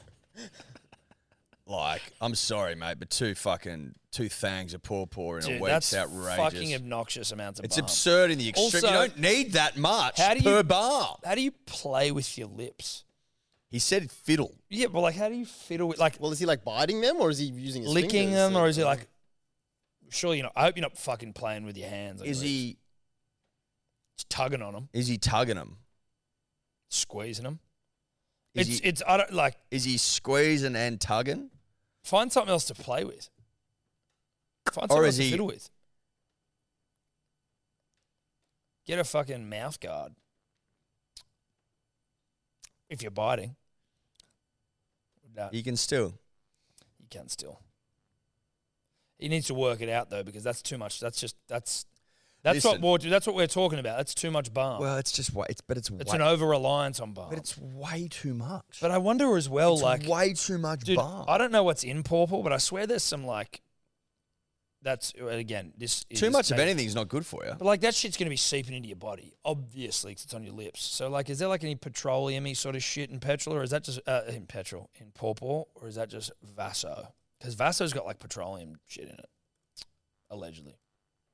Speaker 3: like, I'm sorry, mate, but two fucking two thangs of pawpaw in a
Speaker 2: Dude,
Speaker 3: week's
Speaker 2: that's
Speaker 3: outrageous.
Speaker 2: fucking obnoxious amounts of
Speaker 3: it's
Speaker 2: balm.
Speaker 3: absurd in the extreme.
Speaker 2: Also-
Speaker 3: you don't need that much
Speaker 2: How do you-
Speaker 3: per bar.
Speaker 2: How do you play with your lips?
Speaker 3: He said fiddle.
Speaker 2: Yeah, but like, how do you fiddle with like
Speaker 4: Well, is he like biting them or is he using his
Speaker 2: licking
Speaker 4: fingers
Speaker 2: them,
Speaker 4: to-
Speaker 2: or is he like? Sure, you know. I hope you're not fucking playing with your hands.
Speaker 3: Is he
Speaker 2: Just tugging on them,
Speaker 3: is he tugging him?
Speaker 2: squeezing them?
Speaker 3: Is
Speaker 2: it's
Speaker 3: he
Speaker 2: it's I don't like
Speaker 3: is he squeezing and tugging?
Speaker 2: find something else to play with. Find
Speaker 3: Or
Speaker 2: something
Speaker 3: is
Speaker 2: else to
Speaker 3: he-
Speaker 2: fiddle with. Get a fucking mouth guard. If you're biting. No,
Speaker 3: He can still.
Speaker 2: you can still. He needs to work it out though, because that's too much. That's just that's that's
Speaker 3: Listen.
Speaker 2: what we're that's what we're talking about. That's too much balm.
Speaker 3: Well, it's just wa- it's but it's
Speaker 2: uh. it's
Speaker 3: way,
Speaker 2: an over reliance on balm.
Speaker 3: but
Speaker 2: But,
Speaker 3: it's way too much.
Speaker 2: I wonder as well,
Speaker 3: it's
Speaker 2: like
Speaker 3: way too much
Speaker 2: Dude,
Speaker 3: balm.
Speaker 2: I don't know what's in purple, but I swear there's some like. That's again this is
Speaker 3: too much of
Speaker 2: maybe-
Speaker 3: anything's not good for you.
Speaker 2: But like that shit's gonna be seeping into your body, obviously, 'cause it's on your lips. So like, is there like any petroleumy sort of shit in petrol, or is that just uh, in petrol in purple, or is that just Vaso? Because Vaso's got like petroleum shit in it, allegedly.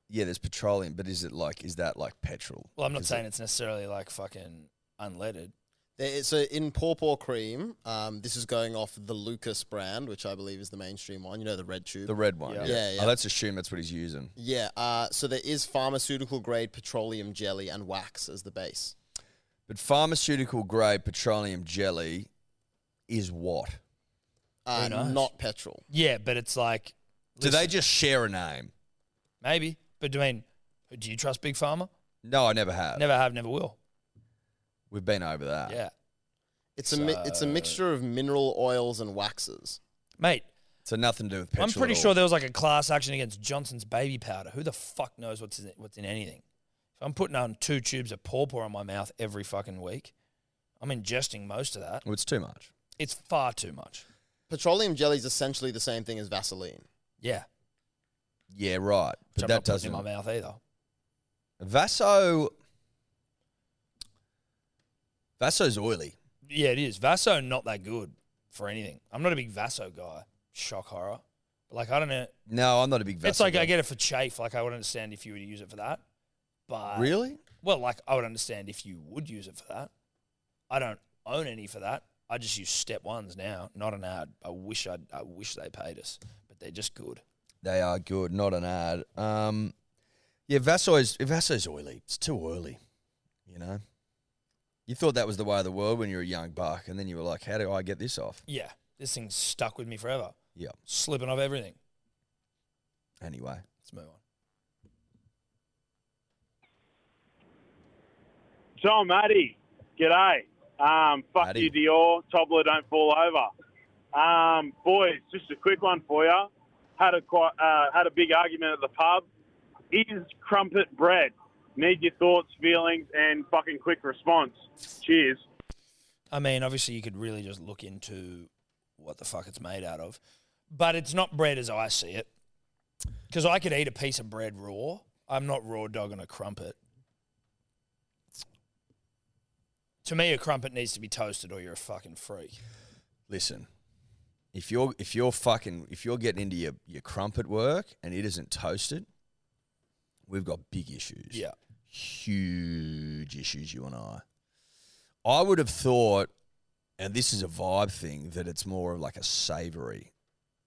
Speaker 3: Yeah, there's petroleum, but is it like is that like petrol?
Speaker 2: Well, I'm not
Speaker 3: Is
Speaker 2: saying
Speaker 3: it,
Speaker 2: it's necessarily like fucking unleaded.
Speaker 4: There is, so in Pawpaw Cream, um, this is going off the Lucas brand, which I believe is the mainstream one. You know, the red tube.
Speaker 3: the red one.
Speaker 2: Yeah.
Speaker 3: Yeah,
Speaker 4: Yeah, yeah.
Speaker 3: Oh, let's assume that's what he's using.
Speaker 4: yeah. Uh, so there is pharmaceutical grade petroleum jelly and wax as the base.
Speaker 3: But pharmaceutical grade petroleum jelly is what?
Speaker 2: Very
Speaker 4: Uh,
Speaker 2: nice.
Speaker 4: Not petrol.
Speaker 2: Yeah, but it's like
Speaker 3: Do they just share a name?
Speaker 2: maybe. But I mean, do you trust Big Pharma?
Speaker 3: No, I never have.
Speaker 2: Never have, never will.
Speaker 3: We've been over that.
Speaker 2: Yeah,
Speaker 4: It's a mi- it's a mixture of mineral oils and waxes.
Speaker 2: mate.
Speaker 3: So nothing to do with petrol.
Speaker 2: I'm pretty
Speaker 3: at all.
Speaker 2: sure there was like a class action against Johnson's baby powder. Who the fuck knows what's in, what's in anything? If I'm putting on two tubes of pawpaw on my mouth every fucking week, I'm ingesting most of that.
Speaker 3: Well, it's too much.
Speaker 2: It's far too much.
Speaker 4: Petroleum jelly is essentially the same thing as Vaseline.
Speaker 2: Yeah,
Speaker 3: Yeah, right.
Speaker 2: which
Speaker 3: But
Speaker 2: I'm
Speaker 3: that
Speaker 2: not putting
Speaker 3: doesn't.
Speaker 2: in my mouth either.
Speaker 3: Vaso. Vaso's oily.
Speaker 2: Yeah, it is. Vaso not that good for anything. I'm not a big Vaso guy. Shock horror. Like I don't know.
Speaker 3: No, I'm not a big Vaso.
Speaker 2: it's like
Speaker 3: guy.
Speaker 2: I get it for chafe. Like I would understand if you were to use it for that. But
Speaker 3: Really?
Speaker 2: well, like I would understand if you would use it for that. I don't own any for that. I just use step ones now, not an ad. I wish I I wish they paid us, but they're just good.
Speaker 3: They are good, not an ad. Um, yeah, Vasso's Vasso's oily. It's too oily, you know. You thought that was the way of the world when you were a young buck, and then you were like, "How do I get this off?"
Speaker 2: Yeah, this thing's stuck with me forever.
Speaker 3: Yeah.
Speaker 2: slipping off everything.
Speaker 3: Anyway,
Speaker 2: Let's move on.
Speaker 9: Tom, Addy, g'day. Um, fuck
Speaker 3: Matty.
Speaker 9: you, Dior. Tobler, don't fall over. Um, boys, just a quick one for you. Had a quite, uh, had a big argument at the pub. Is crumpet bread? Need your thoughts, feelings, and fucking quick response. Cheers.
Speaker 2: I mean, obviously, you could really just look into what the fuck it's made out of, but it's not bread as I see it. Because I could eat a piece of bread raw. I'm not raw dogging a crumpet. To me, a crumpet needs to be toasted, or you're a fucking freak.
Speaker 3: listen. If you're if you're fucking if you're getting into your your crumpet work and it isn't toasted, we've got big issues.
Speaker 2: Yeah,
Speaker 3: huge issues, you and I. I would have thought, and this is a vibe thing, that it's more of like a savory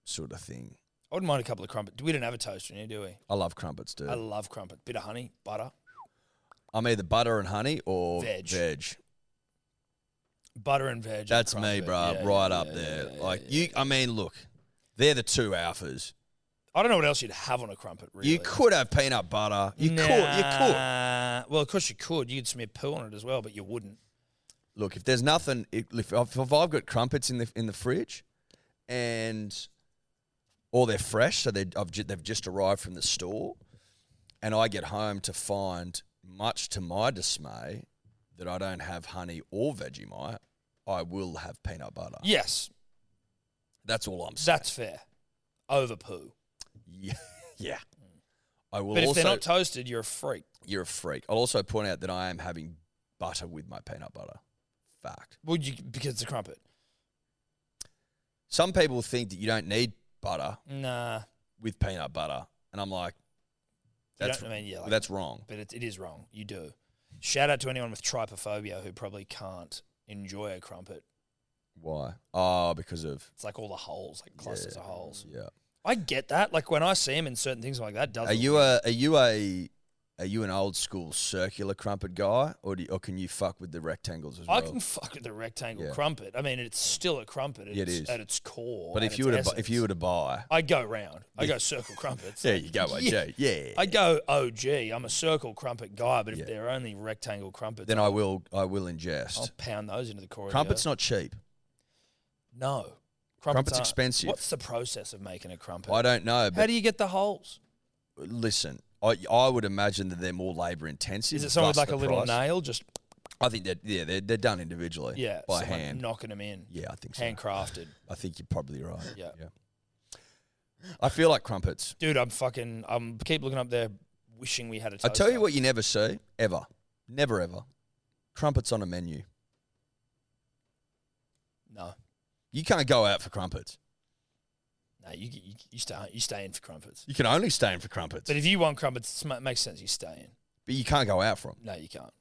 Speaker 3: sort of thing.
Speaker 2: I wouldn't mind a couple of crumpets. We don't have a toaster in here, do we?
Speaker 3: I love crumpets, dude.
Speaker 2: I love crumpet. Bit of honey, butter,
Speaker 3: I'm either butter and honey or
Speaker 2: Veg.
Speaker 3: veg.
Speaker 2: butter and veg. on
Speaker 3: That's me,
Speaker 2: crumpet.
Speaker 3: bruh,
Speaker 2: Yeah,
Speaker 3: right
Speaker 2: yeah,
Speaker 3: up
Speaker 2: yeah,
Speaker 3: there.
Speaker 2: yeah, yeah,
Speaker 3: like
Speaker 2: yeah.
Speaker 3: you, I mean, look, they're the two alphas.
Speaker 2: I don't know what else you'd have on a crumpet. Really,
Speaker 3: You could have peanut butter. You could. You could.
Speaker 2: Nah. Well, of course you could. You'd smear poo on it as well, but you wouldn't.
Speaker 3: Look, if there's nothing, if, if I've if I've got crumpets in the in the fridge, and or they're fresh, so they I've ju- they've just arrived from the store, and I get home to find, much to my dismay, that I don't have honey or Vegemite. I will have peanut butter.
Speaker 2: Yes,
Speaker 3: That's all I'm saying. [LAUGHS]
Speaker 2: that's fair. Over poo.
Speaker 3: Yeah. yeah. I will
Speaker 2: Mm. but if
Speaker 3: also.
Speaker 2: they're not toasted, you're a freak.
Speaker 3: you're a freak. I'll also point out that I am having butter with my peanut butter. Fact.
Speaker 2: Well, you because it's a crumpet.
Speaker 3: Some people think that you don't need butter
Speaker 2: Nah,
Speaker 3: with peanut butter, and I'm like,
Speaker 2: You
Speaker 3: that's
Speaker 2: don't- I mean, yeah, like-
Speaker 3: that's wrong.
Speaker 2: but it, it is wrong. You do. Shout out to anyone with trypophobia who probably can't enjoy a crumpet.
Speaker 3: Why? Oh, because of
Speaker 2: It's like all the holes, like clusters of holes.
Speaker 3: yeah.
Speaker 2: I get that. Like when I see them in certain things, I'm like that does.
Speaker 3: Are
Speaker 2: look
Speaker 3: you
Speaker 2: weird.
Speaker 3: a are you a are you an old school circular crumpet guy, or do you, or can you fuck with the rectangles as well?
Speaker 2: I can fuck with the rectangle
Speaker 3: Yeah.
Speaker 2: crumpet. I mean, it's still a crumpet. At
Speaker 3: Yeah, it
Speaker 2: its,
Speaker 3: is.
Speaker 2: at its core.
Speaker 3: but
Speaker 2: at
Speaker 3: if you were
Speaker 2: its
Speaker 3: to bu- if
Speaker 2: essence.
Speaker 3: you were to buy,
Speaker 2: I'd go round. I go circle
Speaker 3: [LAUGHS]
Speaker 2: crumpets.
Speaker 3: there you go,
Speaker 2: Yeah.
Speaker 3: AJ. Yeah,
Speaker 2: I go OG. I'm a circle crumpet guy, but if
Speaker 3: Yeah.
Speaker 2: they're only rectangle crumpets,
Speaker 3: then
Speaker 2: I'll,
Speaker 3: I will I will ingest.
Speaker 2: I'll pound those into the core.
Speaker 3: Crumpet's not cheap.
Speaker 2: No.
Speaker 3: Crumpet's
Speaker 2: aren't.
Speaker 3: expensive.
Speaker 2: What's the process of making a crumpet?
Speaker 3: I don't know,
Speaker 2: How
Speaker 3: but
Speaker 2: do you get the holes?
Speaker 3: listen, I I would imagine that they're more labor intensive.
Speaker 2: Is it someone with
Speaker 3: thus
Speaker 2: like
Speaker 3: the
Speaker 2: a little
Speaker 3: price.
Speaker 2: nail? Just
Speaker 3: I think that yeah, they're, they're done individually.
Speaker 2: yeah,
Speaker 3: by
Speaker 2: someone
Speaker 3: hand.
Speaker 2: knocking them in,
Speaker 3: yeah, I think so.
Speaker 2: handcrafted.
Speaker 3: I think you're probably right.
Speaker 2: Yeah.
Speaker 3: I feel like crumpets.
Speaker 2: Dude, I'm fucking. I'm keep looking up there, wishing we had a.
Speaker 3: I tell you
Speaker 2: toaster.
Speaker 3: what, you never see ever, never ever, crumpets on a menu.
Speaker 2: No,
Speaker 3: You can't go out for crumpets.
Speaker 2: no, you you, you stay you stay in for crumpets.
Speaker 3: You can only stay in for crumpets,
Speaker 2: But if you want crumpets, it makes sense. You stay in.
Speaker 3: but you can't go out for them.
Speaker 2: No, you can't.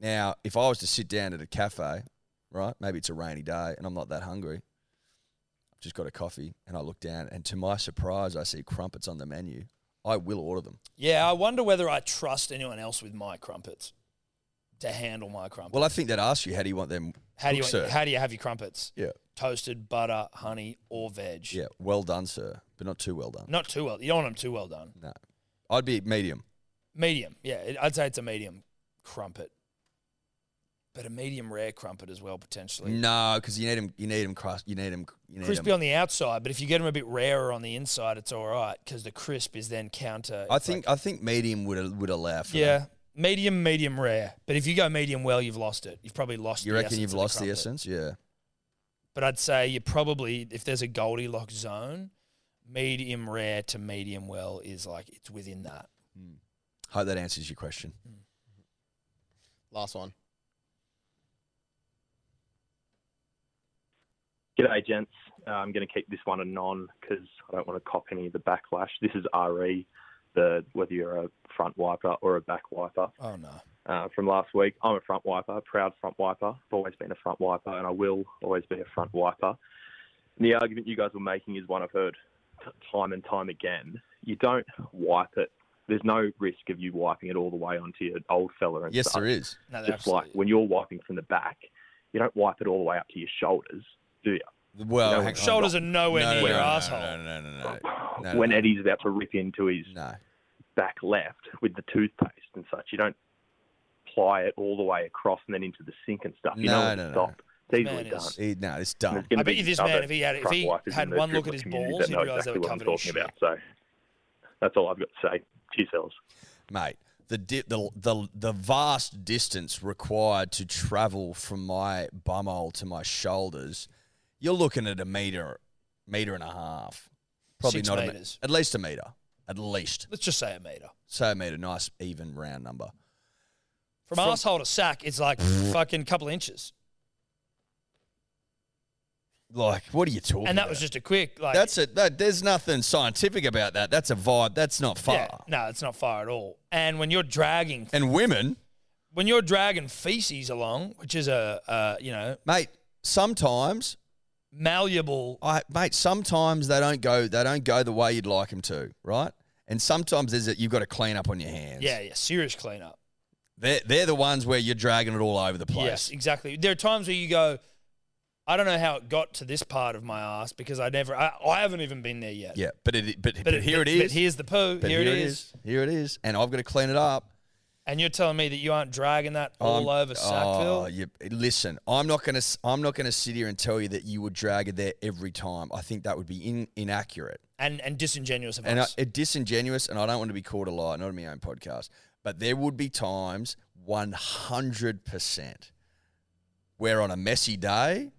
Speaker 3: Now, if I was to sit down at a cafe, right? Maybe it's a rainy day and I'm not that hungry. I've just got a coffee and I look down and to my surprise I see crumpets on the menu. I will order them.
Speaker 2: Yeah, I wonder whether I trust anyone else with my crumpets to handle my crumpets.
Speaker 3: Well, I think that asks you how do you want them
Speaker 2: how do you
Speaker 3: cooked, sir?
Speaker 2: how do you have your crumpets?
Speaker 3: yeah.
Speaker 2: Toasted, butter, honey, or veg.
Speaker 3: Yeah, well done, sir, but not too well done.
Speaker 2: Not too well. You don't want them too well done.
Speaker 3: No. I'd be medium.
Speaker 2: Medium. Yeah, it- I'd say it's a medium crumpet, but a medium rare crumpet as well potentially.
Speaker 3: No, cuz you need them you need them crust, you need them you need
Speaker 2: Crispy
Speaker 3: 'em-
Speaker 2: on the outside, but if you get them a bit rarer on the inside, it's all right because the crisp is then counter.
Speaker 3: I
Speaker 2: it's
Speaker 3: think
Speaker 2: like-
Speaker 3: I think medium would would allow for
Speaker 2: yeah,
Speaker 3: that.
Speaker 2: medium, medium rare. But if you go medium well, you've lost it. You've probably lost.
Speaker 3: You
Speaker 2: the
Speaker 3: reckon
Speaker 2: essence
Speaker 3: you've
Speaker 2: of the
Speaker 3: lost the,
Speaker 2: crumpet.
Speaker 3: essence? Yeah.
Speaker 2: but I'd say you probably if there's a Goldilocks zone, medium rare to medium well is like it's within that.
Speaker 3: Hope that answers your question.
Speaker 4: Last one.
Speaker 10: G'day, gents. Uh, I'm going to keep this one a non because I don't want to cop any of the backlash. This is RE the whether you're a front wiper or a back wiper.
Speaker 2: Oh no.
Speaker 10: Uh, from last week, I'm a front wiper, proud front wiper. I've always been a front wiper, and I will always be a front wiper. And the argument you guys were making is one I've heard t- time and time again. You don't wipe it. There's no risk of you wiping it all the way onto your old fella and
Speaker 3: Yes,
Speaker 10: stuff.
Speaker 3: there is.
Speaker 2: No,
Speaker 10: Just like when you're wiping from the back, you don't wipe it all the way up to your shoulders, do you?
Speaker 3: Well,
Speaker 10: No,
Speaker 3: hang on.
Speaker 2: shoulders are nowhere
Speaker 3: No,
Speaker 2: near
Speaker 3: no, no,
Speaker 2: your
Speaker 3: no,
Speaker 2: asshole.
Speaker 3: No, no, no, no, no. no
Speaker 10: when
Speaker 3: no,
Speaker 10: Eddie's about to rip into his
Speaker 3: no.
Speaker 10: back left with the toothpaste and such. You don't ply it all the way across and then into the sink and stuff. You
Speaker 3: No,
Speaker 10: know when
Speaker 3: no,
Speaker 10: to
Speaker 3: no.
Speaker 10: stop. It's easily
Speaker 2: Man
Speaker 10: done.
Speaker 2: is-
Speaker 3: He- no, it's done.
Speaker 10: There's gonna
Speaker 2: I bet
Speaker 10: be
Speaker 2: you this
Speaker 10: other
Speaker 2: man, if he had- if
Speaker 10: front
Speaker 2: he
Speaker 10: wipers in
Speaker 2: had
Speaker 10: the
Speaker 2: one look at
Speaker 10: dribbler
Speaker 2: his
Speaker 10: community
Speaker 2: balls,
Speaker 10: that
Speaker 2: he'd
Speaker 10: know
Speaker 2: realise they were
Speaker 10: exactly what I'm
Speaker 2: covered in
Speaker 10: talking about. So that's all I've got to say. Cheers, fellas.
Speaker 3: mate. The, di- the the the vast distance required to travel from my bumhole to my shoulders, you're looking at a meter, meter and a half, probably
Speaker 2: Six
Speaker 3: not
Speaker 2: meters.
Speaker 3: A, me- at least a meter, at least.
Speaker 2: Let's just say a meter.
Speaker 3: So a meter, nice even round number.
Speaker 2: From, asshole to sack, it's
Speaker 3: [LAUGHS]
Speaker 2: like fucking couple inches,
Speaker 3: Like, what are you talking?
Speaker 2: and that
Speaker 3: about?
Speaker 2: was just a quick like.
Speaker 3: that's it. That, there's nothing scientific about that. That's a vibe. That's not far.
Speaker 2: yeah, no, it's not far at all. And when you're dragging,
Speaker 3: And women,
Speaker 2: when you're dragging feces along, which is a, a you know
Speaker 3: mate, sometimes
Speaker 2: malleable.
Speaker 3: I mate, sometimes they don't go they don't go the way you'd like them to, right? And sometimes there's a, you've got to clean up on your hands.
Speaker 2: Yeah, yeah, serious cleanup.
Speaker 3: They're, they're the ones where you're dragging it all over the place.
Speaker 2: Yes, exactly. There are times where you go, I don't know how it got to this part of my ass because I never, I, I haven't even been there yet.
Speaker 3: Yeah, but it but, but
Speaker 2: it-
Speaker 3: here it
Speaker 2: but-
Speaker 3: is.
Speaker 2: But here's the poo.
Speaker 3: But
Speaker 2: here, it is.
Speaker 3: Here it is. And I've got to clean it up.
Speaker 2: And you're telling me that you aren't dragging that all
Speaker 3: I'm-
Speaker 2: over Sackville?
Speaker 3: Oh, you, listen, I'm not gonna s- I'm not gonna sit here and tell you that you would drag it there every time. I think that would be in, inaccurate.
Speaker 2: and and disingenuous of
Speaker 3: and I,
Speaker 2: us.
Speaker 3: it disingenuous, and I don't want to be called a liar, not on my own podcast. But there would be times, one hundred percent, where on a messy day,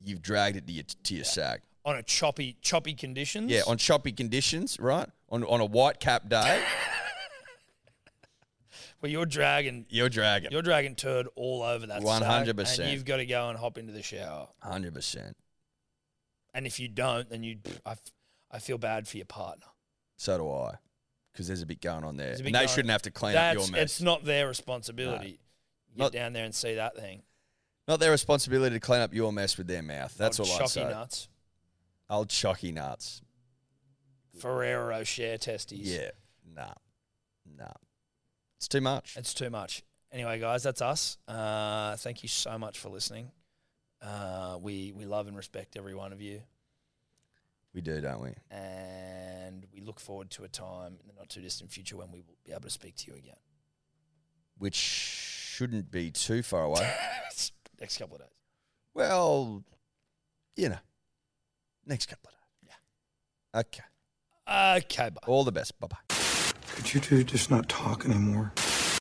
Speaker 3: you've dragged it to your to your sack.
Speaker 2: on a choppy choppy conditions.
Speaker 3: Yeah, on choppy conditions, right? On on a white cap
Speaker 2: [LAUGHS]
Speaker 3: day,
Speaker 2: where you're dragging
Speaker 3: you're dragging
Speaker 2: you're dragging turd all over that sack,
Speaker 3: 100%.
Speaker 2: and you've got to go and hop into the shower.
Speaker 3: hundred percent.
Speaker 2: And if you don't, then you I, f- I feel bad for your partner.
Speaker 3: So do I, because there's a bit going on there,
Speaker 2: There's a
Speaker 3: and
Speaker 2: bit
Speaker 3: they
Speaker 2: going-
Speaker 3: shouldn't have to clean up
Speaker 2: That's
Speaker 3: your
Speaker 2: it's
Speaker 3: mess.
Speaker 2: not their responsibility. Get
Speaker 3: Not-
Speaker 2: down there and see that thing.
Speaker 3: Not their responsibility to clean up your mess with their mouth. That's
Speaker 2: Old
Speaker 3: all I
Speaker 2: chocky
Speaker 3: say.
Speaker 2: nuts.
Speaker 3: Old chocky nuts.
Speaker 2: Ferrero share testes.
Speaker 3: Yeah, nah, nah. It's too much.
Speaker 2: It's too much. Anyway, guys, that's us. Uh, thank you so much for listening. Uh, we we love and respect every one of you.
Speaker 3: We do, don't we?
Speaker 2: and we look forward to a time in the not too distant future when we will be able to speak to you again. [LAUGHS]
Speaker 3: which shouldn't be too far away.
Speaker 2: Next couple of days.
Speaker 3: well, you know, next couple of days. Yeah. Okay.
Speaker 2: Uh, Okay, bye.
Speaker 3: All the best. Bye bye.
Speaker 11: Could you two just not talk anymore?